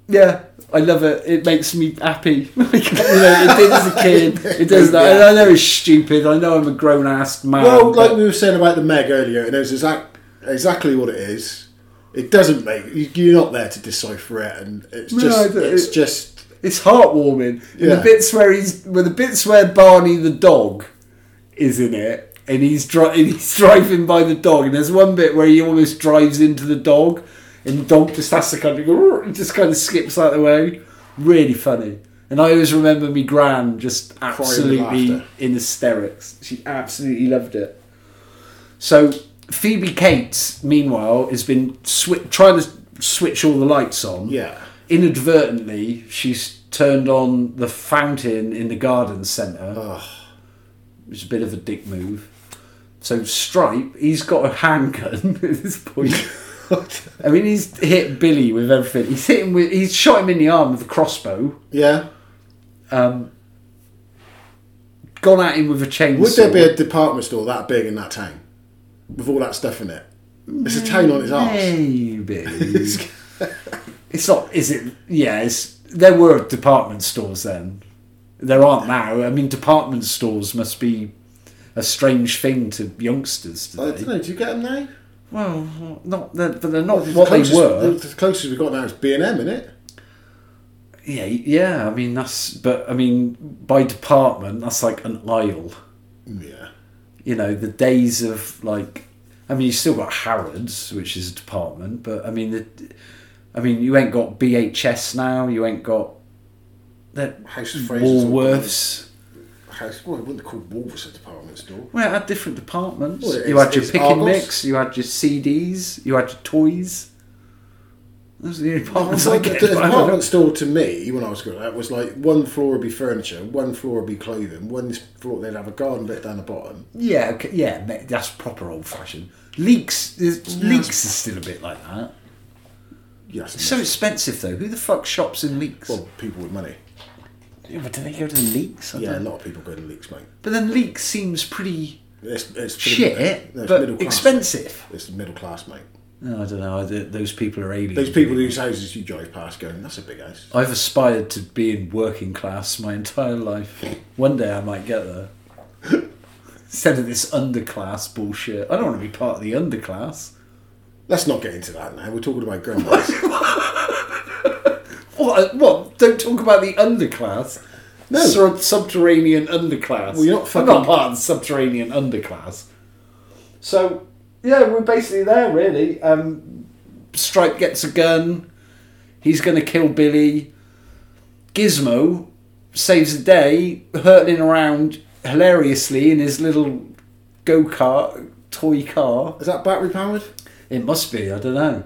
Speaker 3: yeah, I love it. It makes me happy. (laughs) Like, you know, it did as a kid. It does that. And I know it's stupid. I know I'm a grown ass man.
Speaker 2: Well,
Speaker 3: Um, but-
Speaker 2: like we were saying about the Meg earlier, it knows exact, exactly what it is. It doesn't make you- you're not there to decipher it, and it's
Speaker 3: No,
Speaker 2: just
Speaker 3: it-
Speaker 2: it's
Speaker 3: it-
Speaker 2: just
Speaker 3: It's heartwarming. And
Speaker 2: Yeah.
Speaker 3: the bits where he's, well, the bits where Barney the dog is in it, and he's dri- (laughs) and he's driving by the dog, and there's one bit where he almost drives into the dog, and the dog just has to kind of go, "Roar," and just kind of skips out the way. Really funny. And I always remember me gran just absolutely
Speaker 2: laughter.
Speaker 3: in hysterics. She absolutely loved it. So Phoebe Cates, meanwhile, has been swi- trying to switch all the lights
Speaker 2: (laughs)
Speaker 3: on
Speaker 2: yeah.
Speaker 3: inadvertently she's turned on the fountain in the garden centre which is a bit of a dick move so stripe he's got a handgun (laughs) at this point i mean he's hit billy with everything he's hit him with he's shot him in the arm with a crossbow
Speaker 2: Yeah.
Speaker 3: um, gone at him with a chainsaw
Speaker 2: Would there be a department store that big in that town with all that stuff in it? It's a town on its (laughs) arse.
Speaker 3: Maybe. it's not, is it? Yeah, it's, there were department stores then. There aren't now. I mean, department stores must be a strange thing to youngsters
Speaker 2: I don't
Speaker 3: today.
Speaker 2: know. Do you get them now?
Speaker 3: Well, not they're, but they're not what they
Speaker 2: Closest-
Speaker 3: were.
Speaker 2: The closest we got now is B and M, isn't it?
Speaker 3: Yeah, yeah. I mean, that's. But I mean, by department, that's like an aisle.
Speaker 2: Yeah.
Speaker 3: you know the days of like i mean you still got harrods which is a department but i mean the i mean you ain't got bhs now you ain't got that
Speaker 2: House of Fraser's all
Speaker 3: woolworths
Speaker 2: House, well, it wouldn't call Wolves a department store.
Speaker 3: well it had different departments
Speaker 2: Well, it
Speaker 3: you
Speaker 2: is-
Speaker 3: had your
Speaker 2: it's
Speaker 3: pick and
Speaker 2: Argos.
Speaker 3: mix you had your cds you had your toys those are the only departments I
Speaker 2: Like,
Speaker 3: get.
Speaker 2: the
Speaker 3: but I don't know.
Speaker 2: department store to me, when I was growing up, was like one floor would be furniture, one floor would be clothing, one floor they'd have a garden bit down the bottom.
Speaker 3: Yeah, okay, yeah, ma- that's proper old fashioned. Leeks, is- leeks is still a bit like that.
Speaker 2: Yes.
Speaker 3: It's so expensive though. Who the fuck shops in leeks?
Speaker 2: well, people with money.
Speaker 3: Yeah, but do they go to the leaks? I
Speaker 2: Yeah, a
Speaker 3: don't know.
Speaker 2: lot of people go to leaks, mate.
Speaker 3: But then leaks seems pretty
Speaker 2: It's, it's
Speaker 3: shit,
Speaker 2: no, it's middle
Speaker 3: but
Speaker 2: class.
Speaker 3: expensive.
Speaker 2: It's middle class, mate.
Speaker 3: No, I don't know. I, th- those people are alien.
Speaker 2: Those people whose houses you drive past going, that's a big house.
Speaker 3: I've aspired to being working class my entire life. One day I might get (laughs) there. Instead of this underclass bullshit, I don't want to be part of the underclass.
Speaker 2: Let's not get into that now. We're talking about (laughs) grandmas.
Speaker 3: What? uh, What? Don't talk about the underclass.
Speaker 2: No.
Speaker 3: Sub- subterranean underclass.
Speaker 2: Well, you're not
Speaker 3: I'm not
Speaker 2: fucking-
Speaker 3: part of the subterranean underclass. So yeah, we're basically there, really. Um, Stripe gets a gun. He's going to kill Billy. Gizmo saves the day, hurtling around hilariously in his little go kart, toy car.
Speaker 2: Is that battery powered?
Speaker 3: It must be. I don't know.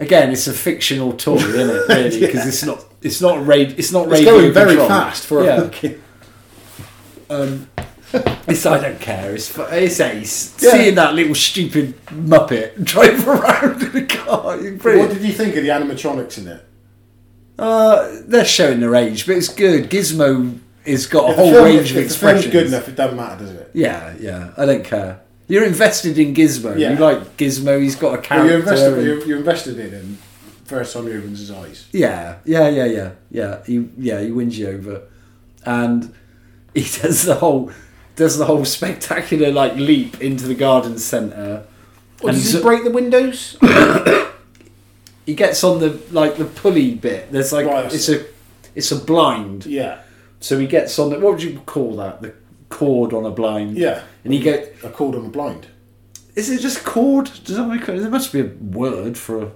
Speaker 3: Again, it's a fictional toy, isn't it?
Speaker 2: (laughs)
Speaker 3: Really, because it's not. It's not radio. It's not
Speaker 2: It's
Speaker 3: radio.
Speaker 2: going very
Speaker 3: controlled.
Speaker 2: fast for
Speaker 3: Yeah.
Speaker 2: a fucking.
Speaker 3: Um, (laughs) it's I don't care. It's fu- it's ace.
Speaker 2: Yeah.
Speaker 3: Seeing that little stupid muppet (laughs) drive around in a car, it's
Speaker 2: What
Speaker 3: brilliant.
Speaker 2: did you think of the animatronics in it?
Speaker 3: Uh, they're showing their age, but it's good. Gizmo has got a
Speaker 2: If the
Speaker 3: whole
Speaker 2: film-
Speaker 3: range of
Speaker 2: if the film's
Speaker 3: expressions.
Speaker 2: good enough, it doesn't matter, does it?
Speaker 3: Yeah, yeah. I don't care. You're invested in Gizmo.
Speaker 2: Yeah.
Speaker 3: You like Gizmo. He's got a
Speaker 2: Well,
Speaker 3: character.
Speaker 2: you invested.
Speaker 3: and-
Speaker 2: You, you invested in him. First time he opens his eyes.
Speaker 3: Yeah, yeah, yeah, yeah, yeah. He yeah he wins you over, and (laughs) he does the whole does the whole spectacular like leap into the garden centre.
Speaker 2: Well,
Speaker 3: And
Speaker 2: does
Speaker 3: zo-
Speaker 2: he break the windows?
Speaker 3: he gets on the like the pulley bit. There's like
Speaker 2: Right, I
Speaker 3: it's
Speaker 2: see.
Speaker 3: a it's a
Speaker 2: (laughs)
Speaker 3: blind.
Speaker 2: yeah,
Speaker 3: So he gets on the what would you call that? The cord on a blind.
Speaker 2: yeah.
Speaker 3: And he get
Speaker 2: I called him blind.
Speaker 3: is it just cord? Does that make there must be a word for a,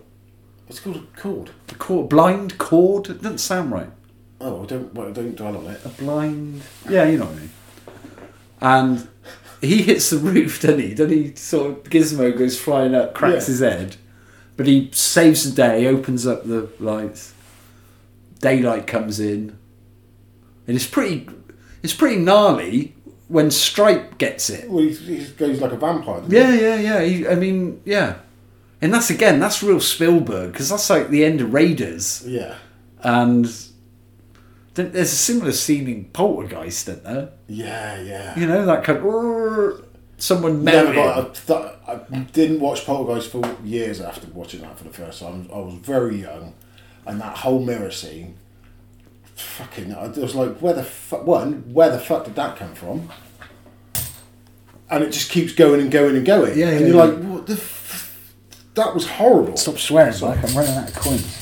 Speaker 2: What's it called called?
Speaker 3: a cord blind cord? It doesn't sound right.
Speaker 2: Oh, I don't. Well, I don't dwell on it.
Speaker 3: A blind Yeah, you know what I mean. And he hits the roof, doesn't he? Doesn't he sort of gizmo goes flying up, cracks
Speaker 2: Yeah.
Speaker 3: his head. But he saves the day, opens up the lights. Daylight comes in. And it's pretty it's pretty gnarly when Stripe gets it.
Speaker 2: Well, he, he goes like a vampire. doesn't he?
Speaker 3: Yeah, yeah, yeah. He, I mean, yeah. And that's again, that's real Spielberg because that's like the end of Raiders,
Speaker 2: Yeah.
Speaker 3: and th- there's a similar scene in Poltergeist, isn't there?
Speaker 2: Yeah. Yeah.
Speaker 3: You know that kind of someone
Speaker 2: Never
Speaker 3: melted.
Speaker 2: got, I, th- I didn't watch Poltergeist for years after watching that for the first time. I was very young, and that whole mirror scene, fucking, I was like, where the fuck? One, where the fuck did that come from? And it just keeps going and going and going.
Speaker 3: Yeah,
Speaker 2: and
Speaker 3: yeah,
Speaker 2: you're
Speaker 3: yeah.
Speaker 2: like, what the? F- that was horrible.
Speaker 3: Stop swearing, Mike. I'm running out of coins.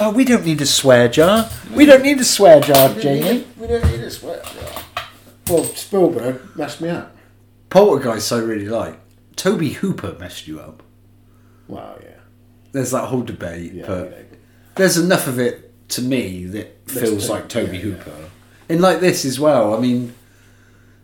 Speaker 3: Oh, we don't need a swear jar. We don't need a swear jar,
Speaker 2: We don't need- We don't need this. Where? Well, Spielberg messed me up.
Speaker 3: Poltergeist, I really like. Toby Hooper messed you up.
Speaker 2: Well, yeah,
Speaker 3: There's that whole debate,
Speaker 2: yeah.
Speaker 3: but
Speaker 2: you know.
Speaker 3: there's enough of it to me that feels
Speaker 2: take-
Speaker 3: like Toby
Speaker 2: yeah,
Speaker 3: Hooper, and like this as well. I mean,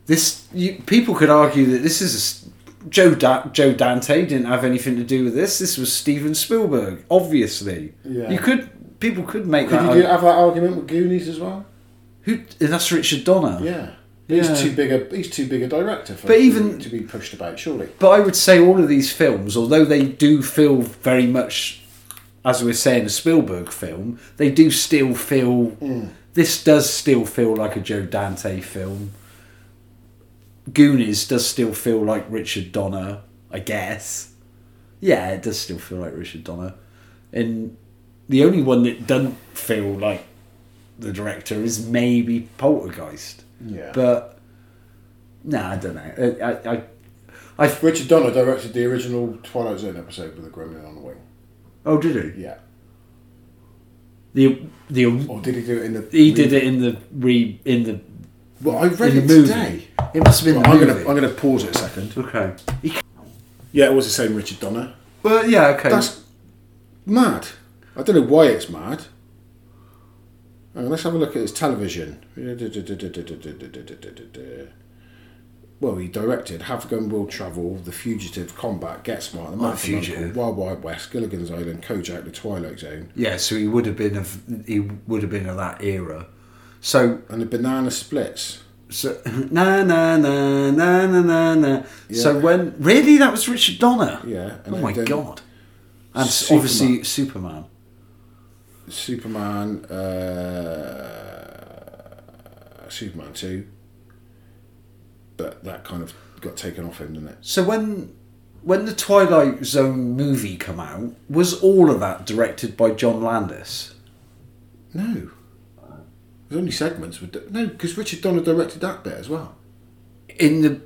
Speaker 3: this you, people could argue that this is a s Joe da- Joe Dante didn't have anything to do with this. This was Steven Spielberg, obviously.
Speaker 2: Yeah.
Speaker 3: You could people could make
Speaker 2: Could
Speaker 3: that.
Speaker 2: you do, have that argument with Goonies as well?
Speaker 3: who and that's Richard Donner.
Speaker 2: Yeah. He's
Speaker 3: Yeah.
Speaker 2: too big a he's too big a director for
Speaker 3: But even-
Speaker 2: to be pushed about surely.
Speaker 3: But I would say all of these films, although they do feel very much, as we were saying, a Spielberg film, they do still feel. This does still feel like a Joe Dante film. Goonies does still feel like Richard Donner, I guess. Yeah, it does still feel like Richard Donner. And the only one that doesn't feel like the director is maybe Poltergeist.
Speaker 2: Yeah. But
Speaker 3: But, no, I don't know. I, I, I, I
Speaker 2: Richard Donner directed the original Twilight Zone episode with a gremlin on the wing.
Speaker 3: Oh, did he?
Speaker 2: Yeah.
Speaker 3: The the
Speaker 2: Or did he do it in the
Speaker 3: he did it in the re in the
Speaker 2: Well, I read
Speaker 3: in the
Speaker 2: it
Speaker 3: movie.
Speaker 2: today.
Speaker 3: It must have been
Speaker 2: I'm
Speaker 3: the
Speaker 2: gonna
Speaker 3: movie.
Speaker 2: I'm gonna pause it a second.
Speaker 3: okay.
Speaker 2: Yeah, it was the same Richard Donner.
Speaker 3: Well, yeah. Okay.
Speaker 2: That's mad. I don't know why it's mad. Hang on, let's have a look at his television. Well, he directed Have a Gun, Will Travel, The Fugitive, Combat, Get Smart, The Mountain
Speaker 3: Oh, Fugitive.
Speaker 2: Uncle, Wild Wild West, Gilligan's Island, Kojak, The Twilight Zone,
Speaker 3: yeah. So he would have been of he would have been of that era. So
Speaker 2: and The Banana Splits.
Speaker 3: so (laughs) na na na na na na na. So when really that was Richard Donner.
Speaker 2: Yeah, and
Speaker 3: oh
Speaker 2: then-
Speaker 3: my
Speaker 2: then
Speaker 3: god. And s-
Speaker 2: Superman.
Speaker 3: obviously Superman.
Speaker 2: Superman, uh, Superman 2. But that kind of got taken off him, didn't it?
Speaker 3: So when when the Twilight Zone movie come out, was all of that directed by John Landis?
Speaker 2: No. There's only segments with no, because Richard Donner directed that bit as well.
Speaker 3: in the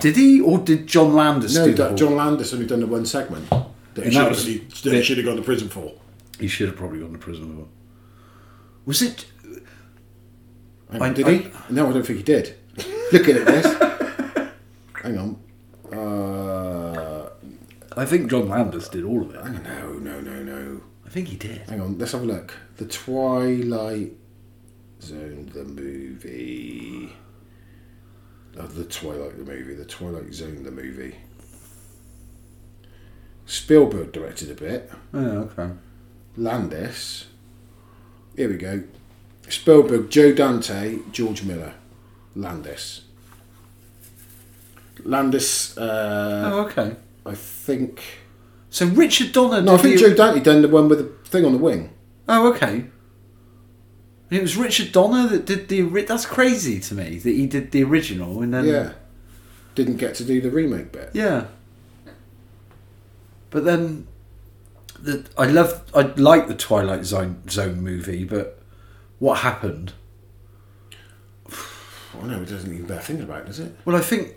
Speaker 3: did he or did John Landis
Speaker 2: No,
Speaker 3: do
Speaker 2: that-
Speaker 3: that?
Speaker 2: John Landis only done the one segment that he
Speaker 3: And
Speaker 2: should
Speaker 3: that
Speaker 2: have-
Speaker 3: was-
Speaker 2: he that he
Speaker 3: that-
Speaker 2: should have gone to prison for.
Speaker 3: He should have probably gone to prison. for Was it?
Speaker 2: Hang on,
Speaker 3: I-
Speaker 2: did
Speaker 3: I-
Speaker 2: he?
Speaker 3: (laughs)
Speaker 2: No, I don't think he did. Looking at this, hang on. Uh,
Speaker 3: think John Landis did all of it.
Speaker 2: No, no, no, no.
Speaker 3: I think he did.
Speaker 2: Hang on, let's have a look. The Twilight Zone, the movie. Oh, the Twilight, the movie. The Twilight Zone, the movie. Spielberg directed a bit.
Speaker 3: Oh, okay.
Speaker 2: Landis. Here we go. Spielberg, Joe Dante, George Miller, Landis. Landis, uh,
Speaker 3: Oh, okay.
Speaker 2: I think.
Speaker 3: So Richard Donner.
Speaker 2: No, I
Speaker 3: did
Speaker 2: think
Speaker 3: the-
Speaker 2: Joe Dante done the one with the thing on the wing.
Speaker 3: Oh, okay. It was Richard Donner that did the. ori- That's crazy to me that he did the original and then.
Speaker 2: Yeah. Didn't get to do the remake bit.
Speaker 3: Yeah. But then, the, I love I like the Twilight Zone Zone movie, but what happened?
Speaker 2: I know Oh, it doesn't even bear thinking about, does it?
Speaker 3: Well, I think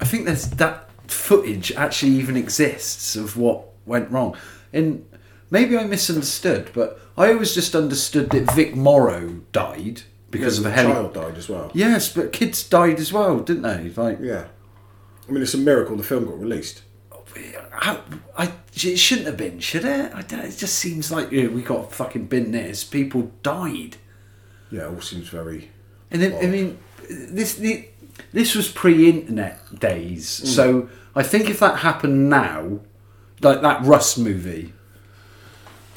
Speaker 3: I think there's that footage actually even exists of what went wrong, and maybe I misunderstood, but I always just understood that Vic Morrow died because of a heli-
Speaker 2: child died as well.
Speaker 3: Yes, but kids died as well, didn't they? Like,
Speaker 2: Yeah. I mean, it's a miracle the film got released.
Speaker 3: how, I it shouldn't have been, should it? I don't, it just seems like yeah, we got fucking bin this. People died,
Speaker 2: Yeah, it all seems very.
Speaker 3: and then, I mean, this the, this was pre-internet days,
Speaker 2: Mm.
Speaker 3: so I think if that happened now, like that Rust movie,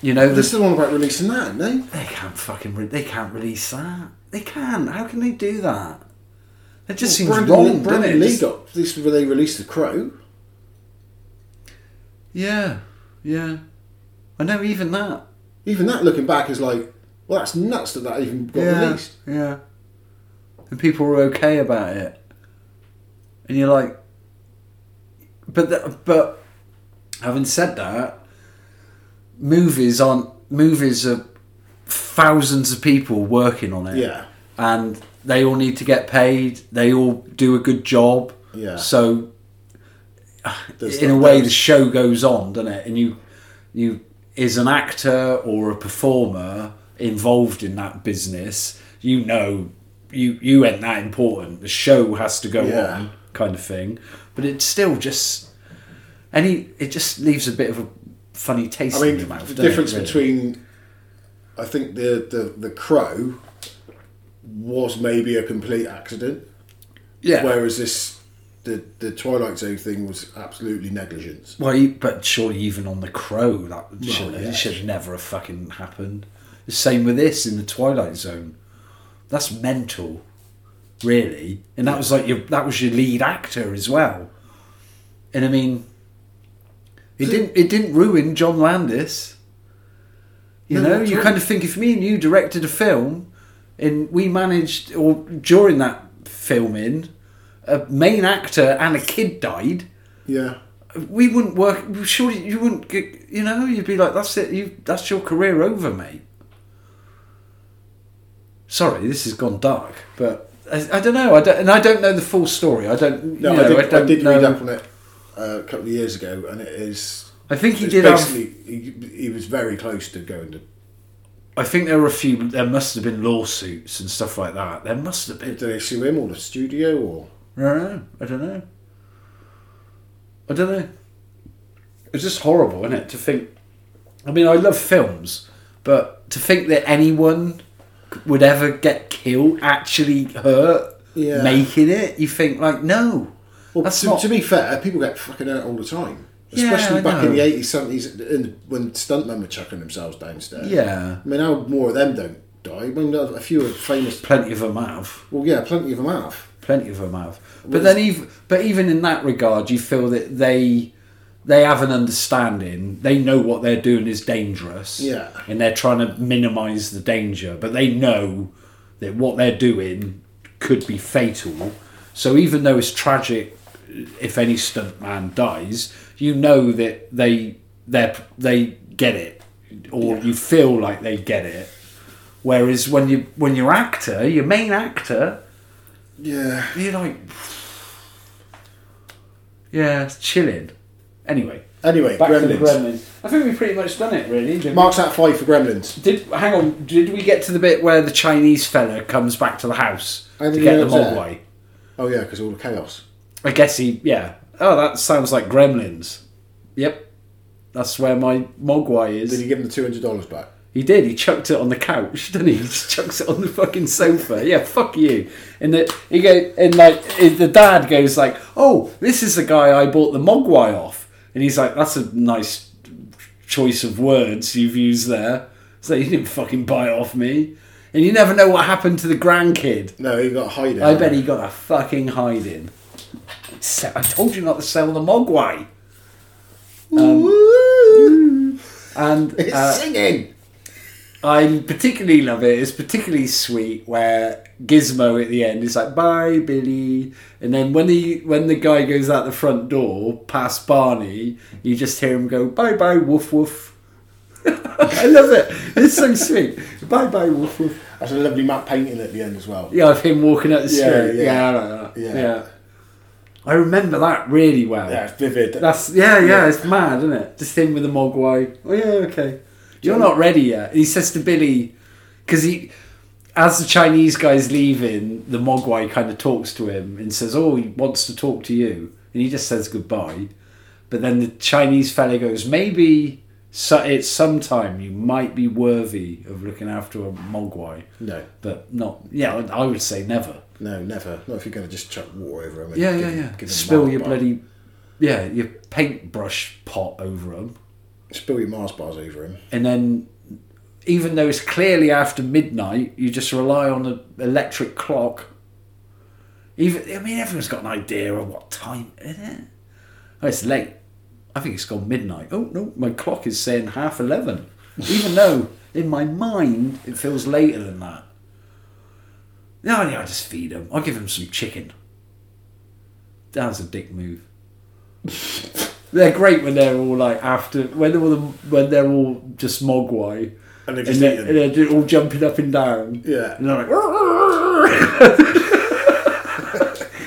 Speaker 3: you know,
Speaker 2: This is
Speaker 3: the,
Speaker 2: the one about releasing that, no?
Speaker 3: they can't fucking re- they can't release that. They can. How can they do that? That just seems
Speaker 2: Brandon,
Speaker 3: wrong, doesn't
Speaker 2: Brandon
Speaker 3: it?
Speaker 2: Lee
Speaker 3: Just-
Speaker 2: got this is where they released The Crow.
Speaker 3: Yeah, yeah. I know even that.
Speaker 2: Even that, looking back, is like, well, that's nuts that that even got released.
Speaker 3: Yeah. And people were okay about it. And you're like, but th- but having said that, movies aren't movies are thousands of people working on it.
Speaker 2: Yeah.
Speaker 3: And they all need to get paid. They all do a good job.
Speaker 2: Yeah.
Speaker 3: So
Speaker 2: There's
Speaker 3: in a
Speaker 2: that-
Speaker 3: way, the show goes on, doesn't it? And you, you, is an actor or a performer involved in that business, you know, you you ain't that important. The show has to go
Speaker 2: Yeah.
Speaker 3: on, kind of thing. But it still just any it just leaves a bit of a funny taste
Speaker 2: I
Speaker 3: in
Speaker 2: mean,
Speaker 3: your mouth.
Speaker 2: the
Speaker 3: doesn't it,
Speaker 2: difference
Speaker 3: really?
Speaker 2: between, I think the, the the Crow was maybe a complete accident,
Speaker 3: yeah,
Speaker 2: whereas this the the Twilight Zone thing was absolutely negligence.
Speaker 3: Well, you- but surely even on the crow, that should,
Speaker 2: yeah.
Speaker 3: it should never have fucking happened. The same with this in the Twilight Zone. That's mental, really. And that was like your that was your lead actor as well. And I mean, it didn't it didn't ruin John Landis. You
Speaker 2: No,
Speaker 3: know,
Speaker 2: not at
Speaker 3: you
Speaker 2: all.
Speaker 3: kind of think if me and you directed a film, and we managed, or during that filming, a main actor and a kid died
Speaker 2: Yeah.
Speaker 3: we wouldn't work. Surely you wouldn't get. You know, you'd be like, "That's it. You, that's your career over, mate." Sorry, this has gone dark, but I, I don't know. I don't, and I don't know the full story. I don't.
Speaker 2: No,
Speaker 3: you know,
Speaker 2: I did, I
Speaker 3: don't
Speaker 2: did
Speaker 3: know.
Speaker 2: read up on it uh, a couple of years ago, and it is.
Speaker 3: I think he
Speaker 2: it's
Speaker 3: did. um, Have,
Speaker 2: Basically, he, he was very close to going to.
Speaker 3: I think there were a few. There must have been lawsuits and stuff like that. There must have been.
Speaker 2: Did they sue him or the studio or?
Speaker 3: I don't know. I don't know. I don't know. It's just horrible, isn't it? To think. I mean, I love films, but to think that anyone c- would ever get killed, actually hurt,
Speaker 2: Yeah.
Speaker 3: making it, you think, like, no.
Speaker 2: Well,
Speaker 3: that's
Speaker 2: to,
Speaker 3: not.
Speaker 2: to be fair, people get fucking hurt all the time,
Speaker 3: Yeah,
Speaker 2: especially
Speaker 3: I
Speaker 2: back in
Speaker 3: know.
Speaker 2: the eighties, seventies, when stuntmen were chucking themselves downstairs.
Speaker 3: yeah.
Speaker 2: I mean, how more of them don't die? I mean, a few are famous.
Speaker 3: Plenty of them have.
Speaker 2: Well, yeah, plenty of them have.
Speaker 3: plenty of them have. But then, even but even in that regard, you feel that they they have an understanding. They know what they're doing is dangerous.
Speaker 2: Yeah.
Speaker 3: and they're trying to minimise the danger, but they know that what they're doing could be fatal. So even though it's tragic, if any stuntman dies, you know that they they they get it, or you feel like they get it. Whereas when you when your actor, your main actor,
Speaker 2: Yeah.
Speaker 3: you're like, yeah, it's chilling. Anyway,
Speaker 2: Anyway,
Speaker 3: back to the
Speaker 2: Gremlins.
Speaker 3: Gremlins. I think we've pretty much done it, really. Did,
Speaker 2: Marks out five for Gremlins.
Speaker 3: did hang on? Did we get to the bit where the Chinese fella comes back to the house
Speaker 2: I
Speaker 3: to
Speaker 2: think
Speaker 3: get
Speaker 2: he
Speaker 3: the
Speaker 2: knows that.
Speaker 3: mogwai?
Speaker 2: Oh yeah, because all the chaos.
Speaker 3: I guess he, yeah. Oh, that sounds like Gremlins. Yep. That's where my mogwai is.
Speaker 2: Did you give him the two hundred dollars back?
Speaker 3: He did. He chucked it on the couch, didn't he? He just chucks it on the fucking sofa. Yeah, fuck you. And the he go and like and the dad goes like, "Oh, this is the guy I bought the mogwai off," and he's like, "That's a nice choice of words you've used there." So you didn't fucking buy it off me, and you never know what happened to the grandkid.
Speaker 2: No, he got hiding.
Speaker 3: I bet he got a fucking hiding. Se- I told you not to sell the mogwai. Um, and
Speaker 2: It's
Speaker 3: uh,
Speaker 2: singing.
Speaker 3: I particularly love it. It's particularly sweet where Gizmo at the end is like, "Bye, Billy," and then when he when the guy goes out the front door past Barney, you just hear him go, "Bye, bye, woof, woof." (laughs) I love it. It's so sweet. Bye, bye, woof, woof.
Speaker 2: That's a lovely map painting at the end as well.
Speaker 3: Yeah, of him walking up the street.
Speaker 2: Yeah,
Speaker 3: Yeah,
Speaker 2: yeah.
Speaker 3: yeah, I like that.
Speaker 2: Yeah.
Speaker 3: yeah. I remember that really well.
Speaker 2: Yeah, it's vivid.
Speaker 3: That's yeah, yeah, It's mad, isn't it? Just him with the mogwai. Oh yeah, okay. You're not ready yet. He says to Billy, because he, as the Chinese guy's leaving, the mogwai kind of talks to him and says, "Oh, he wants to talk to you," and he just says goodbye. But then the Chinese fella goes, "Maybe so, it's sometime you might be worthy of looking after a mogwai,
Speaker 2: no,
Speaker 3: but not. Yeah, I would say never.
Speaker 2: no, never. Not if you're going to just chuck water over him. and
Speaker 3: Yeah,
Speaker 2: give
Speaker 3: yeah,
Speaker 2: him-
Speaker 3: yeah.
Speaker 2: give him
Speaker 3: Spill
Speaker 2: Mars
Speaker 3: your
Speaker 2: bar.
Speaker 3: bloody, yeah, your paintbrush pot over them."
Speaker 2: Spill your Mars bars over him.
Speaker 3: and then even though it's clearly after midnight, you just rely on an electric clock. Even I mean, everyone's got an idea of what time is it. Oh, it's late. I think it's gone midnight. Oh no, my clock is saying half eleven. even though in my mind it feels later than that. No, yeah, I just feed him. I'll give him some chicken. That was a dick move. they're great when they're all like after when they're all when they're all just mogwai
Speaker 2: And they
Speaker 3: and
Speaker 2: just
Speaker 3: they're,
Speaker 2: eat
Speaker 3: and
Speaker 2: them.
Speaker 3: they're ju- all jumping up and down.
Speaker 2: Yeah.
Speaker 3: and they're like.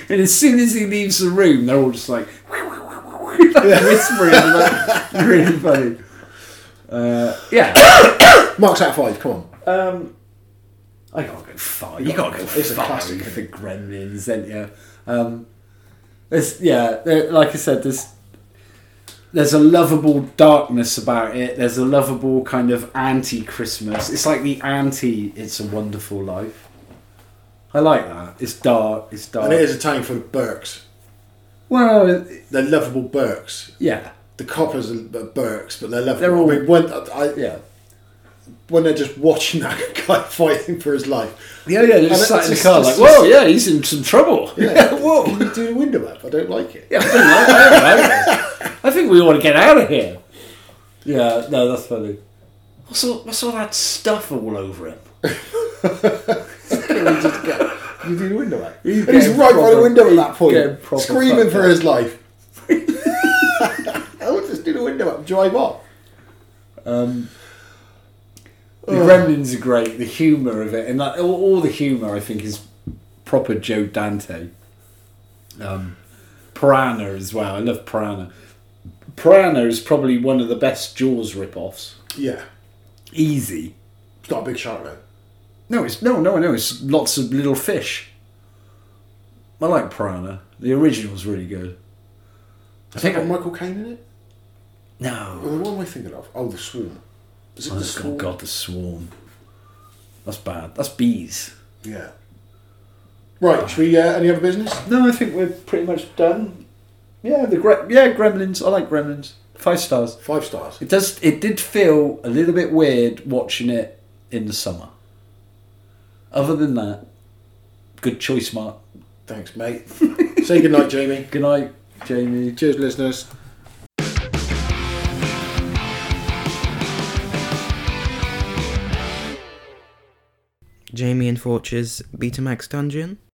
Speaker 3: (laughs) and as soon as he leaves the room, they're all just like, (laughs) like whispering. like, really funny. Uh, yeah.
Speaker 2: Marks out of five. Come on.
Speaker 3: Um, I gotta go five. You gotta go
Speaker 2: It's a
Speaker 3: five
Speaker 2: classic.
Speaker 3: for Gremlins, then yeah. Um, there's yeah, there- like I said, there's there's a lovable darkness about it. There's a lovable kind of anti-Christmas. It's like the anti "It's a Wonderful Life." I like that. It's dark. It's dark.
Speaker 2: And it is a time for the Burks.
Speaker 3: Well, it-
Speaker 2: They're lovable Burks.
Speaker 3: yeah,
Speaker 2: The coppers are Burks, but they're lovable.
Speaker 3: They're all-
Speaker 2: I mean, when, I,
Speaker 3: yeah,
Speaker 2: when they're just watching that (laughs) guy fighting for his life.
Speaker 3: yeah, yeah. They're
Speaker 2: just
Speaker 3: just
Speaker 2: sat
Speaker 3: sat
Speaker 2: it's
Speaker 3: in
Speaker 2: in
Speaker 3: the
Speaker 2: the just- car
Speaker 3: car
Speaker 2: it's like,
Speaker 3: like,
Speaker 2: just- "Whoa,
Speaker 3: "Whoa, yeah, he's in some trouble."
Speaker 2: (laughs) Whoa! You do the window up. I don't like it.
Speaker 3: Yeah, I don't like that. I don't like (laughs) it. I think we want to get out of here. Yeah, no, that's funny. What's all, what's all that stuff all over him?
Speaker 2: You do the window up.
Speaker 3: He's
Speaker 2: and he's
Speaker 3: getting
Speaker 2: right by the
Speaker 3: proper-
Speaker 2: window at that
Speaker 3: getting
Speaker 2: point,
Speaker 3: proper
Speaker 2: screaming
Speaker 3: fucked
Speaker 2: for
Speaker 3: up.
Speaker 2: his
Speaker 3: (laughs)
Speaker 2: life. I'll just do the window up, and drive off.
Speaker 3: Um, the Gremlins are great. The humour of it, and that, all, all the humour, I think, is proper Joe Dante. Um, Piranha as well. I love Piranha. Piranha is probably one of the best Jaws rip-offs.
Speaker 2: Yeah,
Speaker 3: Easy.
Speaker 2: it's not a big shark though.
Speaker 3: No, it's no, no, no. It's lots of little fish. I like Piranha. The original's really good. I think
Speaker 2: Got
Speaker 3: I,
Speaker 2: Michael Caine in it.
Speaker 3: no.
Speaker 2: Well, what am I thinking of? Oh, the Swarm. Is it
Speaker 3: Oh
Speaker 2: the
Speaker 3: God,
Speaker 2: Swarm?
Speaker 3: God, the swarm. That's bad. That's bees.
Speaker 2: Yeah. Right. Should we? Uh, any other business?
Speaker 3: No, I think we're pretty much done. Yeah, the gre- yeah Gremlins. I like Gremlins. Five stars.
Speaker 2: Five stars.
Speaker 3: It does. It did feel a little bit weird watching it in the summer. Other than that, good choice, Mark.
Speaker 2: Thanks,
Speaker 3: (laughs)
Speaker 2: mate. Say goodnight, Jamie.
Speaker 3: Good night, Jamie.
Speaker 2: Cheers, listeners.
Speaker 1: Jamie and Fortune's Betamax Dungeon.